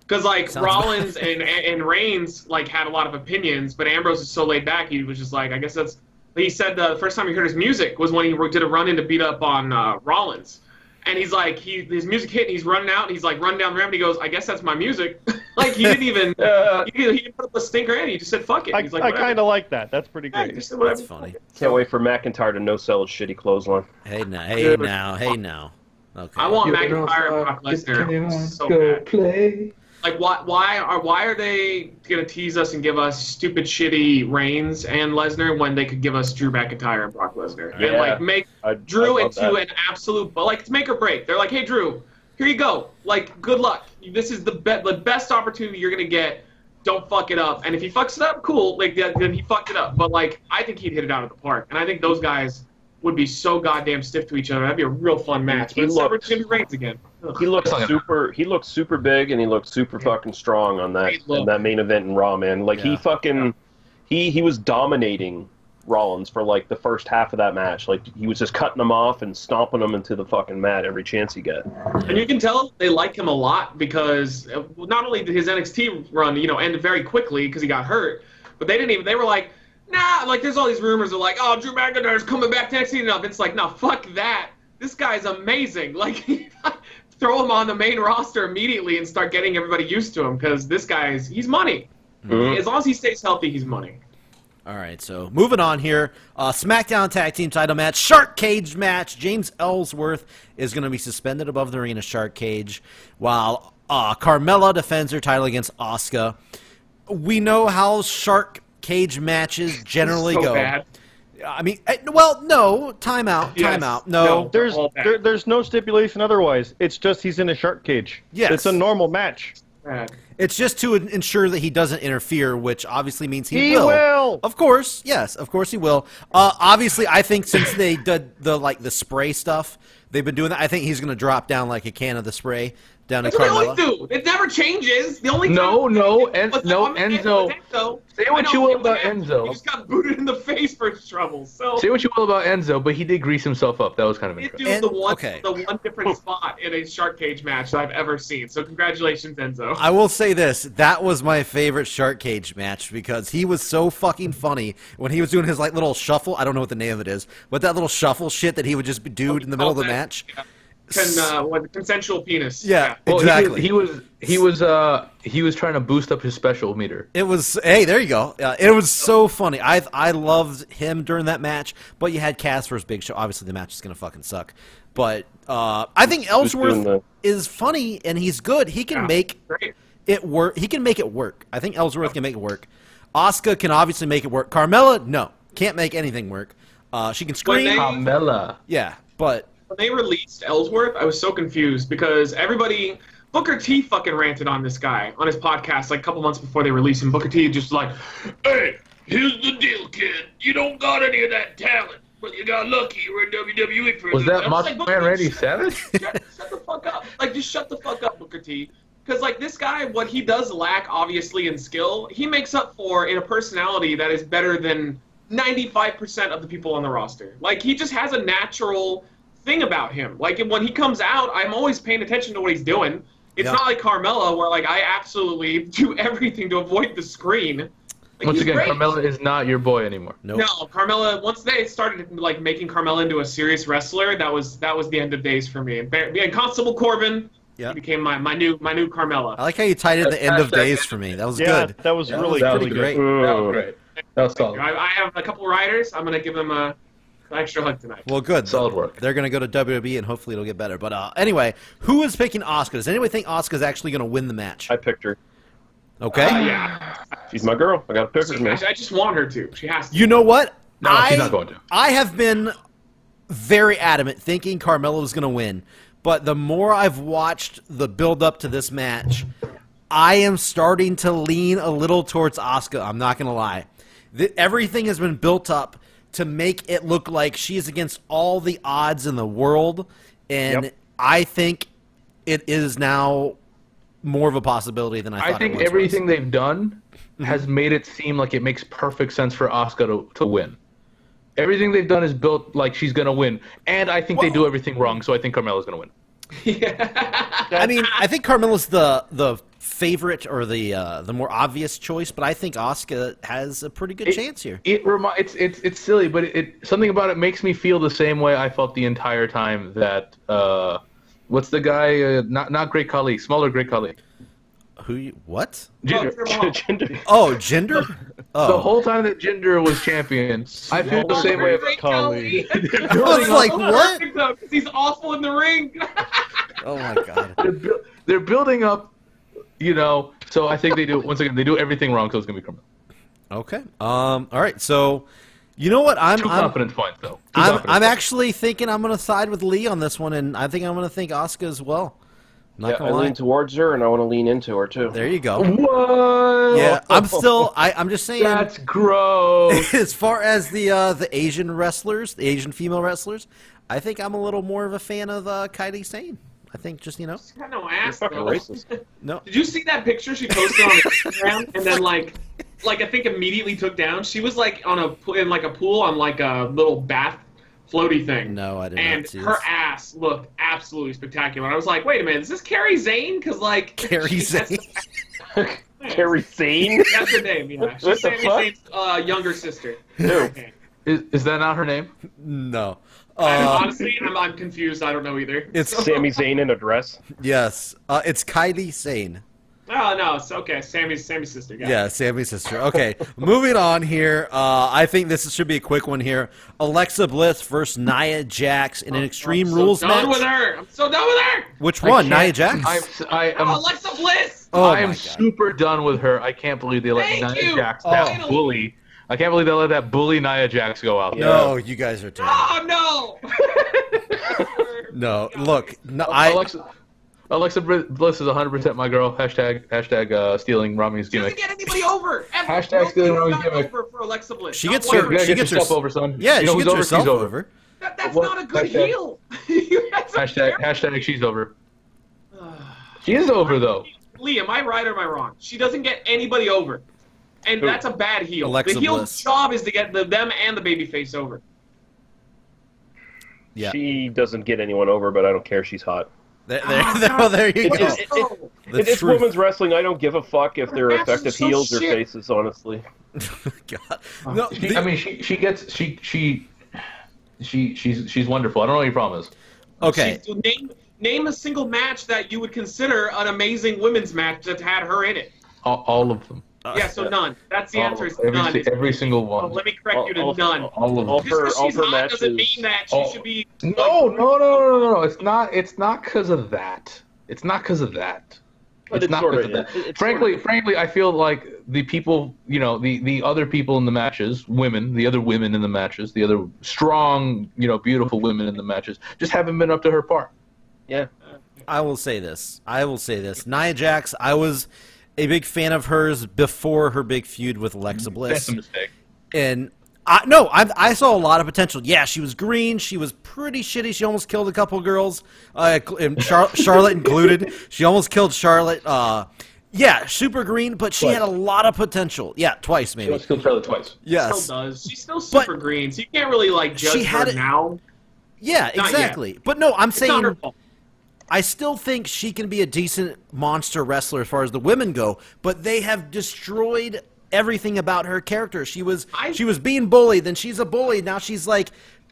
Speaker 4: Because like
Speaker 3: Sounds
Speaker 4: Rollins and and Reigns like had a lot of opinions, but Ambrose is so laid back. He was just like, "I guess that's." He said the first time he heard his music was when he did a run in to beat up on uh, Rollins, and he's like, he his music hit and he's running out and he's like running down the ramp and he goes, "I guess that's my music." like he didn't even
Speaker 6: Uh,
Speaker 4: he, didn't- he didn't put up a stinker and he just said, "Fuck it."
Speaker 6: I,
Speaker 4: he's like,
Speaker 6: I
Speaker 4: "Whatever."
Speaker 6: kind of like that. That's pretty
Speaker 4: Yeah,
Speaker 6: great.
Speaker 4: just whatever.
Speaker 3: That's funny.
Speaker 5: Can't wait for McIntyre to no sell his shitty clothesline.
Speaker 3: Hey now, hey
Speaker 2: Yeah.
Speaker 3: now, hey now. Okay.
Speaker 4: I want
Speaker 2: You
Speaker 4: McIntyre
Speaker 2: know,
Speaker 4: and Brock
Speaker 2: uh, just
Speaker 4: Lesnar
Speaker 2: anyone
Speaker 4: so
Speaker 2: go
Speaker 4: bad.
Speaker 2: play.
Speaker 4: Like, why, why are why are they gonna tease us and give us stupid, shitty Reigns and Lesnar when they could give us Drew McIntyre and Brock Lesnar and
Speaker 5: Yeah.
Speaker 4: like make
Speaker 5: I,
Speaker 4: Drew
Speaker 5: I love
Speaker 4: into an
Speaker 5: that.
Speaker 4: absolute, but like it's make or break. They're like, hey Drew, here you go. Like, good luck. This is the be- the best opportunity you're gonna get. Don't fuck it up. And if he fucks it up, cool. Like then then he fucked it up. But like, I think he'd hit it out of the park. And I think those guys would be so goddamn stiff to each other. That'd be a real fun match.
Speaker 5: He
Speaker 4: But it's never
Speaker 5: looks-
Speaker 4: Jimmy Reigns again. Ugh.
Speaker 5: He looked
Speaker 2: That's not gonna
Speaker 5: super. He looked super big, and he looked super fucking strong on that
Speaker 4: Great look.
Speaker 5: in that main event in Raw, man. Like
Speaker 3: Yeah.
Speaker 5: he fucking, he he was dominating Rollins for like the first half of that match. Like he was just cutting him off and stomping him into the fucking mat every chance he got.
Speaker 4: And you can tell they like him a lot because uh, not only did his NXT run, you know, end very quickly because he got hurt, but they didn't even. They were like, nah, like there's all these rumors of like, oh, Drew McIntyre's coming back to NXT now. Vince's like, no, fuck that. This guy's amazing. Like, throw him on the main roster immediately and start getting everybody used to him because this guy's he's money. As long as he stays healthy, he's money.
Speaker 3: All right, so moving on here. Uh, SmackDown Tag Team title match, Shark Cage match. James Ellsworth is going to be suspended above the ring in a shark cage while uh, Carmella defends her title against Asuka. We know how shark cage matches generally
Speaker 4: so
Speaker 3: go.
Speaker 4: bad.
Speaker 3: I mean, eh, well, no, timeout,
Speaker 4: Yes.
Speaker 3: timeout. No,
Speaker 4: No.
Speaker 6: There's
Speaker 4: All back.
Speaker 6: there, there's no stipulation otherwise. It's just he's in a shark cage.
Speaker 3: Yes.
Speaker 6: it's a normal match.
Speaker 4: Bad.
Speaker 3: it's just to en- ensure that he doesn't interfere, which obviously means he,
Speaker 6: He will.
Speaker 3: Of course, yes, of course he will. Uh, obviously, I think since they did the like the spray stuff, they've been doing that. I think he's going to drop down like a can of the spray down to
Speaker 4: That's what they always
Speaker 3: Carmella.
Speaker 4: do. It never changes. The only
Speaker 2: No,
Speaker 4: time-
Speaker 2: no, en-
Speaker 4: What's
Speaker 2: no,
Speaker 4: up with
Speaker 2: Enzo.
Speaker 4: Enzo.
Speaker 2: Say what
Speaker 4: I know
Speaker 2: you will
Speaker 4: what
Speaker 2: about
Speaker 4: happened.
Speaker 2: Enzo.
Speaker 4: He just got booted in the face for his trouble. So
Speaker 2: Say what you will about Enzo, but he did grease himself up. That was kind of
Speaker 4: it
Speaker 2: interesting.
Speaker 4: do the
Speaker 3: En-
Speaker 4: one
Speaker 3: okay.
Speaker 4: the one different spot in a shark cage match that I've ever seen. So congratulations, Enzo.
Speaker 3: I will say this: that was my favorite shark cage match because he was so fucking funny when he was doing his like little shuffle. I don't know what the name of it is, but that little shuffle shit that he would just be do in the middle of the
Speaker 4: Oh,
Speaker 3: match.
Speaker 4: yeah. Can, uh, what, consensual penis.
Speaker 3: Yeah,
Speaker 2: Well, he
Speaker 3: exactly.
Speaker 2: did- He was, he was uh he was trying to boost up his special meter.
Speaker 3: It was hey, there you go. Uh, it was so funny. I I loved him during that match, but you had Cass versus Big Show. Obviously, the match is gonna fucking suck. But uh, I think
Speaker 5: doing
Speaker 3: Ellsworth
Speaker 5: the-
Speaker 3: is funny and he's good. He can
Speaker 4: Yeah.
Speaker 3: make
Speaker 4: Great.
Speaker 3: it work. He can make it work. I think Ellsworth can make it work. Oscar can obviously make it work. Carmella, no, can't make anything work. Uh, she can scream.
Speaker 4: they-
Speaker 2: Carmella.
Speaker 3: yeah, but
Speaker 4: when they released Ellsworth, I was so confused because everybody Booker T fucking ranted on this guy on his podcast like a couple months before they released him. Booker T just like, "Hey, here's the deal, kid. You don't got any of that talent, but you got lucky. You were in WWE for a
Speaker 2: Was
Speaker 4: little
Speaker 2: that
Speaker 4: bit." I
Speaker 2: Macho
Speaker 4: like, "Booker
Speaker 2: Man
Speaker 4: T,
Speaker 2: Randy Savage?
Speaker 4: shut, shut the fuck up. Like, just shut the fuck up, Booker T. Because, like, this guy, what he does lack, obviously, in skill, he makes up for in a personality that is better than 95% of the people on the roster. Like, he just has a natural thing about him. Like, and when he comes out, I'm always paying attention to what he's doing. It's
Speaker 3: Yeah.
Speaker 4: not like Carmella, where, like, I absolutely do everything to avoid the screen. Like,
Speaker 2: Once
Speaker 4: he's
Speaker 2: again,
Speaker 4: great.
Speaker 2: Carmella is not your boy anymore.
Speaker 3: Nope.
Speaker 4: No, Carmella. Once they started like making Carmella into a serious wrestler, that was that was the end of days for me. And, Bar- yeah, Constable Corbin,
Speaker 3: Yeah.
Speaker 4: he became my, my new my new Carmella.
Speaker 3: I like how you tied in the end of
Speaker 2: Hashtag-
Speaker 3: days for me. That was
Speaker 6: Yeah,
Speaker 3: good.
Speaker 6: that was
Speaker 3: That
Speaker 6: really
Speaker 3: was pretty
Speaker 6: really good.
Speaker 3: great.
Speaker 2: That
Speaker 5: Hmm.
Speaker 2: was great. That was solid.
Speaker 4: I, I have a couple riders. I'm gonna give them a an extra hug tonight.
Speaker 3: Well, good.
Speaker 2: Solid work.
Speaker 3: They're going to go to WWE and hopefully it'll get better. But uh, anyway, who is picking Oscar? Does anybody think Oscar's actually going to win the match?
Speaker 5: I picked her.
Speaker 3: Okay.
Speaker 4: yeah,
Speaker 5: She's my girl. I got to pick her,
Speaker 4: I,
Speaker 5: man.
Speaker 4: I just want her to. She has to.
Speaker 3: You know what?
Speaker 2: No,
Speaker 3: I,
Speaker 2: she's not going to.
Speaker 3: I have been very adamant thinking Carmella was going to win, but the more I've watched the build up to this match, I am starting to lean a little towards Asuka. I'm not going to lie. The, everything has been built up to make it look like she is against all the odds in the world, and
Speaker 6: Yep.
Speaker 3: I think it is now more of a possibility than I thought.
Speaker 2: I
Speaker 3: it
Speaker 2: think
Speaker 3: once was. Mm-hmm.
Speaker 2: everything they've done has made it seem like it makes perfect sense for Oscar to, to win. Everything they've done is built like she's gonna win, and I think they do everything wrong. So I think Carmella's gonna win.
Speaker 3: I mean, I think Carmella's the the favorite or the uh, the more obvious choice, but I think Oscar has a pretty good
Speaker 2: It-
Speaker 3: chance here.
Speaker 2: It remi- it's it's it's silly, but it, it something about it makes me feel the same way I felt the entire time that uh, what's the guy? Uh, not not Great Khali, smaller Great Khali.
Speaker 3: Who? You, what?
Speaker 4: Oh,
Speaker 5: Ginger,
Speaker 4: Jamal.
Speaker 5: Ginger.
Speaker 3: Oh, gender? Oh,
Speaker 2: The whole time that Jinder was champion, I feel the same way. About-
Speaker 4: Great Khali.
Speaker 3: I was like, what?
Speaker 4: Perfect, though, 'cause he's awful in the ring.
Speaker 3: Oh my god.
Speaker 2: they're, buil- they're building up, you know. So I think they do once again. They do everything wrong, so it's gonna be Carmella.
Speaker 3: Okay. Um. All right. So, you know what? I'm
Speaker 2: Two
Speaker 3: I'm,
Speaker 2: confidence points, though. Two
Speaker 3: I'm,
Speaker 2: confidence
Speaker 3: I'm
Speaker 2: points.
Speaker 3: actually thinking I'm gonna side with Lee on this one, and I think I'm gonna think Oscar as well. I'm not
Speaker 5: Yeah, I
Speaker 3: gonna lie.
Speaker 5: lean towards her, and I want to lean into her too.
Speaker 3: there you go.
Speaker 2: What?
Speaker 3: Yeah, I'm still. I, I'm just saying.
Speaker 2: That's gross.
Speaker 3: as far as the uh, the Asian wrestlers, the Asian female wrestlers, I think I'm a little more of a fan of uh, Kylie Sane. I think just you know,
Speaker 4: She's got no
Speaker 5: You're
Speaker 4: ass.
Speaker 5: fucking
Speaker 4: though.
Speaker 5: racist.
Speaker 3: no,
Speaker 4: Did you see that picture she posted on Instagram and then like like I think immediately took down? She was like on a pool in like a pool on like a little bath floaty thing.
Speaker 3: no, I did
Speaker 4: And
Speaker 3: not see
Speaker 4: her
Speaker 3: this.
Speaker 4: ass looked absolutely spectacular. I was like, wait a minute, is this Carrie Zane? Because like
Speaker 3: Carrie
Speaker 4: she has-
Speaker 3: Zane.
Speaker 5: Carrie Thane?
Speaker 4: That's her name. Yeah,
Speaker 5: What
Speaker 4: she's
Speaker 5: the
Speaker 4: Carrie
Speaker 5: fuck?
Speaker 4: Zane's uh, younger sister.
Speaker 5: No.
Speaker 2: Is, is that not her name?
Speaker 3: No,
Speaker 4: And
Speaker 3: uh,
Speaker 4: honestly, I'm, I'm confused. I don't know either.
Speaker 3: it's
Speaker 5: Sami Zayn in a dress.
Speaker 3: yes, uh, it's Kylie Sane.
Speaker 4: Oh no, it's okay. Sammy's Sammy's sister. Got it.
Speaker 3: Yeah, Sammy's sister. Okay, moving on here. Uh, I think this should be a quick one here. Alexa Bliss versus Nia Jax in an Extreme
Speaker 4: I'm so
Speaker 3: Rules
Speaker 4: done
Speaker 3: match.
Speaker 4: with her. I'm so done with her.
Speaker 3: Which one,
Speaker 2: I
Speaker 3: Nia
Speaker 2: can't-
Speaker 3: Jax?
Speaker 2: I'm, s- I am,
Speaker 4: Oh, Alexa Bliss.
Speaker 3: Um, Oh
Speaker 2: I am
Speaker 3: my God.
Speaker 2: super done with her. I can't believe they let
Speaker 4: Thank
Speaker 2: Nia
Speaker 4: you.
Speaker 2: Jax,
Speaker 4: Oh.
Speaker 2: that bully. I can't believe they let that bully Nia Jax go out there.
Speaker 3: No, you guys are terrible.
Speaker 4: Oh no.
Speaker 3: No, look, no, I.
Speaker 2: Alexa, Alexa Br- Bliss is 100% my girl. Hashtag, hashtag uh, stealing Rami's
Speaker 4: She
Speaker 2: gimmick.
Speaker 4: doesn't get anybody over. Ever.
Speaker 2: Hashtag
Speaker 4: Nobody
Speaker 2: stealing Roman's
Speaker 4: got
Speaker 2: gimmick.
Speaker 4: Over for Alexa Bliss.
Speaker 3: She
Speaker 4: Not
Speaker 3: gets
Speaker 4: one
Speaker 3: her-
Speaker 2: You
Speaker 4: person.
Speaker 2: gotta
Speaker 3: she
Speaker 2: get
Speaker 3: gets
Speaker 2: yourself
Speaker 3: her-
Speaker 2: over, son.
Speaker 3: Yeah,
Speaker 2: you know
Speaker 3: she
Speaker 2: who's
Speaker 3: gets
Speaker 2: over? She's
Speaker 3: herself
Speaker 2: over.
Speaker 3: over.
Speaker 4: That, that's
Speaker 2: What-
Speaker 4: not a good
Speaker 2: hashtag-
Speaker 4: heel. You guys are
Speaker 2: Hashtag,
Speaker 4: terrible.
Speaker 2: hashtag she's over. She is over, though.
Speaker 4: Lee, am I right or am I wrong? She doesn't get anybody over, and
Speaker 5: Who?
Speaker 4: that's a bad heel.
Speaker 3: Alexa
Speaker 4: the heel's
Speaker 3: Bliss.
Speaker 4: job is to get the, them and the babyface over.
Speaker 3: Yeah,
Speaker 5: She doesn't get anyone over, but I don't care. She's hot.
Speaker 3: there,
Speaker 2: Oh,
Speaker 3: there, there, there you
Speaker 5: It
Speaker 3: go.
Speaker 5: is-
Speaker 4: Oh,
Speaker 3: The
Speaker 5: If it's
Speaker 3: truth.
Speaker 5: women's wrestling. I don't give a fuck if they're
Speaker 4: Her ass
Speaker 5: effective
Speaker 4: is so
Speaker 5: heels or
Speaker 4: shit.
Speaker 5: faces, honestly.
Speaker 3: God. No,
Speaker 2: Oh, She,
Speaker 3: the-
Speaker 2: I mean, she she gets she she she she's she's wonderful. I don't know what your problem is.
Speaker 3: okay.
Speaker 4: she's- name name a single match that you would consider an amazing women's match that had her in it.
Speaker 2: All, all of them.
Speaker 4: yeah, so none. That's the
Speaker 2: All
Speaker 4: answer.
Speaker 2: of
Speaker 4: Is
Speaker 2: them. every,
Speaker 4: none.
Speaker 2: si- every single
Speaker 4: Oh,
Speaker 2: one.
Speaker 4: let me correct you to
Speaker 5: All- all-
Speaker 4: none.
Speaker 2: all of
Speaker 5: all
Speaker 2: them.
Speaker 4: Just because
Speaker 5: All
Speaker 4: she's
Speaker 5: her
Speaker 4: hot doesn't
Speaker 5: matches-
Speaker 4: mean that she
Speaker 2: all-
Speaker 4: should be.
Speaker 2: No, no, no, no, no, no. It's not. It's not because of that. It's not because of that.
Speaker 5: But
Speaker 2: it's
Speaker 5: it's
Speaker 2: not
Speaker 5: sorta-
Speaker 2: because of that.
Speaker 5: it- it's
Speaker 2: frankly,
Speaker 5: sorta-
Speaker 2: frankly, I feel like the people, you know, the the other people in the matches, women, the other women in the matches, the other strong, you know, beautiful women in the matches, just haven't been up to her par.
Speaker 5: Yeah.
Speaker 3: I will say this. I will say this. Nia Jax, I was a big fan of hers before her big feud with Alexa
Speaker 2: That's
Speaker 3: Bliss.
Speaker 2: a mistake.
Speaker 3: And I, no, I, I saw a lot of potential. Yeah, she was green. She was pretty shitty. She almost killed a couple girls, uh, cl- and Char- Charlotte included. She almost killed Charlotte. Uh, yeah, super green, but she
Speaker 2: Twice.
Speaker 3: had a lot of potential. Yeah, twice
Speaker 2: She
Speaker 3: maybe.
Speaker 2: was killed Charlotte twice.
Speaker 3: Yes.
Speaker 4: Still does. She's still
Speaker 3: But-
Speaker 4: super green, so you can't really like judge
Speaker 3: She had
Speaker 4: her
Speaker 3: it-
Speaker 4: now.
Speaker 3: Yeah,
Speaker 4: yet.
Speaker 3: exactly. But no, I'm
Speaker 4: It's not her
Speaker 3: saying
Speaker 4: fault.
Speaker 3: I still think she can be a decent monster wrestler as far as the women go, but they have destroyed everything about her character. She was
Speaker 4: I-
Speaker 3: she was being bullied, then she's a bully. Now she's like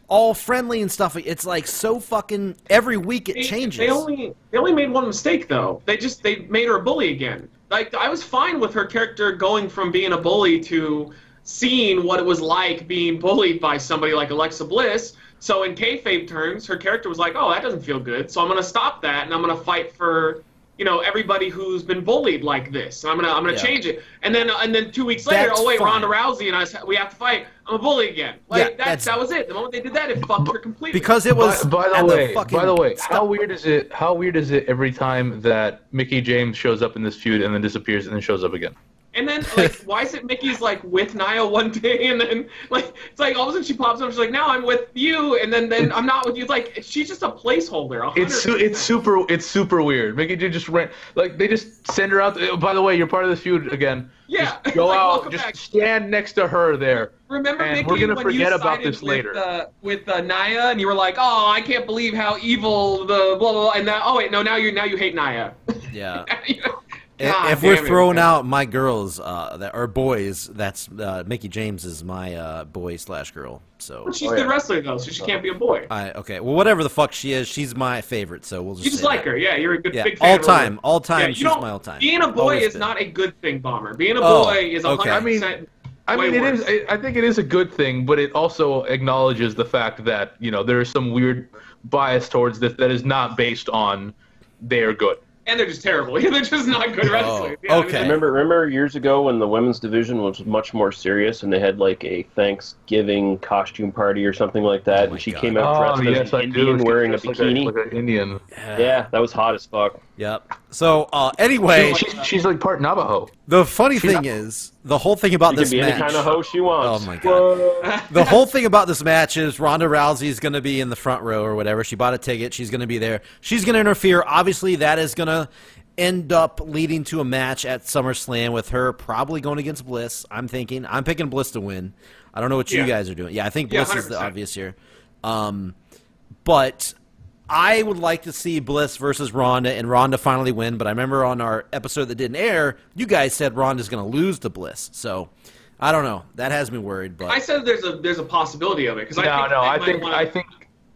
Speaker 3: all friendly and stuff. It's like so fucking every week it
Speaker 4: They-
Speaker 3: changes.
Speaker 4: They only they only made one mistake though. They just they made her a bully again. Like I was fine with her character going from being a bully to seeing what it was like being bullied by somebody like Alexa Bliss. So in kayfabe terms, her character was like, "Oh, that doesn't feel good. So I'm gonna stop that and I'm gonna fight for." You know everybody who's been bullied like this. And I'm gonna I'm gonna
Speaker 3: Yeah.
Speaker 4: change it, and then and then two weeks later,
Speaker 3: That's
Speaker 4: oh wait,
Speaker 3: fine.
Speaker 4: Ronda Rousey and I s- we have to fight. I'm a bully again.
Speaker 3: Yeah,
Speaker 4: Like that,
Speaker 3: that's-
Speaker 4: that was it. The moment they did that, it fucked her completely.
Speaker 3: because it was
Speaker 2: by, by
Speaker 3: at
Speaker 2: the way,
Speaker 3: fucking
Speaker 2: by the way,
Speaker 3: stop-
Speaker 2: how weird is it? How weird is it every time that Mickey James shows up in this feud and then disappears and then shows up again?
Speaker 4: And then, like, why is it Mickey's like with Niall one day, and then like it's like all of a sudden she pops up, she's like, "Now I'm with you," and then then I'm not with you. It's Like she's just a placeholder. a hundred
Speaker 2: It's su- it's
Speaker 4: percent.
Speaker 2: super it's super weird. Mickey James just ran like they just send her out. oh, by the way, you're part of this feud again.
Speaker 4: Yeah,
Speaker 2: Just go
Speaker 4: like,
Speaker 2: out,
Speaker 4: welcome
Speaker 2: just
Speaker 4: back.
Speaker 2: stand next to her there.
Speaker 4: Remember
Speaker 2: and
Speaker 4: Mickey
Speaker 2: we're gonna
Speaker 4: when
Speaker 2: forget
Speaker 4: you
Speaker 2: about
Speaker 4: sided
Speaker 2: this later.
Speaker 4: with uh, with uh, Naya, and you were like, "Oh, I can't believe how evil the blah blah,", blah and that. Oh wait, no, now you now you hate Naya.
Speaker 3: yeah.
Speaker 4: God
Speaker 3: if we're
Speaker 4: damn it.
Speaker 3: throwing out my girls uh, that or boys, that's uh, Mickey James is my uh, boy slash girl. So
Speaker 4: she's
Speaker 5: Oh,
Speaker 4: a
Speaker 5: yeah.
Speaker 4: good wrestler though, so she can't be a boy.
Speaker 3: I okay, well whatever the fuck she is, she's my favorite. So we'll just
Speaker 4: You just
Speaker 3: say
Speaker 4: like
Speaker 3: that.
Speaker 4: her, yeah. You're a good
Speaker 3: Yeah,
Speaker 4: big fan.
Speaker 3: all
Speaker 4: of her.
Speaker 3: time, all time.
Speaker 4: Yeah, you
Speaker 3: she's
Speaker 4: don't-
Speaker 3: my all time.
Speaker 4: Being a boy
Speaker 3: Always
Speaker 4: is
Speaker 3: been.
Speaker 4: not a good thing, bomber. Being a
Speaker 3: Oh,
Speaker 4: boy is a
Speaker 3: okay.
Speaker 4: hundred
Speaker 3: I
Speaker 2: mean-
Speaker 4: percent.
Speaker 2: I
Speaker 4: way
Speaker 2: mean, it
Speaker 4: worse.
Speaker 2: is. I I think it is a good thing, but it also acknowledges the fact that you know there is some weird bias towards this that is not based on they are good.
Speaker 4: and they're just terrible. they're just not good wrestlers. Yeah,
Speaker 3: Oh, okay.
Speaker 4: I mean,
Speaker 5: Remember, remember years ago when the women's division was much more serious, and they had like a Thanksgiving costume party or something like
Speaker 3: Oh
Speaker 5: that,
Speaker 3: my
Speaker 5: and she
Speaker 3: God.
Speaker 5: came out
Speaker 2: Oh,
Speaker 5: dressed as an Indian wearing a
Speaker 2: Just like
Speaker 5: bikini.
Speaker 2: like an Indian.
Speaker 5: yeah, that was hot as fuck.
Speaker 3: Yep. So uh, anyway,
Speaker 2: She's, she's like part Navajo.
Speaker 3: the funny thing is the whole thing about
Speaker 5: She
Speaker 3: this
Speaker 5: could be
Speaker 3: match.
Speaker 5: any kind of hoe she
Speaker 3: oh
Speaker 5: wants.
Speaker 3: my god. the whole thing about this match is Ronda Rousey's going to be in the front row or whatever. She bought a ticket. She's going to be there. She's going to interfere. Obviously, that is going to end up leading to a match at SummerSlam with her probably going against Bliss. I'm thinking. I'm picking Bliss to win. I don't know what you
Speaker 4: Yeah.
Speaker 3: guys are doing. Yeah, I think
Speaker 4: Yeah,
Speaker 3: Bliss is the
Speaker 4: 100%.
Speaker 3: obvious here. Um, but I would like to see Bliss versus Ronda and Ronda finally win. But I remember on our episode that didn't air, you guys said Ronda's going to lose to Bliss. So I don't know. That has me worried. But
Speaker 4: I said there's a there's a possibility of it because
Speaker 2: No,
Speaker 4: I think
Speaker 2: no,
Speaker 4: they
Speaker 2: I
Speaker 4: might
Speaker 2: think
Speaker 4: wanna-
Speaker 2: I think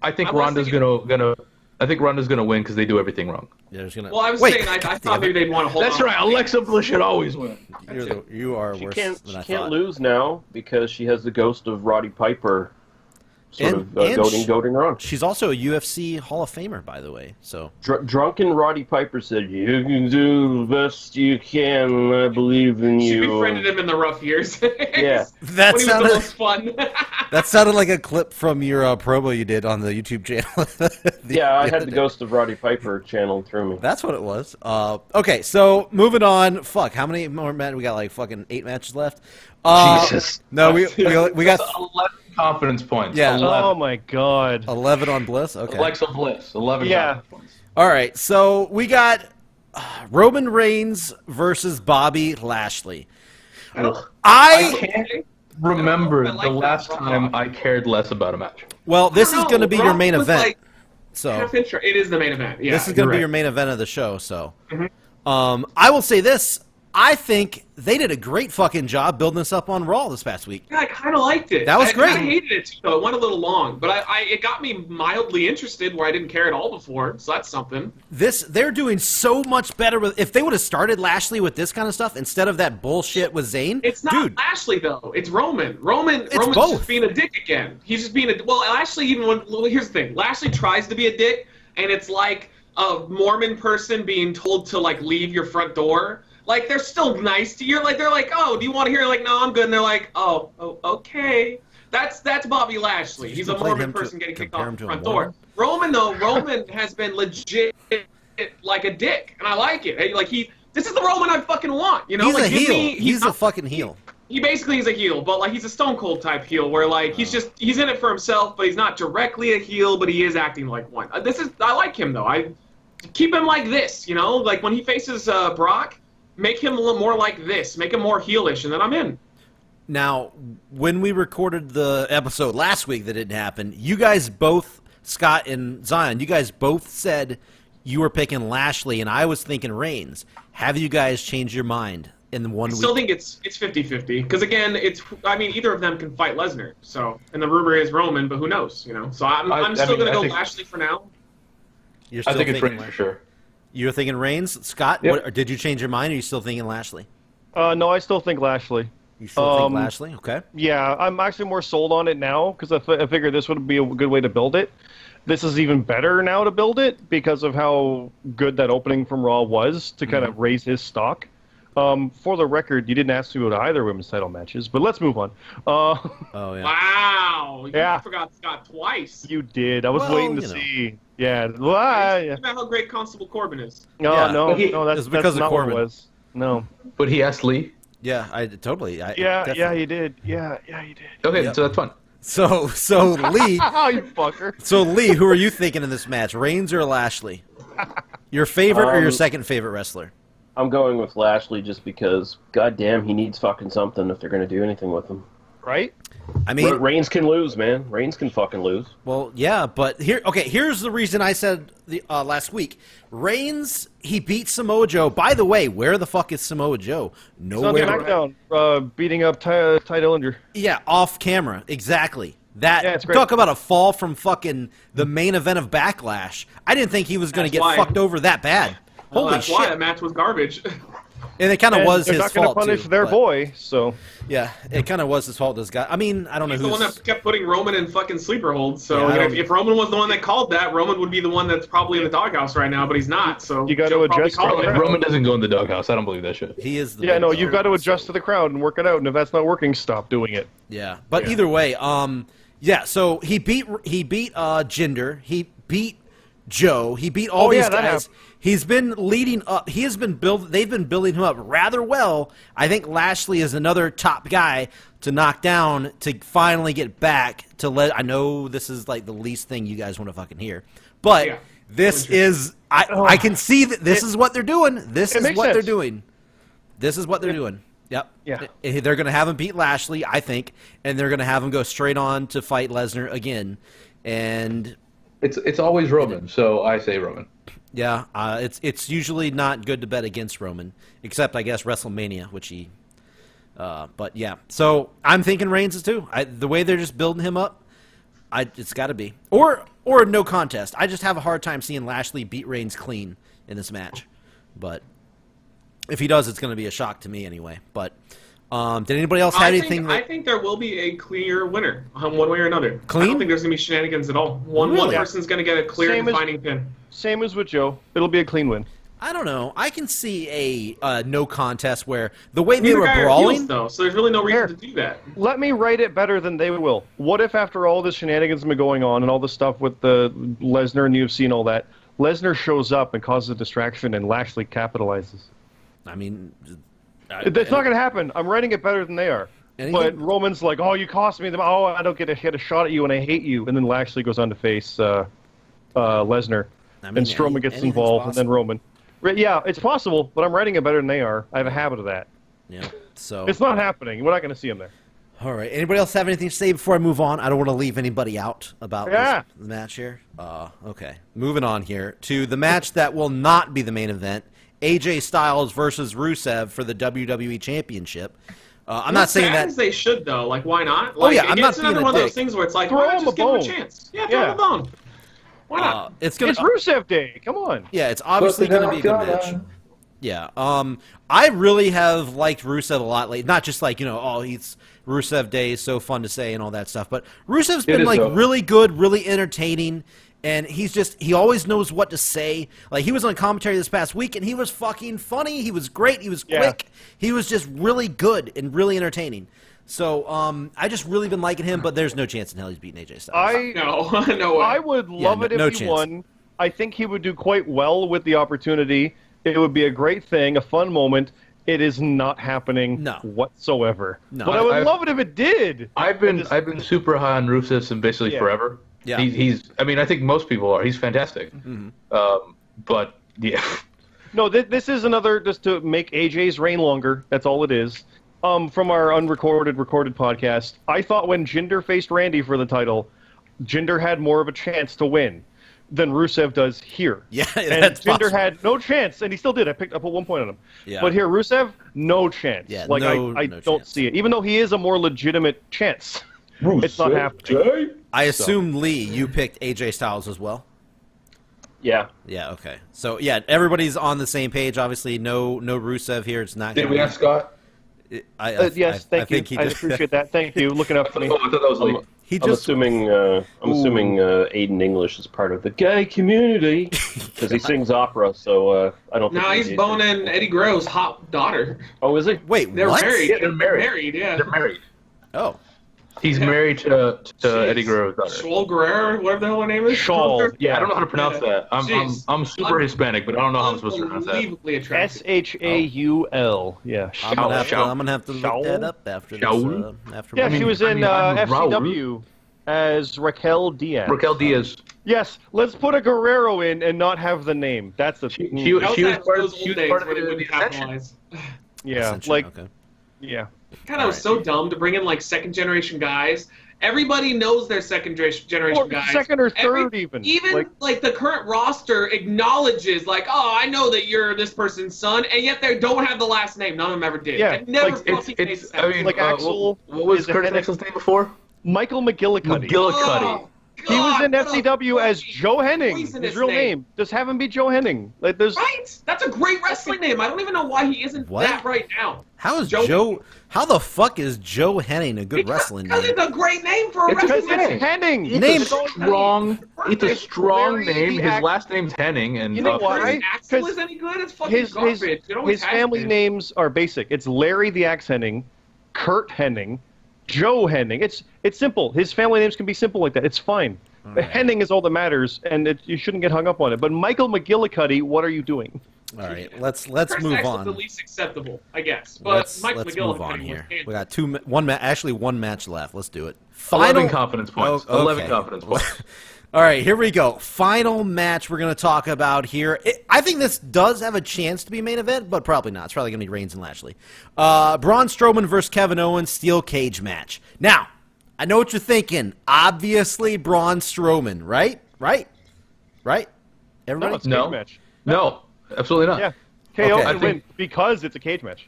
Speaker 2: I think
Speaker 4: I was
Speaker 2: Ronda's
Speaker 4: thinking-
Speaker 2: gonna gonna. I think Ronda's gonna win because they do everything wrong.
Speaker 3: Yeah, there's gonna.
Speaker 4: Well, I was
Speaker 3: Wait,
Speaker 4: saying I, I
Speaker 3: God
Speaker 4: thought
Speaker 3: damn it.
Speaker 4: maybe they'd want to hold. on.
Speaker 2: Alexa Bliss should always win.
Speaker 3: You're the, you are
Speaker 5: She
Speaker 3: worse
Speaker 5: can't,
Speaker 3: than
Speaker 5: she
Speaker 3: I
Speaker 5: can't
Speaker 3: thought.
Speaker 5: lose now because she has the ghost of Roddy Piper sort
Speaker 3: And-
Speaker 5: of uh,
Speaker 3: and
Speaker 5: goading,
Speaker 3: she-
Speaker 5: goading her on.
Speaker 3: She's also a UFC Hall of Famer, by the way. So
Speaker 5: Dr- drunken Roddy Piper said, You can do the best you can. I believe in
Speaker 4: She
Speaker 5: you.
Speaker 4: befriended him in the rough years.
Speaker 5: Yeah.
Speaker 3: That
Speaker 4: when he
Speaker 3: sounded-
Speaker 4: was the most fun.
Speaker 3: that sounded like a clip from your uh, promo you did on the YouTube channel.
Speaker 5: Yeah, I had the ghost of Roddy Piper channeled through me.
Speaker 3: That's what it was. Uh, okay, so moving on. Fuck, how many more matches? We got like fucking eight matches left. Uh,
Speaker 5: Jesus.
Speaker 3: No, we we, we got
Speaker 2: Eleven confidence points.
Speaker 3: Yeah.
Speaker 6: Oh
Speaker 2: 11.
Speaker 6: my god.
Speaker 3: eleven on Bliss. Okay,
Speaker 2: Alexa Bliss. Eleven.
Speaker 6: Yeah.
Speaker 2: Confidence points.
Speaker 3: all right. So we got uh, Roman Reigns versus Bobby Lashley.
Speaker 4: I don't-
Speaker 3: I
Speaker 4: Okay.
Speaker 2: Remember
Speaker 4: I like
Speaker 2: the
Speaker 4: that
Speaker 2: last
Speaker 4: Raw.
Speaker 2: time I cared less about a match.
Speaker 3: well, this
Speaker 4: I
Speaker 3: is
Speaker 4: don't
Speaker 3: going to
Speaker 4: know,
Speaker 3: be your
Speaker 4: Raw
Speaker 3: main
Speaker 4: was,
Speaker 3: event.
Speaker 4: like,
Speaker 3: so
Speaker 4: half intro. It is the main event. Yeah,
Speaker 3: this is going to be your
Speaker 4: you're right.
Speaker 3: main event of the show. So,
Speaker 4: Mm-hmm.
Speaker 3: um, I will say this: I think they did a great fucking job building this up on Raw this past week.
Speaker 4: Yeah, I kind of liked it.
Speaker 3: That was
Speaker 4: I,
Speaker 3: great.
Speaker 4: I hated it too, though. It went a little long, but I, I it got me mildly interested where I didn't care at all before. So that's something.
Speaker 3: This they're doing so much better with. If they would have started Lashley with this kind of stuff instead of that bullshit with Zayn,
Speaker 4: It's not
Speaker 3: dude.
Speaker 4: Lashley though. It's Roman. Roman. Roman's
Speaker 3: both.
Speaker 4: just being a dick again. He's just being a well. Lashley even when well, here's the thing. Lashley tries to be a dick, and it's like a Mormon person being told to like leave your front door. Like they're still nice to you. Like they're like, oh, do you want to hear? Like no, I'm good. And they're like, oh, oh okay. That's that's Bobby Lashley.
Speaker 3: Did
Speaker 4: He's
Speaker 3: you
Speaker 4: a
Speaker 3: compare
Speaker 4: Mormon
Speaker 3: him to-
Speaker 4: person getting kicked
Speaker 3: compare him
Speaker 4: off
Speaker 3: to
Speaker 4: the
Speaker 3: a
Speaker 4: front
Speaker 3: Mormon?
Speaker 4: door. Roman though, Roman has been legit like a dick, and I like it. Like he, this is the Roman I fucking want. You know,
Speaker 3: He's
Speaker 4: like
Speaker 3: a
Speaker 4: give
Speaker 3: heel.
Speaker 4: me-
Speaker 3: he's
Speaker 4: he's
Speaker 3: a fucking heel.
Speaker 4: he basically is a heel, but like he's a Stone Cold type heel, where like he's
Speaker 2: Oh.
Speaker 4: just he's in it for himself, but he's not directly a heel, but he is acting like one. Uh, This is I like him though. I keep him like this, you know, like when he faces uh, Brock, make him a little more like this, make him more heelish, and then I'm in.
Speaker 3: Now, when we recorded the episode last week that didn't happen, you guys both, Scott and Zion, you guys both said you were picking Lashley, and I was thinking Reigns. Have you guys changed your mind? in one
Speaker 4: I
Speaker 3: week.
Speaker 4: still think it's it's 50-50. Because again, it's I mean either of them can fight Lesnar. So and the rumor is Roman, but who knows? You know. So I'm,
Speaker 2: I-
Speaker 4: I,
Speaker 2: I
Speaker 4: am still
Speaker 2: mean,
Speaker 4: gonna
Speaker 2: I
Speaker 4: go
Speaker 2: think-
Speaker 4: Lashley for now.
Speaker 3: You're
Speaker 2: I
Speaker 3: still
Speaker 2: think it's
Speaker 3: thinking
Speaker 2: Reigns for
Speaker 3: Lash-
Speaker 2: sure.
Speaker 3: You're thinking Reigns, Scott.
Speaker 2: Yep.
Speaker 3: What, or did you change your mind? Or are you still thinking Lashley?
Speaker 6: Uh, no, I still think Lashley.
Speaker 3: You still
Speaker 6: Um,
Speaker 3: think Lashley? Okay.
Speaker 6: Yeah, I'm actually more sold on it now because I fi- I figured this would be a good way to build it. This is even better now to build it because of how good that opening from Raw was to kind
Speaker 3: Mm-hmm.
Speaker 6: of raise his stock. Um, for the record, you didn't ask me about either women's title matches, but let's move on. Uh,
Speaker 3: Oh yeah.
Speaker 4: Wow. You
Speaker 6: Yeah.
Speaker 4: forgot Scott twice.
Speaker 6: you did. I was
Speaker 3: Well,
Speaker 6: waiting to
Speaker 3: you know.
Speaker 6: see. Yeah. Well,
Speaker 2: uh,
Speaker 6: I-
Speaker 4: Think about how great Constable Corbin is.
Speaker 6: No,
Speaker 3: Yeah.
Speaker 6: no,
Speaker 2: He-
Speaker 6: no. That's
Speaker 3: it's because
Speaker 6: that's
Speaker 3: of
Speaker 6: not
Speaker 3: Corbin.
Speaker 6: what it was. No.
Speaker 2: But he asked Lee.
Speaker 3: Yeah. I totally. I,
Speaker 6: Yeah, yeah,
Speaker 3: definitely.
Speaker 6: you did. Yeah, yeah, you did.
Speaker 2: Okay,
Speaker 3: Yep.
Speaker 2: so that's fun.
Speaker 3: So so Lee.
Speaker 6: Oh, you fucker.
Speaker 3: So Lee, who are you thinking in this match? Reigns or Lashley? Your favorite or your
Speaker 5: Um,
Speaker 3: second favorite wrestler?
Speaker 5: I'm going with Lashley just because, goddamn, he needs fucking something if they're gonna do anything with him.
Speaker 6: Right?
Speaker 3: I
Speaker 5: But
Speaker 3: mean,
Speaker 5: Reigns can lose, man. Reigns can fucking lose.
Speaker 3: well, yeah, but here, okay, here's the reason I said the, uh, last week. Reigns, he beat Samoa Joe. By the way, where the fuck is Samoa Joe?
Speaker 6: It's on
Speaker 3: Nowhere.
Speaker 6: SmackDown, uh, beating up Ty, Ty Dillinger.
Speaker 3: Yeah, off camera. Exactly. That
Speaker 6: Yeah, it's great.
Speaker 3: talk about a fall from fucking the main event of Backlash. I didn't think he was going to
Speaker 4: That's
Speaker 3: get
Speaker 4: why.
Speaker 3: fucked over that bad.
Speaker 4: Well,
Speaker 3: Holy
Speaker 4: that's
Speaker 3: shit!
Speaker 4: why that match was garbage.
Speaker 3: And it kind of
Speaker 6: And
Speaker 3: was
Speaker 6: they're
Speaker 3: his
Speaker 6: not gonna
Speaker 3: fault
Speaker 6: punish
Speaker 3: too,
Speaker 6: their
Speaker 3: but-
Speaker 6: boy, so
Speaker 3: Yeah, it kind of was his fault. This guy. I mean, I don't
Speaker 4: He's
Speaker 3: know
Speaker 4: the one
Speaker 3: who's.
Speaker 4: that kept putting Roman in fucking sleeper holds. So
Speaker 3: Yeah, I
Speaker 4: you know,
Speaker 3: don't-
Speaker 4: if, if Roman was the one that called that, Roman would be the one that's probably in the doghouse right now. But he's not. So
Speaker 6: You gotta
Speaker 4: Joe probably
Speaker 6: adjust
Speaker 4: called
Speaker 6: for
Speaker 4: it.
Speaker 6: that.
Speaker 2: Roman doesn't go in the doghouse. I don't believe that shit.
Speaker 3: He is the
Speaker 6: yeah,
Speaker 3: big
Speaker 6: no,
Speaker 3: dog.
Speaker 6: you've got to adjust to the crowd and work it out. And if that's not working, stop doing it.
Speaker 3: Yeah, but either way, um, yeah. So he beat he beat uh Jinder, he beat Joe, he beat all
Speaker 6: Oh,
Speaker 3: these
Speaker 6: yeah, that
Speaker 3: guys.
Speaker 6: happened.
Speaker 3: He's been leading up. He has been build. They've been building him up rather well. I think Lashley is another top guy to knock down to finally get back to let. I know this is like the least thing you guys want to fucking hear, but
Speaker 4: Yeah.
Speaker 3: this is I
Speaker 6: Oh.
Speaker 3: I can see that this is what they're doing. This
Speaker 6: it
Speaker 3: is
Speaker 6: makes
Speaker 3: what they're
Speaker 6: sense.
Speaker 3: doing. This is what they're doing. Yep.
Speaker 6: Yeah.
Speaker 3: Eh, They're going to have him beat Lashley, I think, and they're going to have him go straight on to fight Lesnar again. And
Speaker 2: It's it's always Roman, so I say Roman.
Speaker 3: yeah, uh, it's it's usually not good to bet against Roman, except I guess WrestleMania, which he. Uh, but yeah, so I'm thinking Reigns is too. I, the way they're just building him up, I it's got to be or or no contest. I just have a hard time seeing Lashley beat Reigns clean in this match, but if he does, it's going to be a shock to me anyway. But um, did anybody else have
Speaker 4: I
Speaker 3: anything?
Speaker 4: think,
Speaker 3: that-
Speaker 4: I think there will be a clear winner, um, one way or another. I
Speaker 3: Clean?
Speaker 4: don't think there's gonna be shenanigans at all. One one
Speaker 3: Really?
Speaker 4: person's gonna get a clear
Speaker 6: Same as-
Speaker 4: defining pin.
Speaker 6: Same as with Joe. It'll be a clean win.
Speaker 3: I don't know. I can see a uh, no contest where the way they
Speaker 4: Neither
Speaker 3: were
Speaker 4: guy are
Speaker 3: brawling.
Speaker 4: heels, though, so there's really no reason
Speaker 6: Fair.
Speaker 4: to do that.
Speaker 6: Let me write it better than they will. What if, after all this shenanigans have been going on and all the stuff with the Lesnar and UFC and all that, Lesnar shows up and causes a distraction and Lashley capitalizes?
Speaker 3: I mean,
Speaker 6: That's not going to happen. I'm writing it better than they are.
Speaker 3: Anything-
Speaker 6: But Roman's like, "Oh, you cost me the. Oh, I don't get a get a shot at you, and I hate you." And then Lashley goes on to face uh, uh, Lesnar,
Speaker 3: I mean,
Speaker 6: and Strowman
Speaker 3: any-
Speaker 6: gets
Speaker 3: anything's
Speaker 6: involved, and
Speaker 3: possible.
Speaker 6: then Roman. Right, yeah, it's possible, but I'm writing it better than they are. I have a habit of that.
Speaker 3: yeah. So
Speaker 6: It's not happening. We're not going to see him there.
Speaker 3: all right. Anybody else have anything to say before I move on? I don't want to leave anybody out about
Speaker 6: Yeah.
Speaker 3: this, the match here. Uh, okay. Moving on here to the match that will not be the main event: AJ Styles versus Rusev for the WWE Championship. Uh, I'm not
Speaker 4: As
Speaker 3: saying
Speaker 4: bad
Speaker 3: that. Oh,
Speaker 4: as they should though. Like why not? Like,
Speaker 3: yeah, I'm
Speaker 4: it-
Speaker 3: not
Speaker 4: It's another
Speaker 3: being a
Speaker 4: one of
Speaker 3: dick.
Speaker 4: those things where it's like,
Speaker 6: Throw
Speaker 4: why not
Speaker 6: him
Speaker 4: just
Speaker 6: a
Speaker 4: give him a
Speaker 6: bone.
Speaker 4: chance? Yeah, throw
Speaker 6: Yeah.
Speaker 4: him a bone. Why not?
Speaker 3: Uh, it's gonna.
Speaker 6: It's Rusev Day. Come on.
Speaker 3: Yeah, it's obviously going to be a good match. Yeah. Um, I really have liked Rusev a lot lately. Not just like, you know, oh, he's Rusev Day is so fun to say and all that stuff, but Rusev's been
Speaker 2: is,
Speaker 3: like
Speaker 2: though.
Speaker 3: really good, really entertaining. And he's just, he always knows what to say. Like, he was on commentary this past week and he was fucking funny. He was great. He was
Speaker 6: Yeah.
Speaker 3: quick. He was just really good and really entertaining. So, um, I just really been liking him, but there's no chance in hell he's beating AJ Styles.
Speaker 6: I
Speaker 4: No, no way.
Speaker 6: I would love
Speaker 3: no-
Speaker 6: it if
Speaker 3: no
Speaker 6: he
Speaker 3: chance.
Speaker 6: won. I think he would do quite well with the opportunity. It would be a great thing, a fun moment. It is not happening
Speaker 3: No.
Speaker 6: whatsoever.
Speaker 3: No.
Speaker 6: But I would
Speaker 2: I-
Speaker 6: love it if it did.
Speaker 2: I've been
Speaker 6: I just-
Speaker 2: I've been super high on Rusev since basically
Speaker 6: Yeah.
Speaker 2: forever.
Speaker 3: Yeah. Mm-hmm.
Speaker 2: He, he's I mean I think most people are. He's fantastic. Um, but yeah,
Speaker 6: No, th- this is another just to make AJ's reign longer. That's all it is. Um, from our unrecorded recorded podcast, I thought when Jinder faced Randy for the title, Jinder had more of a chance to win. than Rusev does here.
Speaker 3: Yeah,
Speaker 6: and
Speaker 3: that's
Speaker 6: Jinder
Speaker 3: possible.
Speaker 6: had no chance, and he still did. I picked up a one point on him.
Speaker 3: Yeah.
Speaker 6: But here, Rusev, no chance.
Speaker 3: Yeah,
Speaker 6: like
Speaker 3: no-
Speaker 6: I, I
Speaker 3: no
Speaker 6: don't
Speaker 3: chance.
Speaker 6: see it. Even though he is a more legitimate chance, it's not happening.
Speaker 3: I assume Lee, you picked AJ Styles as well.
Speaker 5: Yeah.
Speaker 3: Yeah. Okay. So yeah, everybody's on the same page. Obviously, no no Rusev here. It's not.
Speaker 2: Did
Speaker 3: gonna
Speaker 2: we
Speaker 3: be-
Speaker 2: ask Scott?
Speaker 3: I, I-
Speaker 6: Uh, yes,
Speaker 3: I, I
Speaker 6: thank you.
Speaker 3: Think he
Speaker 6: I
Speaker 3: just,
Speaker 6: appreciate that. Thank you. Looking up for me.
Speaker 2: Oh, I thought that was Lee.
Speaker 3: He
Speaker 5: I'm
Speaker 3: just
Speaker 5: assuming uh, I'm assuming uh, Aiden English is part of the gay community because he sings opera. So uh, I don't. think
Speaker 4: Now he's
Speaker 5: he-
Speaker 4: boning Eddie Grove's hot daughter.
Speaker 5: Oh, is he?
Speaker 3: wait.
Speaker 4: They're
Speaker 3: what?
Speaker 4: married.
Speaker 2: Yeah, they're married.
Speaker 4: yeah.
Speaker 2: They're married.
Speaker 3: Oh,
Speaker 2: He's
Speaker 4: Yeah.
Speaker 2: married to, to
Speaker 4: Jeez.
Speaker 2: Eddie Grove's daughter.
Speaker 4: Schwal Guerrero, whatever the hell her name is.
Speaker 6: Shawl.
Speaker 2: Yeah, I don't know how to pronounce
Speaker 4: Yeah.
Speaker 2: that. I'm, I'm,
Speaker 4: Jeez.
Speaker 2: I'm super Hispanic, but I don't know how I'm supposed to pronounce that.
Speaker 4: Unbelievably attractive.
Speaker 6: S H A U L. Yeah.
Speaker 3: I'm gonna have to.
Speaker 2: Shaw.
Speaker 3: I'm gonna have to
Speaker 6: Shaw.
Speaker 3: look that up after this. Uh,
Speaker 2: Shaw.
Speaker 3: after
Speaker 6: Yeah,
Speaker 3: we-
Speaker 6: she was in
Speaker 2: I mean,
Speaker 6: uh,
Speaker 2: I'm Raul.
Speaker 6: FCW as Raquel Diaz.
Speaker 2: Raquel Diaz.
Speaker 6: Yes, let's put a Guerrero in and not have the name. That's the
Speaker 2: She,
Speaker 6: Mm,
Speaker 2: she,
Speaker 4: That
Speaker 2: she was
Speaker 4: that-
Speaker 2: part of,
Speaker 4: those
Speaker 2: she
Speaker 4: old
Speaker 2: was
Speaker 4: days
Speaker 2: part of
Speaker 4: where
Speaker 2: the,
Speaker 4: they
Speaker 2: the
Speaker 4: wouldn't
Speaker 2: Ascension.
Speaker 4: capitalize.
Speaker 6: yeah,
Speaker 3: Ascension,
Speaker 6: like
Speaker 3: okay.
Speaker 6: yeah.
Speaker 4: God, that was so dumb to bring in like second generation guys. Everybody knows they're second dra- generation
Speaker 6: Or
Speaker 4: guys.
Speaker 6: second or
Speaker 4: Every-
Speaker 6: third even.
Speaker 4: Even
Speaker 6: Like-
Speaker 4: like, the current roster acknowledges, like, oh, I know that you're this person's son, and yet they don't have the last name. None of them ever did.
Speaker 6: Yeah,
Speaker 4: It never
Speaker 6: like,
Speaker 2: It's,
Speaker 4: fucking made
Speaker 2: it's,
Speaker 4: sense.
Speaker 2: I mean,
Speaker 6: Like
Speaker 2: uh, what-
Speaker 6: Axel
Speaker 2: what, was
Speaker 6: is a
Speaker 2: Curtis
Speaker 6: headache.
Speaker 2: Axel's name before?
Speaker 6: Michael McGillicuddy.
Speaker 2: McGillicuddy.
Speaker 6: he was in
Speaker 4: God, what a
Speaker 6: FCW as
Speaker 4: fucking
Speaker 6: Joe Henning.
Speaker 4: Oh, poisonous
Speaker 6: His real name.
Speaker 4: name.
Speaker 6: Just have him be Joe Henning. Like there's
Speaker 4: Right? That's a great wrestling name. I don't even know why he isn't
Speaker 3: What?
Speaker 4: that right now.
Speaker 3: How is Joe,
Speaker 4: Joe-
Speaker 3: How the fuck is Joe Henning a good wrestling
Speaker 4: Because
Speaker 3: name?
Speaker 4: it's a great name for a
Speaker 2: It's a
Speaker 6: because
Speaker 4: wrestling
Speaker 2: good
Speaker 4: name.
Speaker 6: it's Henning.
Speaker 3: Name-
Speaker 6: It's all-
Speaker 2: Strong. It's a
Speaker 4: It's
Speaker 2: strong
Speaker 6: Larry
Speaker 2: name. His
Speaker 6: Ax-
Speaker 2: last name's Henning, and
Speaker 6: You know
Speaker 2: uh,
Speaker 6: why?
Speaker 4: Curtis Axel
Speaker 6: Because
Speaker 4: is any good? It's fucking
Speaker 6: His
Speaker 4: garbage.
Speaker 6: his,
Speaker 4: It always
Speaker 6: his
Speaker 4: has
Speaker 6: family
Speaker 4: been.
Speaker 6: names are basic. It's Larry the Axe Henning, Kurt Henning, Joe Henning. It's it's simple. His family names can be simple like that. It's fine. The Henning is all that matters, and it, you shouldn't get hung up on it. But Michael McGillicuddy, what are you doing?
Speaker 3: All right, let's let's
Speaker 4: Curtis
Speaker 3: move
Speaker 4: Axel's
Speaker 3: on.
Speaker 4: the least acceptable, I guess. But
Speaker 3: Let's
Speaker 4: Mike
Speaker 3: let's
Speaker 4: McGill
Speaker 3: move on here. We got two ma- one ma- actually one match left. Let's do it.
Speaker 2: Eleven confidence points.
Speaker 3: Oh, okay.
Speaker 2: Eleven confidence points.
Speaker 3: All right, here we go. Final match we're going to talk about here. It, I think this does have a chance to be main event, but probably not. It's probably going to be Reigns and Lashley. Uh, Braun Strowman versus Kevin Owens steel cage match. Now, I know what you're thinking. Obviously, Braun Strowman, right? Right? Right? Everybody?
Speaker 6: it's a
Speaker 2: No.
Speaker 6: cage match.
Speaker 2: no, absolutely not.
Speaker 6: Yeah, KO
Speaker 3: Okay.
Speaker 6: can
Speaker 3: I
Speaker 2: think-
Speaker 6: win because it's a cage match.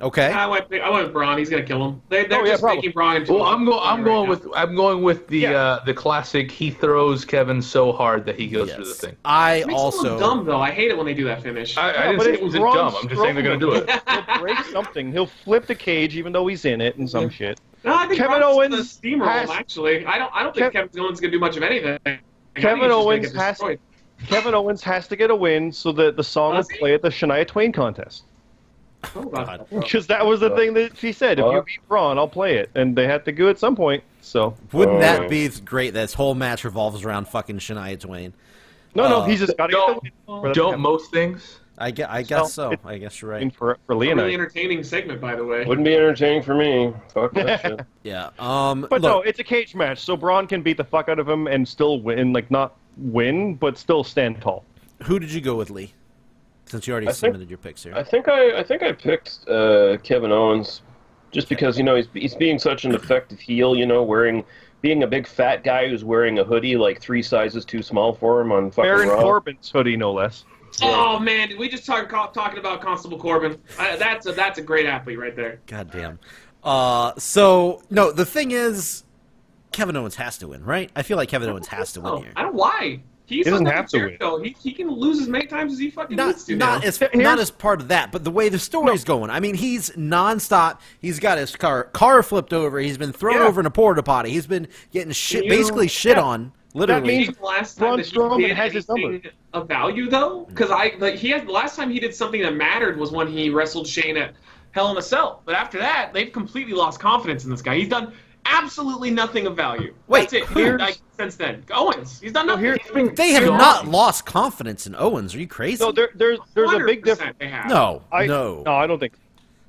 Speaker 3: Okay.
Speaker 4: I went, I went with Braun. He's gonna kill him. They, they're
Speaker 6: Oh, yeah,
Speaker 4: just
Speaker 6: probably.
Speaker 4: making Braun. into
Speaker 2: Well,
Speaker 4: a-
Speaker 2: I'm going. I'm
Speaker 4: right
Speaker 2: going
Speaker 4: now.
Speaker 2: with. I'm going with the
Speaker 6: Yeah.
Speaker 2: uh, the classic. He throws Kevin so hard that he goes through the
Speaker 3: Yes.
Speaker 2: thing.
Speaker 3: I
Speaker 4: It makes it a little
Speaker 3: also.
Speaker 4: dumb though. I hate it when they do that finish.
Speaker 2: I, I
Speaker 6: Yeah,
Speaker 2: didn't
Speaker 6: but
Speaker 2: say
Speaker 6: it's
Speaker 2: it was
Speaker 6: Braun
Speaker 2: dumb. I'm just saying they're going to do it.
Speaker 6: He'll break something. He'll flip the cage even though he's in it and some shit.
Speaker 4: no, I think
Speaker 6: Kevin
Speaker 4: Braun's
Speaker 6: Owens
Speaker 4: gonna steamroll him,
Speaker 6: has-
Speaker 4: Actually, I don't. I don't think
Speaker 6: Kev-
Speaker 4: Kevin Owens gonna do much of anything. I think
Speaker 6: Kevin
Speaker 4: he's just gonna
Speaker 6: Owens
Speaker 4: get
Speaker 6: has-
Speaker 4: destroyed.
Speaker 6: Kevin Owens has to get a win so that the song
Speaker 4: Does
Speaker 6: will
Speaker 4: he?
Speaker 6: play at the Shania Twain contest.
Speaker 4: Oh, God.
Speaker 6: Because that was the thing that she said. If you
Speaker 5: Fuck.
Speaker 6: beat Braun, I'll play it. And they had to go at some point. So
Speaker 3: Wouldn't that
Speaker 5: Oh.
Speaker 3: be great? This whole match revolves around fucking Shania Twain.
Speaker 6: no, no,
Speaker 3: Uh,
Speaker 6: he's just got to
Speaker 2: don't-
Speaker 6: get the win.
Speaker 2: Don't most things.
Speaker 3: I guess, I guess
Speaker 6: So,
Speaker 3: so.
Speaker 6: it-
Speaker 3: I guess you're
Speaker 6: in
Speaker 3: right.
Speaker 6: for for Leonite.
Speaker 4: Really entertaining segment, by the way.
Speaker 5: Wouldn't be entertaining for me. Fuck that shit.
Speaker 3: Yeah. Um,
Speaker 6: But no,
Speaker 3: look,
Speaker 6: it's a cage match, so Braun can beat the fuck out of him and still win. Like not win, but still stand tall.
Speaker 3: who did you go with, Lee? Since you already
Speaker 5: I think-
Speaker 3: submitted your picks here.
Speaker 5: I think I, I think I picked uh, Kevin Owens, just because you know he's he's being such an effective heel. You know, wearing being a big fat guy who's wearing a hoodie like three sizes too small for him on fucking
Speaker 6: Baron
Speaker 5: Raw.
Speaker 6: Corbin's hoodie, no less.
Speaker 4: Oh man, did we just talk talking about Constable Corbin? I, that's a, that's a great athlete right there.
Speaker 3: God damn. Uh, so no, the thing is, Kevin Owens has to win, right? I feel like Kevin Owens has to
Speaker 4: Oh,
Speaker 3: win here.
Speaker 4: I don't why. He's
Speaker 6: doesn't
Speaker 4: on
Speaker 6: have to win.
Speaker 4: Jericho. He, he can lose as many times as he fucking
Speaker 3: Not,
Speaker 4: needs to.
Speaker 3: not
Speaker 4: now.
Speaker 3: as
Speaker 6: Here's-
Speaker 3: not as part of that, but the way the story's going. I mean, he's nonstop. He's got his car car flipped over. He's been thrown
Speaker 6: Yeah.
Speaker 3: over in a porta potty. He's been getting shit,
Speaker 4: you-
Speaker 3: basically shit
Speaker 6: Yeah.
Speaker 3: on. Literally,
Speaker 6: means-
Speaker 4: think the last time
Speaker 6: Braun
Speaker 4: that he
Speaker 6: Strowman
Speaker 4: did
Speaker 6: has his
Speaker 4: anything
Speaker 6: number.
Speaker 4: Of value though,
Speaker 3: Hmm.
Speaker 4: because I like he had the last time he did something that mattered was when he wrestled Shane at Hell in a Cell. But after that, they've completely lost confidence in this guy. He's done absolutely nothing of value.
Speaker 3: Wait,
Speaker 4: That's it.
Speaker 3: who's-
Speaker 4: Like, since then, Owens, he's done nothing.
Speaker 6: here-
Speaker 4: He's been-
Speaker 3: they have
Speaker 4: he's
Speaker 3: not
Speaker 4: lost
Speaker 3: lost confidence in Owens. Are you crazy?
Speaker 6: No, there, there's there's a
Speaker 4: 100%
Speaker 6: big difference.
Speaker 4: They have.
Speaker 3: no,
Speaker 6: I,
Speaker 3: no.
Speaker 6: no, I don't think.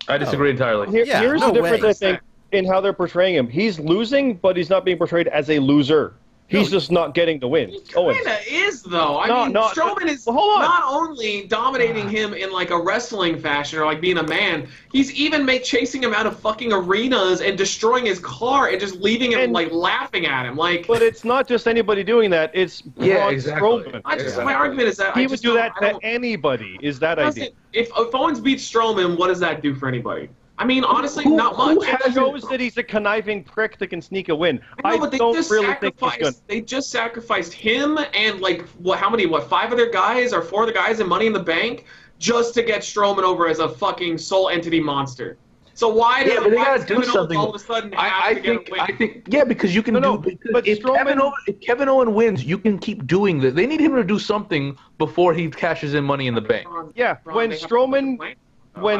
Speaker 2: I disagree entirely.
Speaker 6: Here,
Speaker 3: Yeah,
Speaker 6: here's
Speaker 3: no
Speaker 6: the difference,
Speaker 3: way.
Speaker 6: I think, in how they're portraying him. He's losing, but he's not being portrayed as a loser. He's just not getting the win.
Speaker 4: He
Speaker 6: Owens.
Speaker 4: kind of is, though. I
Speaker 6: Oh, No,
Speaker 4: mean,
Speaker 6: no,
Speaker 4: Strowman is
Speaker 6: well, hold on.
Speaker 4: not only dominating him in like a wrestling fashion or like being a man, he's even make, chasing him out of fucking arenas and destroying his car and just leaving him
Speaker 6: And-
Speaker 4: like laughing at him. Like,
Speaker 6: But it's not just anybody doing that. It's Braun
Speaker 2: Yeah, exactly.
Speaker 6: Strowman.
Speaker 4: I just
Speaker 2: Exactly.
Speaker 4: my argument is that I
Speaker 6: He would
Speaker 4: just
Speaker 6: do
Speaker 4: don't-
Speaker 6: that
Speaker 4: I
Speaker 6: to
Speaker 4: don't-
Speaker 6: anybody. Is that idea?
Speaker 4: doesn't- If, if Owens beats Strowman, what does that do for anybody? I mean, honestly,
Speaker 5: who-
Speaker 4: not
Speaker 5: who
Speaker 4: much.
Speaker 5: has-
Speaker 6: It shows that he's a conniving prick that can sneak a win.
Speaker 4: I
Speaker 6: I,
Speaker 4: know, but they
Speaker 6: don't
Speaker 4: just
Speaker 6: really think he's
Speaker 4: sacrificed.
Speaker 6: going. to
Speaker 4: They just sacrificed him and like what? How many? What five other guys or four other guys in Money in the Bank just to get Strowman over as a fucking soul entity monster. So why?
Speaker 2: Yeah,
Speaker 4: does-
Speaker 2: but they
Speaker 4: why
Speaker 2: gotta
Speaker 4: does
Speaker 2: do
Speaker 4: Kevin Owens
Speaker 2: something.
Speaker 4: All of a sudden, have
Speaker 2: I, I
Speaker 4: to
Speaker 2: think
Speaker 4: get a win?
Speaker 2: I think yeah because you can
Speaker 6: No, no,
Speaker 2: do because
Speaker 6: but
Speaker 2: if
Speaker 6: Strowman-
Speaker 2: Kevin Owen if Kevin Owen wins you can keep doing this. They need him to do something before he cashes in Money in the Bank.
Speaker 6: Yeah,
Speaker 4: Braun,
Speaker 6: when
Speaker 4: they have
Speaker 6: Strowman-
Speaker 4: to win.
Speaker 6: when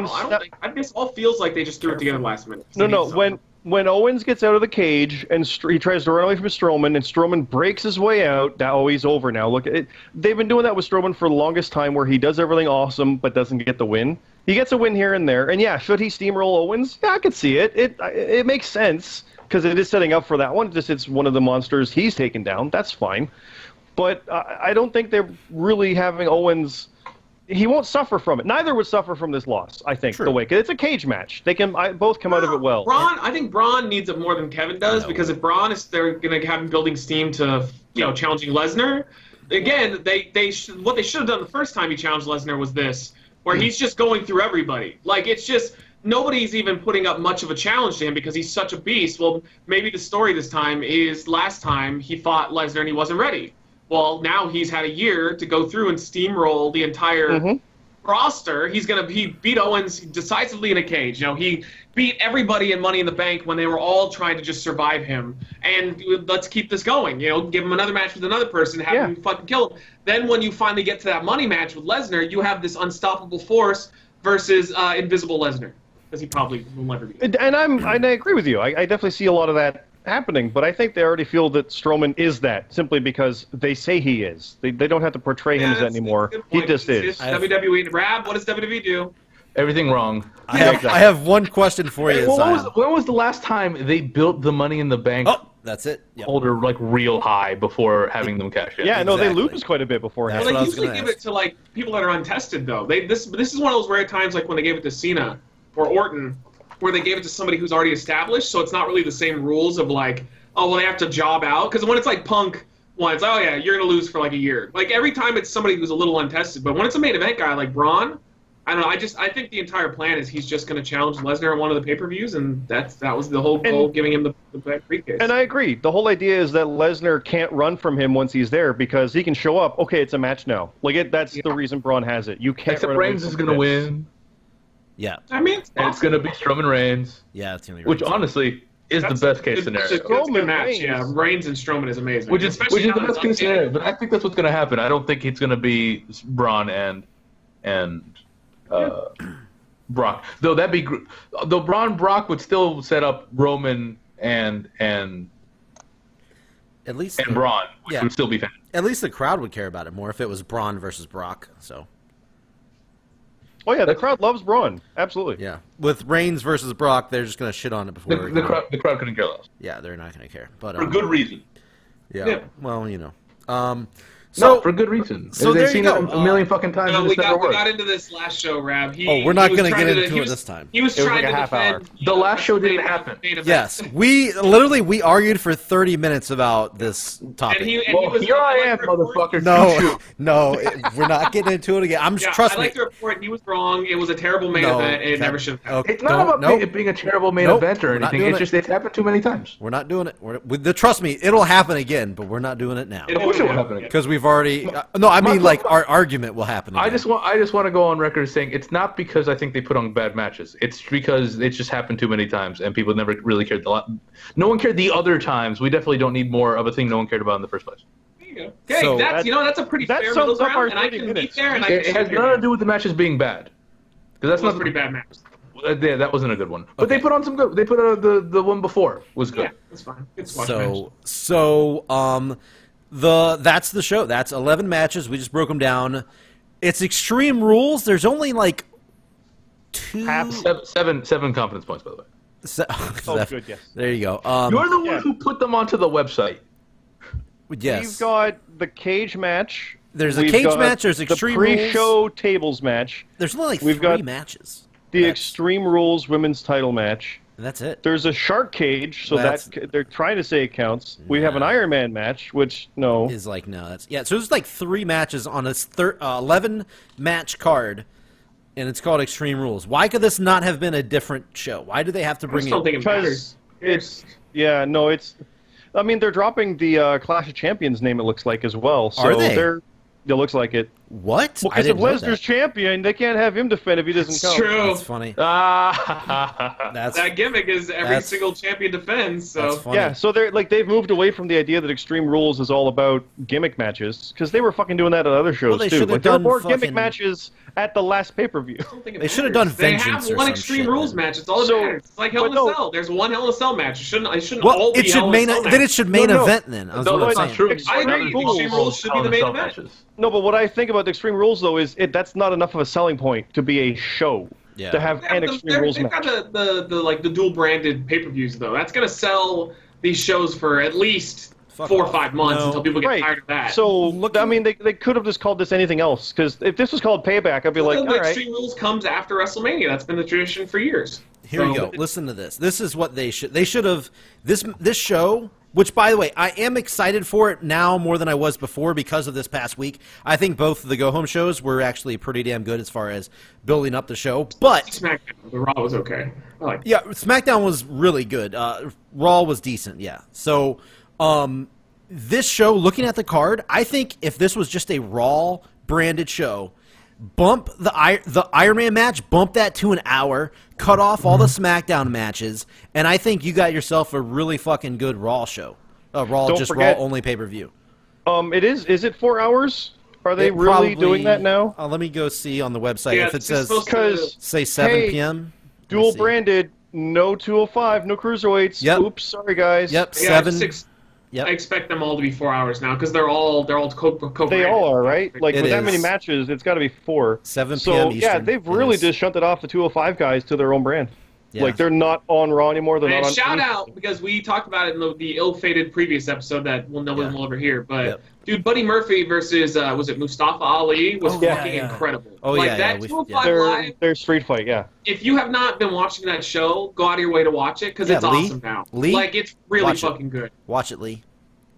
Speaker 4: I don't, I don't
Speaker 6: Sna-
Speaker 4: think, I this all feels like they just threw it together last minute.
Speaker 6: No, no.
Speaker 4: Something.
Speaker 6: When when Owens gets out of the cage and Str- he tries to run away from Strowman, and Strowman breaks his way out. That oh, he's over now. Look, it, they've been doing that with Strowman for the longest time, where he does everything awesome but doesn't get the win. He gets a win here and there, and yeah, should he steamroll Owens? Yeah, I could see it. It I- it makes sense because it is setting up for that one. Just it's one of the monsters he's taken down. That's fine, but I, I don't think they're really having Owens he won't suffer from it. Neither would suffer from this loss. I think the way 'cause it's a cage match. They can I, both come out of it well.
Speaker 4: Braun, I think Braun needs it more than Kevin does because if Braun is, they're going to have him building steam to, you know, challenging Lesnar. Again, they they sh- what they should have done the first time he challenged Lesnar was this, where he's just going through everybody. Like it's just nobody's even putting up much of a challenge to him because he's such a beast. Well, maybe the story this time is last time he fought Lesnar and he wasn't ready. Well, now he's had a year to go through and steamroll the entire roster, he's gonna he beat Owens decisively in a cage. You know, he beat everybody in Money in the Bank when they were all trying to just survive him. And let's keep this going. You know, give him another match with another person, have
Speaker 6: Yeah.
Speaker 4: him fucking kill him. Then when you finally get to that money match with Lesnar, you have this unstoppable force versus uh, Invisible Lesnar, because he probably will never be.
Speaker 6: And, and
Speaker 3: Hmm.
Speaker 6: I'm and I agree with you. I, I definitely see a lot of that happening. But I think they already feel that Strowman is that simply because they say he is. They, they don't have to portray him as that
Speaker 4: That's-
Speaker 6: anymore.
Speaker 4: that's a good
Speaker 6: He
Speaker 4: point.
Speaker 6: just
Speaker 4: It's
Speaker 6: is.
Speaker 3: I have-
Speaker 4: WWE. Rab, E what does WWE do?
Speaker 2: Everything wrong.
Speaker 3: I have, I have one question for you.
Speaker 2: Well, when, was,
Speaker 3: Zion.
Speaker 2: when was the last time they built the Money in the Bank
Speaker 3: Oh, that's it. Yep.
Speaker 2: holder like real high before having them cash in?
Speaker 6: Yeah, no, they
Speaker 3: Exactly.
Speaker 6: lose quite a bit beforehand.
Speaker 3: That's
Speaker 4: Well,
Speaker 3: what
Speaker 4: they
Speaker 3: I was
Speaker 4: usually
Speaker 3: gonna
Speaker 4: give
Speaker 3: ask.
Speaker 4: it to like people that are untested though. They this this is one of those rare times like when they gave it to Cena or Orton, where they gave it to somebody who's already established, so it's not really the same rules of like, oh well they have to job out because when it's like Punk, one it's oh yeah you're gonna lose for like a year. Like every time it's somebody who's a little untested, but when it's a main event guy like Braun. I don't know. I just I think the entire plan is he's just going to challenge Lesnar at one of the pay per views, and that's that was the whole goal, giving him the, the briefcase.
Speaker 6: And I agree. The whole idea is that Lesnar can't run from him once he's there because he can show up. Okay, it's a match now. Like it, that's the reason Braun has it. You can't.
Speaker 2: Except
Speaker 6: run away
Speaker 2: Reigns
Speaker 6: from
Speaker 2: is gonna
Speaker 6: this.
Speaker 2: win,
Speaker 3: Yeah,
Speaker 4: I mean, it's,
Speaker 2: and it's gonna be Strowman Reigns,
Speaker 3: yeah, it's gonna be
Speaker 2: which
Speaker 3: right.
Speaker 2: honestly is
Speaker 4: That's
Speaker 2: the
Speaker 4: a
Speaker 2: best case
Speaker 4: good-
Speaker 2: scenario.
Speaker 4: That's a good
Speaker 6: Strowman
Speaker 4: match.
Speaker 6: Reigns.
Speaker 4: Yeah, Reigns and Strowman is amazing.
Speaker 2: which is
Speaker 4: Especially
Speaker 2: which is
Speaker 4: now
Speaker 2: the
Speaker 4: that
Speaker 2: best case
Speaker 4: it's up there.
Speaker 2: scenario. But I think that's what's going to happen. I don't think it's going to be Braun and and uh, Brock. Though that'd be gr- though Braun Brock would still set up Roman and and
Speaker 3: At least,
Speaker 2: and
Speaker 3: the-
Speaker 2: Braun, which
Speaker 3: Yeah.
Speaker 2: would still be fan.
Speaker 3: at least the crowd would care about it more if it was Braun versus Brock. So
Speaker 6: Oh yeah, the crowd loves Braun. Absolutely.
Speaker 3: yeah, with Reigns versus Brock, they're just gonna shit on it
Speaker 2: The,
Speaker 3: before.
Speaker 2: the,
Speaker 3: you know.
Speaker 2: crowd, the crowd couldn't care less
Speaker 3: Yeah, they're not gonna care. But
Speaker 2: for
Speaker 3: um,
Speaker 2: good reason.
Speaker 3: yeah,
Speaker 4: Yeah.
Speaker 3: well, you know. Um,
Speaker 2: So
Speaker 3: so
Speaker 2: for good reason.
Speaker 3: so
Speaker 2: They've
Speaker 3: there you
Speaker 2: seen
Speaker 3: go.
Speaker 2: it a million
Speaker 3: Uh,
Speaker 2: fucking times.
Speaker 4: No,
Speaker 2: and
Speaker 4: we
Speaker 2: it's never
Speaker 4: got, we
Speaker 2: worked.
Speaker 4: got into this last show, Rab. He,
Speaker 3: Oh, we're not
Speaker 4: he was
Speaker 3: gonna
Speaker 4: trying
Speaker 3: get
Speaker 4: to-
Speaker 3: into
Speaker 4: he
Speaker 3: it
Speaker 4: was-
Speaker 3: this time.
Speaker 4: He was
Speaker 6: It was
Speaker 4: trying
Speaker 6: like
Speaker 4: to
Speaker 6: a half
Speaker 4: defend,
Speaker 6: hour.
Speaker 4: you
Speaker 2: The
Speaker 4: know,
Speaker 2: last show didn't
Speaker 4: main
Speaker 2: happen.
Speaker 4: event.
Speaker 3: yes, we literally we argued for thirty minutes about this topic.
Speaker 4: And he, and he
Speaker 2: Well,
Speaker 4: was
Speaker 2: here I am,
Speaker 4: like, report-
Speaker 2: motherfucker. Shoot,
Speaker 3: no,
Speaker 2: shoot.
Speaker 3: no, it- we're not getting into it again. I'm
Speaker 4: Yeah,
Speaker 3: trust
Speaker 4: I like
Speaker 3: me.
Speaker 4: to report he was wrong. It was a terrible main
Speaker 3: No,
Speaker 4: event, and it
Speaker 3: that-
Speaker 4: never should have happened.
Speaker 3: okay,
Speaker 2: It's not
Speaker 3: don't-
Speaker 2: about
Speaker 3: nope.
Speaker 2: it being a terrible main
Speaker 3: Nope,
Speaker 2: event or
Speaker 3: we're not
Speaker 2: anything.
Speaker 3: doing
Speaker 2: It's
Speaker 3: it.
Speaker 2: just it's happened too many times.
Speaker 3: We're not doing it. We're, we, the, trust me, it'll happen again, but we're not doing it now
Speaker 2: I wish it would happen again.
Speaker 3: because we've already. Uh, no, I mean like our argument will happen. Again.
Speaker 2: I just want I just want to go on record as saying it's not because I think they put on bad matches. It's because it just happened too many times and people never really cared. The lot. No one cared the other times. We definitely don't need more of a thing no one cared about in the first place.
Speaker 4: There you go. Okay,
Speaker 3: So
Speaker 4: that's
Speaker 6: that-
Speaker 4: you know that's a pretty
Speaker 6: that
Speaker 4: fair
Speaker 6: sums
Speaker 4: middle
Speaker 6: up our
Speaker 4: ground, and I
Speaker 6: 30
Speaker 4: can
Speaker 6: minutes.
Speaker 4: meet there, and I can
Speaker 2: It, it has
Speaker 4: sit here.
Speaker 2: nothing to do with the matches being bad, because that's
Speaker 4: It was
Speaker 2: not
Speaker 4: a pretty bad match.
Speaker 2: Uh, yeah, that wasn't a good one. But they put on some good. They put uh, the the one before was good.
Speaker 4: Yeah, that's fine. It's fine.
Speaker 3: so so um the that's the show that's 11 matches we just broke them down it's extreme rules there's only like two
Speaker 2: Seven, seven seven confidence points by the way.
Speaker 3: se-
Speaker 6: Oh, good, yes.
Speaker 3: there you go um
Speaker 2: You're the one
Speaker 6: Yeah.
Speaker 2: who put them onto the website.
Speaker 3: Yes.
Speaker 6: We've got the cage match.
Speaker 3: There's a
Speaker 6: We've
Speaker 3: cage
Speaker 6: got
Speaker 3: match, there's
Speaker 6: the
Speaker 3: Extreme
Speaker 6: pre-show tables match.
Speaker 3: There's only like
Speaker 6: we've
Speaker 3: three
Speaker 6: got-
Speaker 3: matches.
Speaker 6: The
Speaker 3: That's-
Speaker 6: Extreme Rules women's title match.
Speaker 3: And that's it.
Speaker 6: There's a shark cage, so
Speaker 3: That's-
Speaker 6: that that they're trying to say it counts. We have an Iron Man match, which no,
Speaker 3: Is like no, that's yeah. So there's like three matches on this thir- uh, eleven match card, and it's called Extreme Rules. Why could this not have been a different show? Why do they have to
Speaker 4: I
Speaker 3: bring
Speaker 4: just
Speaker 3: it?
Speaker 4: don't think it matters.
Speaker 6: because it's yeah, no, it's. I mean, they're dropping the uh, Clash of Champions name. It looks like as well. So
Speaker 3: Are they?
Speaker 6: are it looks like it.
Speaker 3: What?
Speaker 6: Well,
Speaker 3: I
Speaker 6: because if
Speaker 3: didn't know
Speaker 6: Lesnar's
Speaker 3: that.
Speaker 6: champion, they can't have him defend if he doesn't
Speaker 4: It's
Speaker 6: come.
Speaker 4: true.
Speaker 3: That's
Speaker 6: Uh,
Speaker 3: funny.
Speaker 2: Ah,
Speaker 3: That's
Speaker 4: that gimmick is every
Speaker 3: that's-
Speaker 4: single champion defends.
Speaker 3: that's
Speaker 4: So
Speaker 3: funny.
Speaker 6: Yeah, so they're like they've moved away from the idea that Extreme Rules is all about gimmick matches because they were fucking doing that at other shows
Speaker 3: Well, they
Speaker 6: too.
Speaker 3: should've
Speaker 6: Like there were
Speaker 3: done
Speaker 6: more
Speaker 3: fucking-
Speaker 6: gimmick matches at the last pay per view.
Speaker 4: I don't think it
Speaker 3: They should have
Speaker 4: matters.
Speaker 3: done
Speaker 4: They
Speaker 3: Vengeance
Speaker 4: have
Speaker 3: or
Speaker 4: one
Speaker 3: some
Speaker 4: Extreme
Speaker 3: shit,
Speaker 4: Rules
Speaker 3: man.
Speaker 4: match. It's all that
Speaker 6: So-
Speaker 4: matters. It's like Hell
Speaker 6: but
Speaker 4: in
Speaker 6: no.
Speaker 4: a Cell. There's one Hell in a Cell match. It shouldn't. It shouldn't
Speaker 3: Well,
Speaker 4: all be
Speaker 3: it should
Speaker 4: Hell
Speaker 3: main.
Speaker 4: in a Cell
Speaker 3: Then it should main
Speaker 6: No, no.
Speaker 3: event. Then I was
Speaker 2: no,
Speaker 3: gonna
Speaker 2: that's
Speaker 3: say.
Speaker 2: not true.
Speaker 6: Extreme
Speaker 2: None of the
Speaker 6: rules.
Speaker 2: Extreme Rules should be the main event. Matches.
Speaker 6: No, but what I think about the Extreme Rules though is it that's not enough of a selling point to be a show
Speaker 3: Yeah.
Speaker 6: to have
Speaker 4: They
Speaker 6: an
Speaker 4: have the-
Speaker 6: Extreme
Speaker 4: they're-
Speaker 6: Rules
Speaker 4: they've got
Speaker 6: match.
Speaker 4: the, the, the like the dual branded pay per views though. That's gonna sell these shows for at least
Speaker 3: Fuck
Speaker 4: four or
Speaker 3: off.
Speaker 4: five months
Speaker 3: No.
Speaker 4: until people get
Speaker 6: Right.
Speaker 4: tired of that.
Speaker 6: So
Speaker 3: Looking-
Speaker 6: I mean, they, they could have just called this anything else because if this was called Payback, I'd be like,
Speaker 4: Well,
Speaker 6: all
Speaker 4: the
Speaker 6: right.
Speaker 4: Extreme Rules comes after WrestleMania. That's been the tradition for years.
Speaker 3: Here we go.
Speaker 4: So-
Speaker 3: Listen to this. This is what they should. They should have this this show. Which, by the way, I am excited for it now more than I was before because of this past week. I think both of the go home shows were actually pretty damn good as far as building up the show. But
Speaker 4: SmackDown, the Raw was okay. I like
Speaker 3: yeah, SmackDown was really good. Uh, Raw was decent. Yeah. So, um, this show, looking at the card, I think if this was just a Raw branded show, bump the I- the Iron Man match, bump that to an hour, cut off all the SmackDown matches, and I think you got yourself a really fucking good Raw show. A Raw,
Speaker 6: Don't
Speaker 3: just
Speaker 6: forget-
Speaker 3: Raw only pay per view.
Speaker 6: Um, it is. Is it four hours? Are they
Speaker 3: It
Speaker 6: really
Speaker 3: probably-
Speaker 6: doing that now?
Speaker 3: Uh, let me go see on the website
Speaker 4: Yeah,
Speaker 3: if it
Speaker 4: it's
Speaker 3: says
Speaker 4: supposed to-
Speaker 6: Because
Speaker 3: say seven
Speaker 6: Hey,
Speaker 3: p.m. Let me
Speaker 6: dual
Speaker 3: see.
Speaker 6: branded, no 205, no cruiserweights.
Speaker 3: Yep.
Speaker 6: Oops, sorry guys.
Speaker 3: Yep,
Speaker 4: Yeah,
Speaker 3: seven.
Speaker 4: six-
Speaker 3: Yep.
Speaker 4: I expect them all to be four hours now because they're all they're all co- co-
Speaker 6: They all are right. Like
Speaker 3: It
Speaker 6: with that
Speaker 3: is.
Speaker 6: many matches, it's got to be four.
Speaker 3: 7
Speaker 6: So
Speaker 3: p.m.
Speaker 6: yeah,
Speaker 3: Eastern.
Speaker 6: they've
Speaker 3: It
Speaker 6: really
Speaker 3: is.
Speaker 6: just shunted off the 205 guys to their own brand.
Speaker 3: Yeah.
Speaker 6: Like they're not on Raw anymore. They're
Speaker 4: And
Speaker 6: not on.
Speaker 4: shout
Speaker 6: any-
Speaker 4: out because we talked about it in the, the ill-fated previous episode that we'll no one
Speaker 3: Yeah.
Speaker 4: will ever hear. But
Speaker 3: Yep.
Speaker 4: dude, Buddy Murphy versus uh, was it Mustafa Ali was
Speaker 3: Oh, yeah,
Speaker 4: fucking
Speaker 3: yeah.
Speaker 4: incredible.
Speaker 3: Oh,
Speaker 4: like
Speaker 3: yeah, yeah,
Speaker 4: that
Speaker 3: we-
Speaker 4: 205
Speaker 6: Their,
Speaker 4: live.
Speaker 6: their street fight. Yeah.
Speaker 4: If you have not been watching that show, go out of your way to watch it because
Speaker 3: Yeah,
Speaker 4: it's
Speaker 3: Lee.
Speaker 4: awesome now.
Speaker 3: Lee,
Speaker 4: like it's really
Speaker 3: watch it.
Speaker 4: fucking good.
Speaker 3: Watch it, Lee.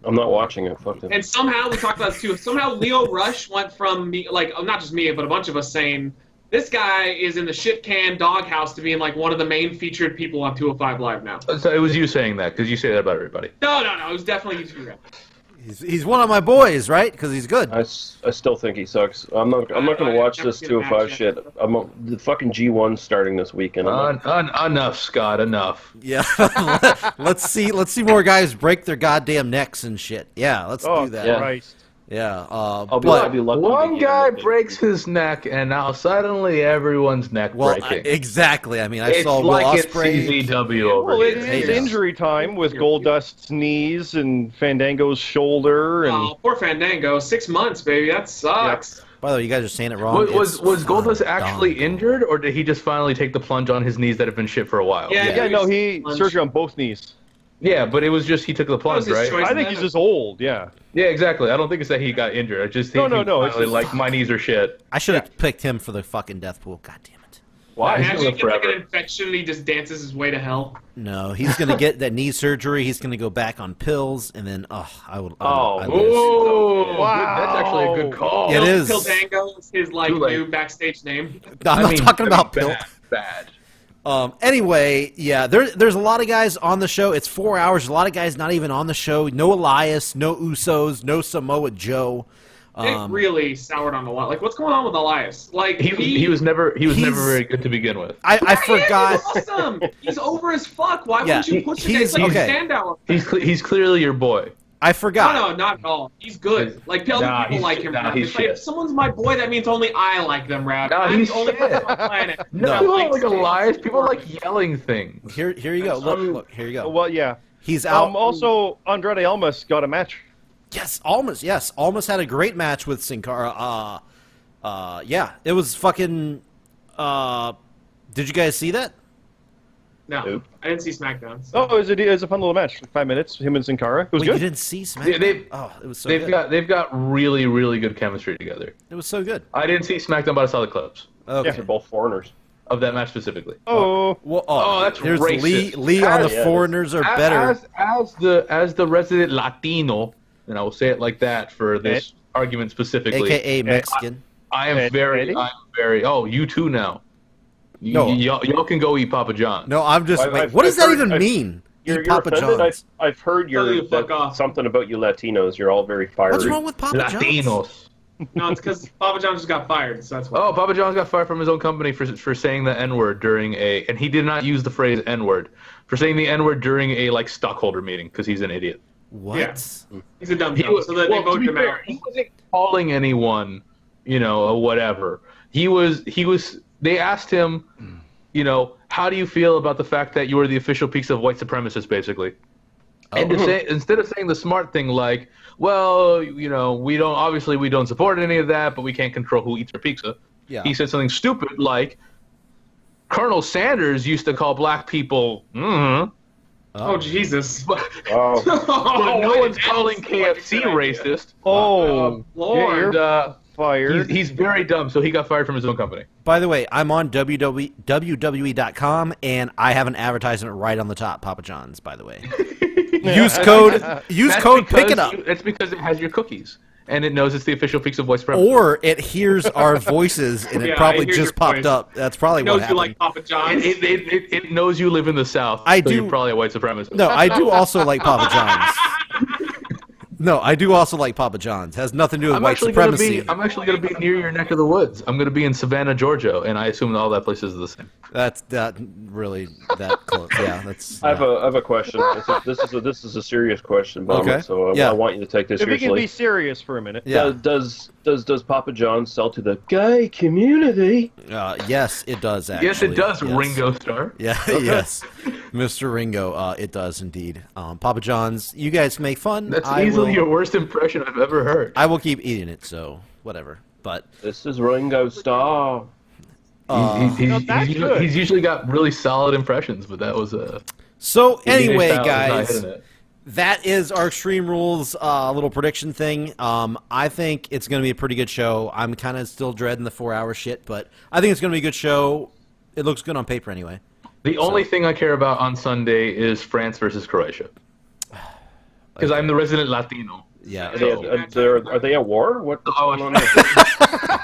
Speaker 5: I'm not watching it. Fuck it.
Speaker 4: And somehow we talked about this too. Somehow Leo Rush went from me, like oh, not just me, but a bunch of us saying this guy is in the shit can doghouse to being like one of the main featured people on 205 Live now.
Speaker 2: So it was you saying that because you say that about everybody.
Speaker 4: No, no, no. It was definitely YouTube. rap.
Speaker 3: He's, he's one of my boys, right? Because he's good.
Speaker 2: Uh,
Speaker 5: I, s- I still think he sucks. I'm not. I'm not going
Speaker 4: I-
Speaker 5: to
Speaker 4: I
Speaker 5: watch
Speaker 4: never
Speaker 5: this
Speaker 4: get
Speaker 5: 205
Speaker 4: mad
Speaker 5: shit.
Speaker 4: yet.
Speaker 5: I'm a, the fucking G1 starting this weekend. I'm
Speaker 2: Un-
Speaker 5: like,
Speaker 2: un- enough, Scott. Enough.
Speaker 3: Yeah. let's see. Let's see more guys break their goddamn necks and shit. Yeah. Let's
Speaker 6: Oh
Speaker 3: do that.
Speaker 5: Yeah.
Speaker 6: Christ.
Speaker 3: Yeah. Uh,
Speaker 5: I'll be, I'll
Speaker 3: but
Speaker 5: be lucky. to
Speaker 2: One
Speaker 5: get in
Speaker 2: guy
Speaker 5: the-
Speaker 2: breaks his neck, and now suddenly everyone's neck
Speaker 3: well, I-
Speaker 2: breaking.
Speaker 3: exactly. I mean, I
Speaker 2: it's
Speaker 3: saw Will
Speaker 2: like it's
Speaker 3: Osprey.
Speaker 2: CZW over
Speaker 6: Well, it
Speaker 2: here.
Speaker 6: is
Speaker 3: Yeah.
Speaker 6: injury time with Goldust's knees and Fandango's shoulder and.
Speaker 4: Oh, poor Fandango. Six months, baby. That sucks.
Speaker 3: By the way, you guys are saying it wrong.
Speaker 2: Was was,
Speaker 3: It's
Speaker 2: was Goldust
Speaker 3: Fandango.
Speaker 2: actually injured, or did he just finally take the plunge on his knees that have been shit for a while?
Speaker 4: Yeah.
Speaker 6: yeah, no, he
Speaker 4: Lunch.
Speaker 6: surgery on both knees.
Speaker 2: Yeah, but it was just he took the plunge,
Speaker 4: That was his
Speaker 2: right?
Speaker 4: choice.
Speaker 6: I think he's just old. Yeah.
Speaker 2: Yeah, exactly. I don't think it's that he got injured. I just think
Speaker 6: No, no,
Speaker 2: he
Speaker 6: no, it's
Speaker 2: finally,
Speaker 6: just-
Speaker 2: like my knees are shit.
Speaker 3: I should have picked him for the fucking death pool. God damn it.
Speaker 2: Why? He's gonna live
Speaker 4: Imagine he gets like an
Speaker 2: forever.
Speaker 4: infection and he just dances his way to hell.
Speaker 3: No, he's gonna get that knee surgery. He's gonna go back on pills, and then oh, I would.
Speaker 6: Oh,
Speaker 3: I, would- I would-
Speaker 2: Oh, good.
Speaker 6: Wow.
Speaker 2: that's actually a good call.
Speaker 3: It is.
Speaker 4: Pildango is his like
Speaker 2: Too late.
Speaker 4: new backstage name.
Speaker 3: I'm
Speaker 2: I
Speaker 3: not
Speaker 2: mean,
Speaker 3: talking about
Speaker 2: bad,
Speaker 3: pill.
Speaker 2: Bad.
Speaker 3: Um, anyway, yeah, there, there's a lot of guys on the show. It's four hours. A lot of guys not even on the show. No Elias, no Usos, no Samoa Joe.
Speaker 4: They
Speaker 3: Um,
Speaker 4: really soured on a lot. Like, what's going on with Elias? Like,
Speaker 2: He, he was never he was
Speaker 3: He's-
Speaker 2: never very good to begin with.
Speaker 3: I, I
Speaker 4: He is, he's
Speaker 3: forgot.
Speaker 4: awesome. He's over as fuck. Why
Speaker 3: Yeah,
Speaker 4: wouldn't you push
Speaker 3: he-
Speaker 4: him? It's
Speaker 3: he's-
Speaker 4: like
Speaker 3: okay.
Speaker 4: a standout.
Speaker 2: He's cle- he's clearly your boy.
Speaker 3: I
Speaker 4: No,
Speaker 3: forgot.
Speaker 4: no, not at all. He's good. Like, tell
Speaker 2: Nah,
Speaker 4: people
Speaker 2: he's
Speaker 4: like
Speaker 2: shit.
Speaker 4: him.
Speaker 2: Nah,
Speaker 4: Rap.
Speaker 2: he's
Speaker 4: It's like,
Speaker 2: shit.
Speaker 4: if someone's my boy, that means only I like them, Rap.
Speaker 2: Nah,
Speaker 4: I'm
Speaker 2: he's
Speaker 4: the only
Speaker 2: shit.
Speaker 4: person on the planet.
Speaker 2: No,
Speaker 3: No.
Speaker 4: that
Speaker 2: people
Speaker 4: likes
Speaker 2: like
Speaker 4: him.
Speaker 2: Elias. People like yelling things.
Speaker 3: Here, here you go. Look, look, here you go.
Speaker 6: Well, yeah.
Speaker 3: He's out.
Speaker 6: Um, also, Andrade Almas got a match.
Speaker 3: yes, Almas. Yes, Almas had a great match with Sin Cara. Uh, uh, yeah, it was fucking. Uh, did you guys see that?
Speaker 4: No,
Speaker 5: Nope.
Speaker 4: I didn't see SmackDown. so-
Speaker 6: Oh, it was a, it was a fun little match. Five minutes, him and Sin Cara. It was
Speaker 3: Wait, you
Speaker 6: good.
Speaker 3: didn't see SmackDown?
Speaker 2: Yeah, they've-
Speaker 3: oh, it was so
Speaker 2: They've
Speaker 3: good.
Speaker 2: got they've got really really good chemistry together.
Speaker 3: it was so good.
Speaker 2: I didn't see SmackDown, but I saw the clips
Speaker 3: Okay. Uh,
Speaker 5: They're both foreigners.
Speaker 2: of that match specifically.
Speaker 6: Oh,
Speaker 3: Well,
Speaker 2: Oh, that's
Speaker 3: there's
Speaker 2: racist.
Speaker 3: Lee. Lee on the
Speaker 5: Yeah.
Speaker 3: foreigners are
Speaker 2: A-
Speaker 3: better.
Speaker 2: as, as the as the resident Latino, and I will say it like that for this argument specifically.
Speaker 3: AKA Mexican.
Speaker 2: I am
Speaker 6: Ed-
Speaker 2: very,
Speaker 6: Eddie?
Speaker 2: I'm very. Oh, you too now. Y-
Speaker 3: No.
Speaker 2: y- y'all, y'all can go eat Papa John's.
Speaker 3: No, I'm just
Speaker 5: I've-
Speaker 3: like,
Speaker 5: I've-
Speaker 3: what does
Speaker 5: I've
Speaker 3: that
Speaker 5: heard-
Speaker 3: even
Speaker 5: I've-
Speaker 3: mean?
Speaker 5: You're,
Speaker 3: Eat
Speaker 5: you're
Speaker 3: Papa
Speaker 5: offended.
Speaker 3: John's.
Speaker 5: I've, I've heard
Speaker 4: Tell
Speaker 5: your
Speaker 4: you to fuck
Speaker 5: that-
Speaker 4: off.
Speaker 5: something about you Latinos. You're all very fiery.
Speaker 3: What's wrong with Papa John's?
Speaker 2: Latinos.
Speaker 4: No, it's because Papa John just got fired, so that's why.
Speaker 2: Oh, Papa John's got fired from his own company for for saying the N word during a, and he did not use the phrase N word for saying the N word during a like stockholder meeting because he's an idiot.
Speaker 3: What?
Speaker 4: Yeah. He's a dumb
Speaker 2: He
Speaker 4: dumb,
Speaker 2: was,
Speaker 4: Oh, so that
Speaker 2: well,
Speaker 4: they
Speaker 2: to
Speaker 4: voted
Speaker 2: be
Speaker 4: him
Speaker 2: fair,
Speaker 4: out.
Speaker 2: he wasn't calling anyone, you know, or whatever. He was, he was. They asked him, you know, how do you feel about the fact that you are the official piece of white supremacists, basically? And to say, instead of saying the smart thing like, well, you know, we don't obviously we don't support any of that, but we can't control who eats our pizza.
Speaker 3: Yeah.
Speaker 2: He said something stupid like, Colonel Sanders used to call black people, mm
Speaker 4: Oh, Jesus.
Speaker 2: but,
Speaker 5: Oh,
Speaker 2: but
Speaker 4: Oh,
Speaker 2: no
Speaker 4: wait,
Speaker 2: one's
Speaker 4: that's
Speaker 2: calling
Speaker 4: like a good
Speaker 2: KFC
Speaker 4: idea.
Speaker 2: racist.
Speaker 6: oh,
Speaker 4: Lord.
Speaker 6: Yeah, you're
Speaker 2: And, uh,
Speaker 6: fired.
Speaker 2: He's, he's very dumb, so he got fired from his own company.
Speaker 3: By the way, I'm on E, www, WWE.com and I have an advertisement right on the top, Papa John's, by the way. use code use
Speaker 2: That's
Speaker 3: code
Speaker 2: because
Speaker 3: pick it up.
Speaker 2: you- that's because it has your cookies, and it knows it's the official piece of white supremacy.
Speaker 3: Or it hears our voices and it
Speaker 4: Yeah,
Speaker 3: probably
Speaker 4: it hears
Speaker 3: just
Speaker 4: your
Speaker 3: popped
Speaker 4: voice.
Speaker 3: up. That's probably
Speaker 4: He
Speaker 3: what
Speaker 4: knows you
Speaker 3: happened.
Speaker 4: like Papa John's.
Speaker 2: it, it, it, it, it knows you live in the South.
Speaker 3: I
Speaker 2: so
Speaker 3: do-
Speaker 2: You're probably a white supremacist.
Speaker 3: No, I do also like Papa John's. No, I do also like Papa John's. Has nothing to do with
Speaker 2: I'm
Speaker 3: white
Speaker 2: actually
Speaker 3: supremacy.
Speaker 2: gonna be. I'm actually gonna be near your neck of the woods. I'm gonna be in Savannah, Georgia, and I assume all that places are the same.
Speaker 3: That's that really that close. Yeah, that's.
Speaker 5: I have
Speaker 3: yeah.
Speaker 5: a I have a question. This is this is a, this is a serious question, Bomber,
Speaker 3: Okay.
Speaker 5: so I,
Speaker 3: Yeah.
Speaker 5: I want you to take this
Speaker 6: If we can
Speaker 5: seriously.
Speaker 6: be serious for a minute.
Speaker 3: Yeah.
Speaker 5: Does does does Papa John sell to the gay community?
Speaker 3: Uh, yes, it does. Actually.
Speaker 2: yes, it does,
Speaker 3: Yes.
Speaker 2: Ringo Starr.
Speaker 3: Yeah, yes, Mr. Ringo. Uh, it does indeed. Um, Papa John's. You guys make fun.
Speaker 2: That's
Speaker 3: I
Speaker 2: easily
Speaker 3: will,
Speaker 2: your worst impression I've ever heard.
Speaker 3: I will keep eating it. So whatever. But
Speaker 5: This is Ringo Starr.
Speaker 2: He- he-
Speaker 3: Uh,
Speaker 2: he's,
Speaker 6: No,
Speaker 2: he's
Speaker 6: that's
Speaker 2: usually,
Speaker 6: good.
Speaker 2: he's usually got really solid impressions, but that was a
Speaker 3: so anyway,
Speaker 2: that was not
Speaker 3: guys.
Speaker 2: hitting it.
Speaker 3: that is our Extreme Rules uh, little prediction thing. Um, I think it's going to be a pretty good show. I'm kind of still dreading the four hour shit, but I think it's going to be a good show. It looks good on paper anyway.
Speaker 2: The only thing I care about on Sunday is France versus Croatia. Because I'm the resident Latino.
Speaker 3: Yeah.
Speaker 5: Are they, are, they, are they at war? What-
Speaker 6: Uh,
Speaker 5: What's
Speaker 2: Oh,
Speaker 5: going on? there?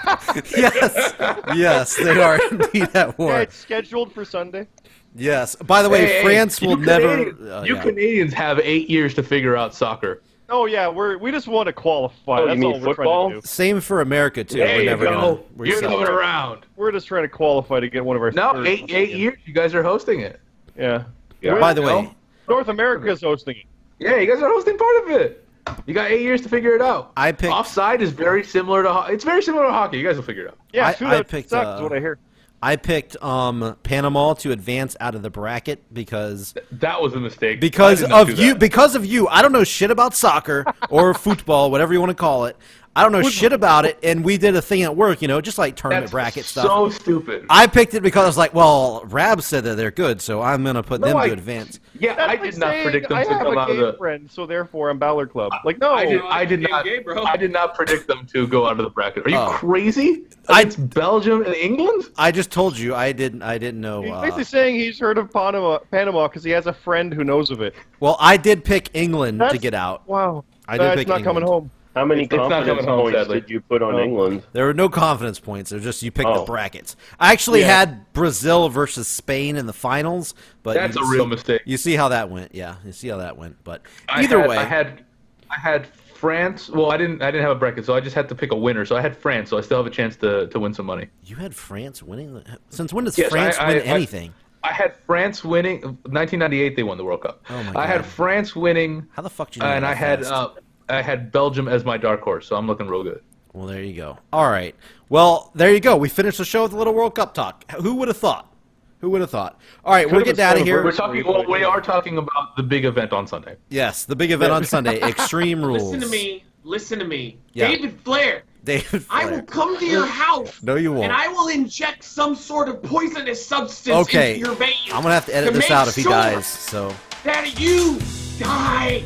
Speaker 3: yes. Yes, they are indeed at
Speaker 6: Yeah,
Speaker 3: war.
Speaker 6: it's scheduled for Sunday.
Speaker 3: Yes. By the way,
Speaker 2: Hey,
Speaker 3: France
Speaker 2: you
Speaker 3: will never.
Speaker 2: Canadians-
Speaker 3: uh,
Speaker 2: you
Speaker 3: yeah.
Speaker 2: Canadians have eight years to figure out soccer.
Speaker 6: Oh yeah, we're we just want to qualify.
Speaker 5: Oh, you
Speaker 6: That's
Speaker 5: mean
Speaker 6: all we're
Speaker 5: football?
Speaker 6: trying to do.
Speaker 3: Same for America too.
Speaker 2: There
Speaker 3: We're
Speaker 2: you
Speaker 3: never
Speaker 2: go.
Speaker 3: gonna. we're
Speaker 2: You're
Speaker 3: so-
Speaker 2: coming around.
Speaker 6: We're just trying to qualify to get one of our.
Speaker 2: No,
Speaker 6: third
Speaker 2: eight
Speaker 6: ones
Speaker 2: eight
Speaker 6: in.
Speaker 2: years. You guys are hosting it.
Speaker 6: Yeah.
Speaker 5: Yeah.
Speaker 3: By the way,
Speaker 2: No.
Speaker 6: North America's hosting it.
Speaker 2: Yeah, you guys are hosting part of it. You got eight years to figure it out.
Speaker 3: I picked-
Speaker 2: offside is very similar to ho- it's very similar to hockey. You guys will figure it out.
Speaker 6: Yeah,
Speaker 3: I-
Speaker 6: shootout
Speaker 3: I picked,
Speaker 6: sucks,
Speaker 3: uh,
Speaker 6: is what I hear.
Speaker 3: I picked um, Panama to advance out of the bracket because
Speaker 2: That was a mistake
Speaker 3: because
Speaker 2: I did not
Speaker 3: of
Speaker 2: do
Speaker 3: you
Speaker 2: that.
Speaker 3: because of you i don't know shit about soccer or football whatever you want to call it i don't know shit about it and we did a thing at work you know just like tournament
Speaker 2: That's
Speaker 3: bracket
Speaker 2: so
Speaker 3: stuff
Speaker 2: stupid.
Speaker 3: i picked it because i was like well rab said that they're good so i'm gonna put them
Speaker 2: I-
Speaker 3: to advance
Speaker 2: yeah,
Speaker 6: That's
Speaker 2: I
Speaker 6: like
Speaker 2: did not
Speaker 6: saying,
Speaker 2: predict them
Speaker 6: I
Speaker 2: to
Speaker 6: have
Speaker 2: come
Speaker 6: a
Speaker 2: out of
Speaker 6: gay
Speaker 2: the.
Speaker 6: friend, so therefore I'm Balor Club. Like no,
Speaker 2: I did, I did
Speaker 4: Damn
Speaker 2: not.
Speaker 4: gay, bro.
Speaker 2: I did not predict them to go out of the bracket. Are you
Speaker 3: Oh.
Speaker 2: crazy?
Speaker 3: I-
Speaker 2: It's Belgium and England.
Speaker 3: i just told you i didn't i didn't know
Speaker 6: He's
Speaker 3: uh,
Speaker 6: basically saying he's heard of Panama Panama because he has a friend who knows of it.
Speaker 3: well i did pick england to
Speaker 6: That's-
Speaker 3: get out
Speaker 6: Wow.
Speaker 3: I did
Speaker 6: That's
Speaker 3: pick
Speaker 6: not coming
Speaker 3: England.
Speaker 6: home.
Speaker 5: How many
Speaker 2: It's not coming
Speaker 5: confidence
Speaker 2: home,
Speaker 5: points
Speaker 2: sadly. Oh.
Speaker 5: did you put on England?
Speaker 3: there were no confidence points they're just you picked the
Speaker 5: Oh.
Speaker 3: brackets i actually
Speaker 6: Yeah.
Speaker 3: had brazil versus spain in the finals but
Speaker 2: That's
Speaker 3: you
Speaker 2: a real
Speaker 3: see-
Speaker 2: mistake.
Speaker 3: you see how that went yeah you see how that went but
Speaker 2: I
Speaker 3: either
Speaker 2: had-
Speaker 3: way
Speaker 2: I had, I had France. Well, I didn't. I didn't have a bracket, so I just had to pick a winner. So I had France. So I still have a chance to, to win some money.
Speaker 3: You had France winning. The, since when does
Speaker 2: Yes,
Speaker 3: France
Speaker 2: I- I-
Speaker 3: win
Speaker 2: I-
Speaker 3: anything?
Speaker 2: I had France winning. 1998, they won the World Cup.
Speaker 3: Oh my
Speaker 2: I had
Speaker 3: God.
Speaker 2: France winning,
Speaker 3: How the fuck do you?
Speaker 2: uh,
Speaker 3: Know
Speaker 2: and
Speaker 3: that
Speaker 2: I had
Speaker 3: fast?
Speaker 2: uh, I had Belgium as my dark horse. So I'm looking real good.
Speaker 3: well, there you go. All right. Well, there you go. We finished the show with a little World Cup talk. Who would have thought? Who would have thought? All right, we'll
Speaker 6: Could've
Speaker 3: get out of
Speaker 6: been
Speaker 3: here.
Speaker 2: We're talking. Well, we are talking about the big event on Sunday.
Speaker 3: Yes, the big event on Sunday, Extreme Rules.
Speaker 4: Listen to me. Listen to me.
Speaker 3: Yeah.
Speaker 4: David Flair
Speaker 3: David
Speaker 4: I will
Speaker 3: Flair.
Speaker 4: come to your house
Speaker 3: No, you won't.
Speaker 4: and I will inject some sort of poisonous substance
Speaker 3: okay,
Speaker 4: into your veins.
Speaker 3: I'm gonna have to edit this
Speaker 4: make
Speaker 3: out if he
Speaker 4: sure
Speaker 3: dies. So
Speaker 4: That you die.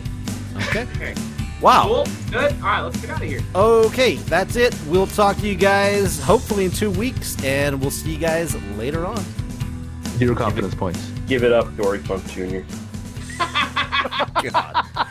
Speaker 3: okay.
Speaker 4: Okay.
Speaker 3: Wow.
Speaker 4: Cool. Good. All right, let's get out of here.
Speaker 3: Okay, that's it. We'll talk to you guys hopefully in two weeks, and we'll see you guys later on.
Speaker 2: Zero confidence points.
Speaker 5: Give it up, Dory Funk Jr.
Speaker 3: God.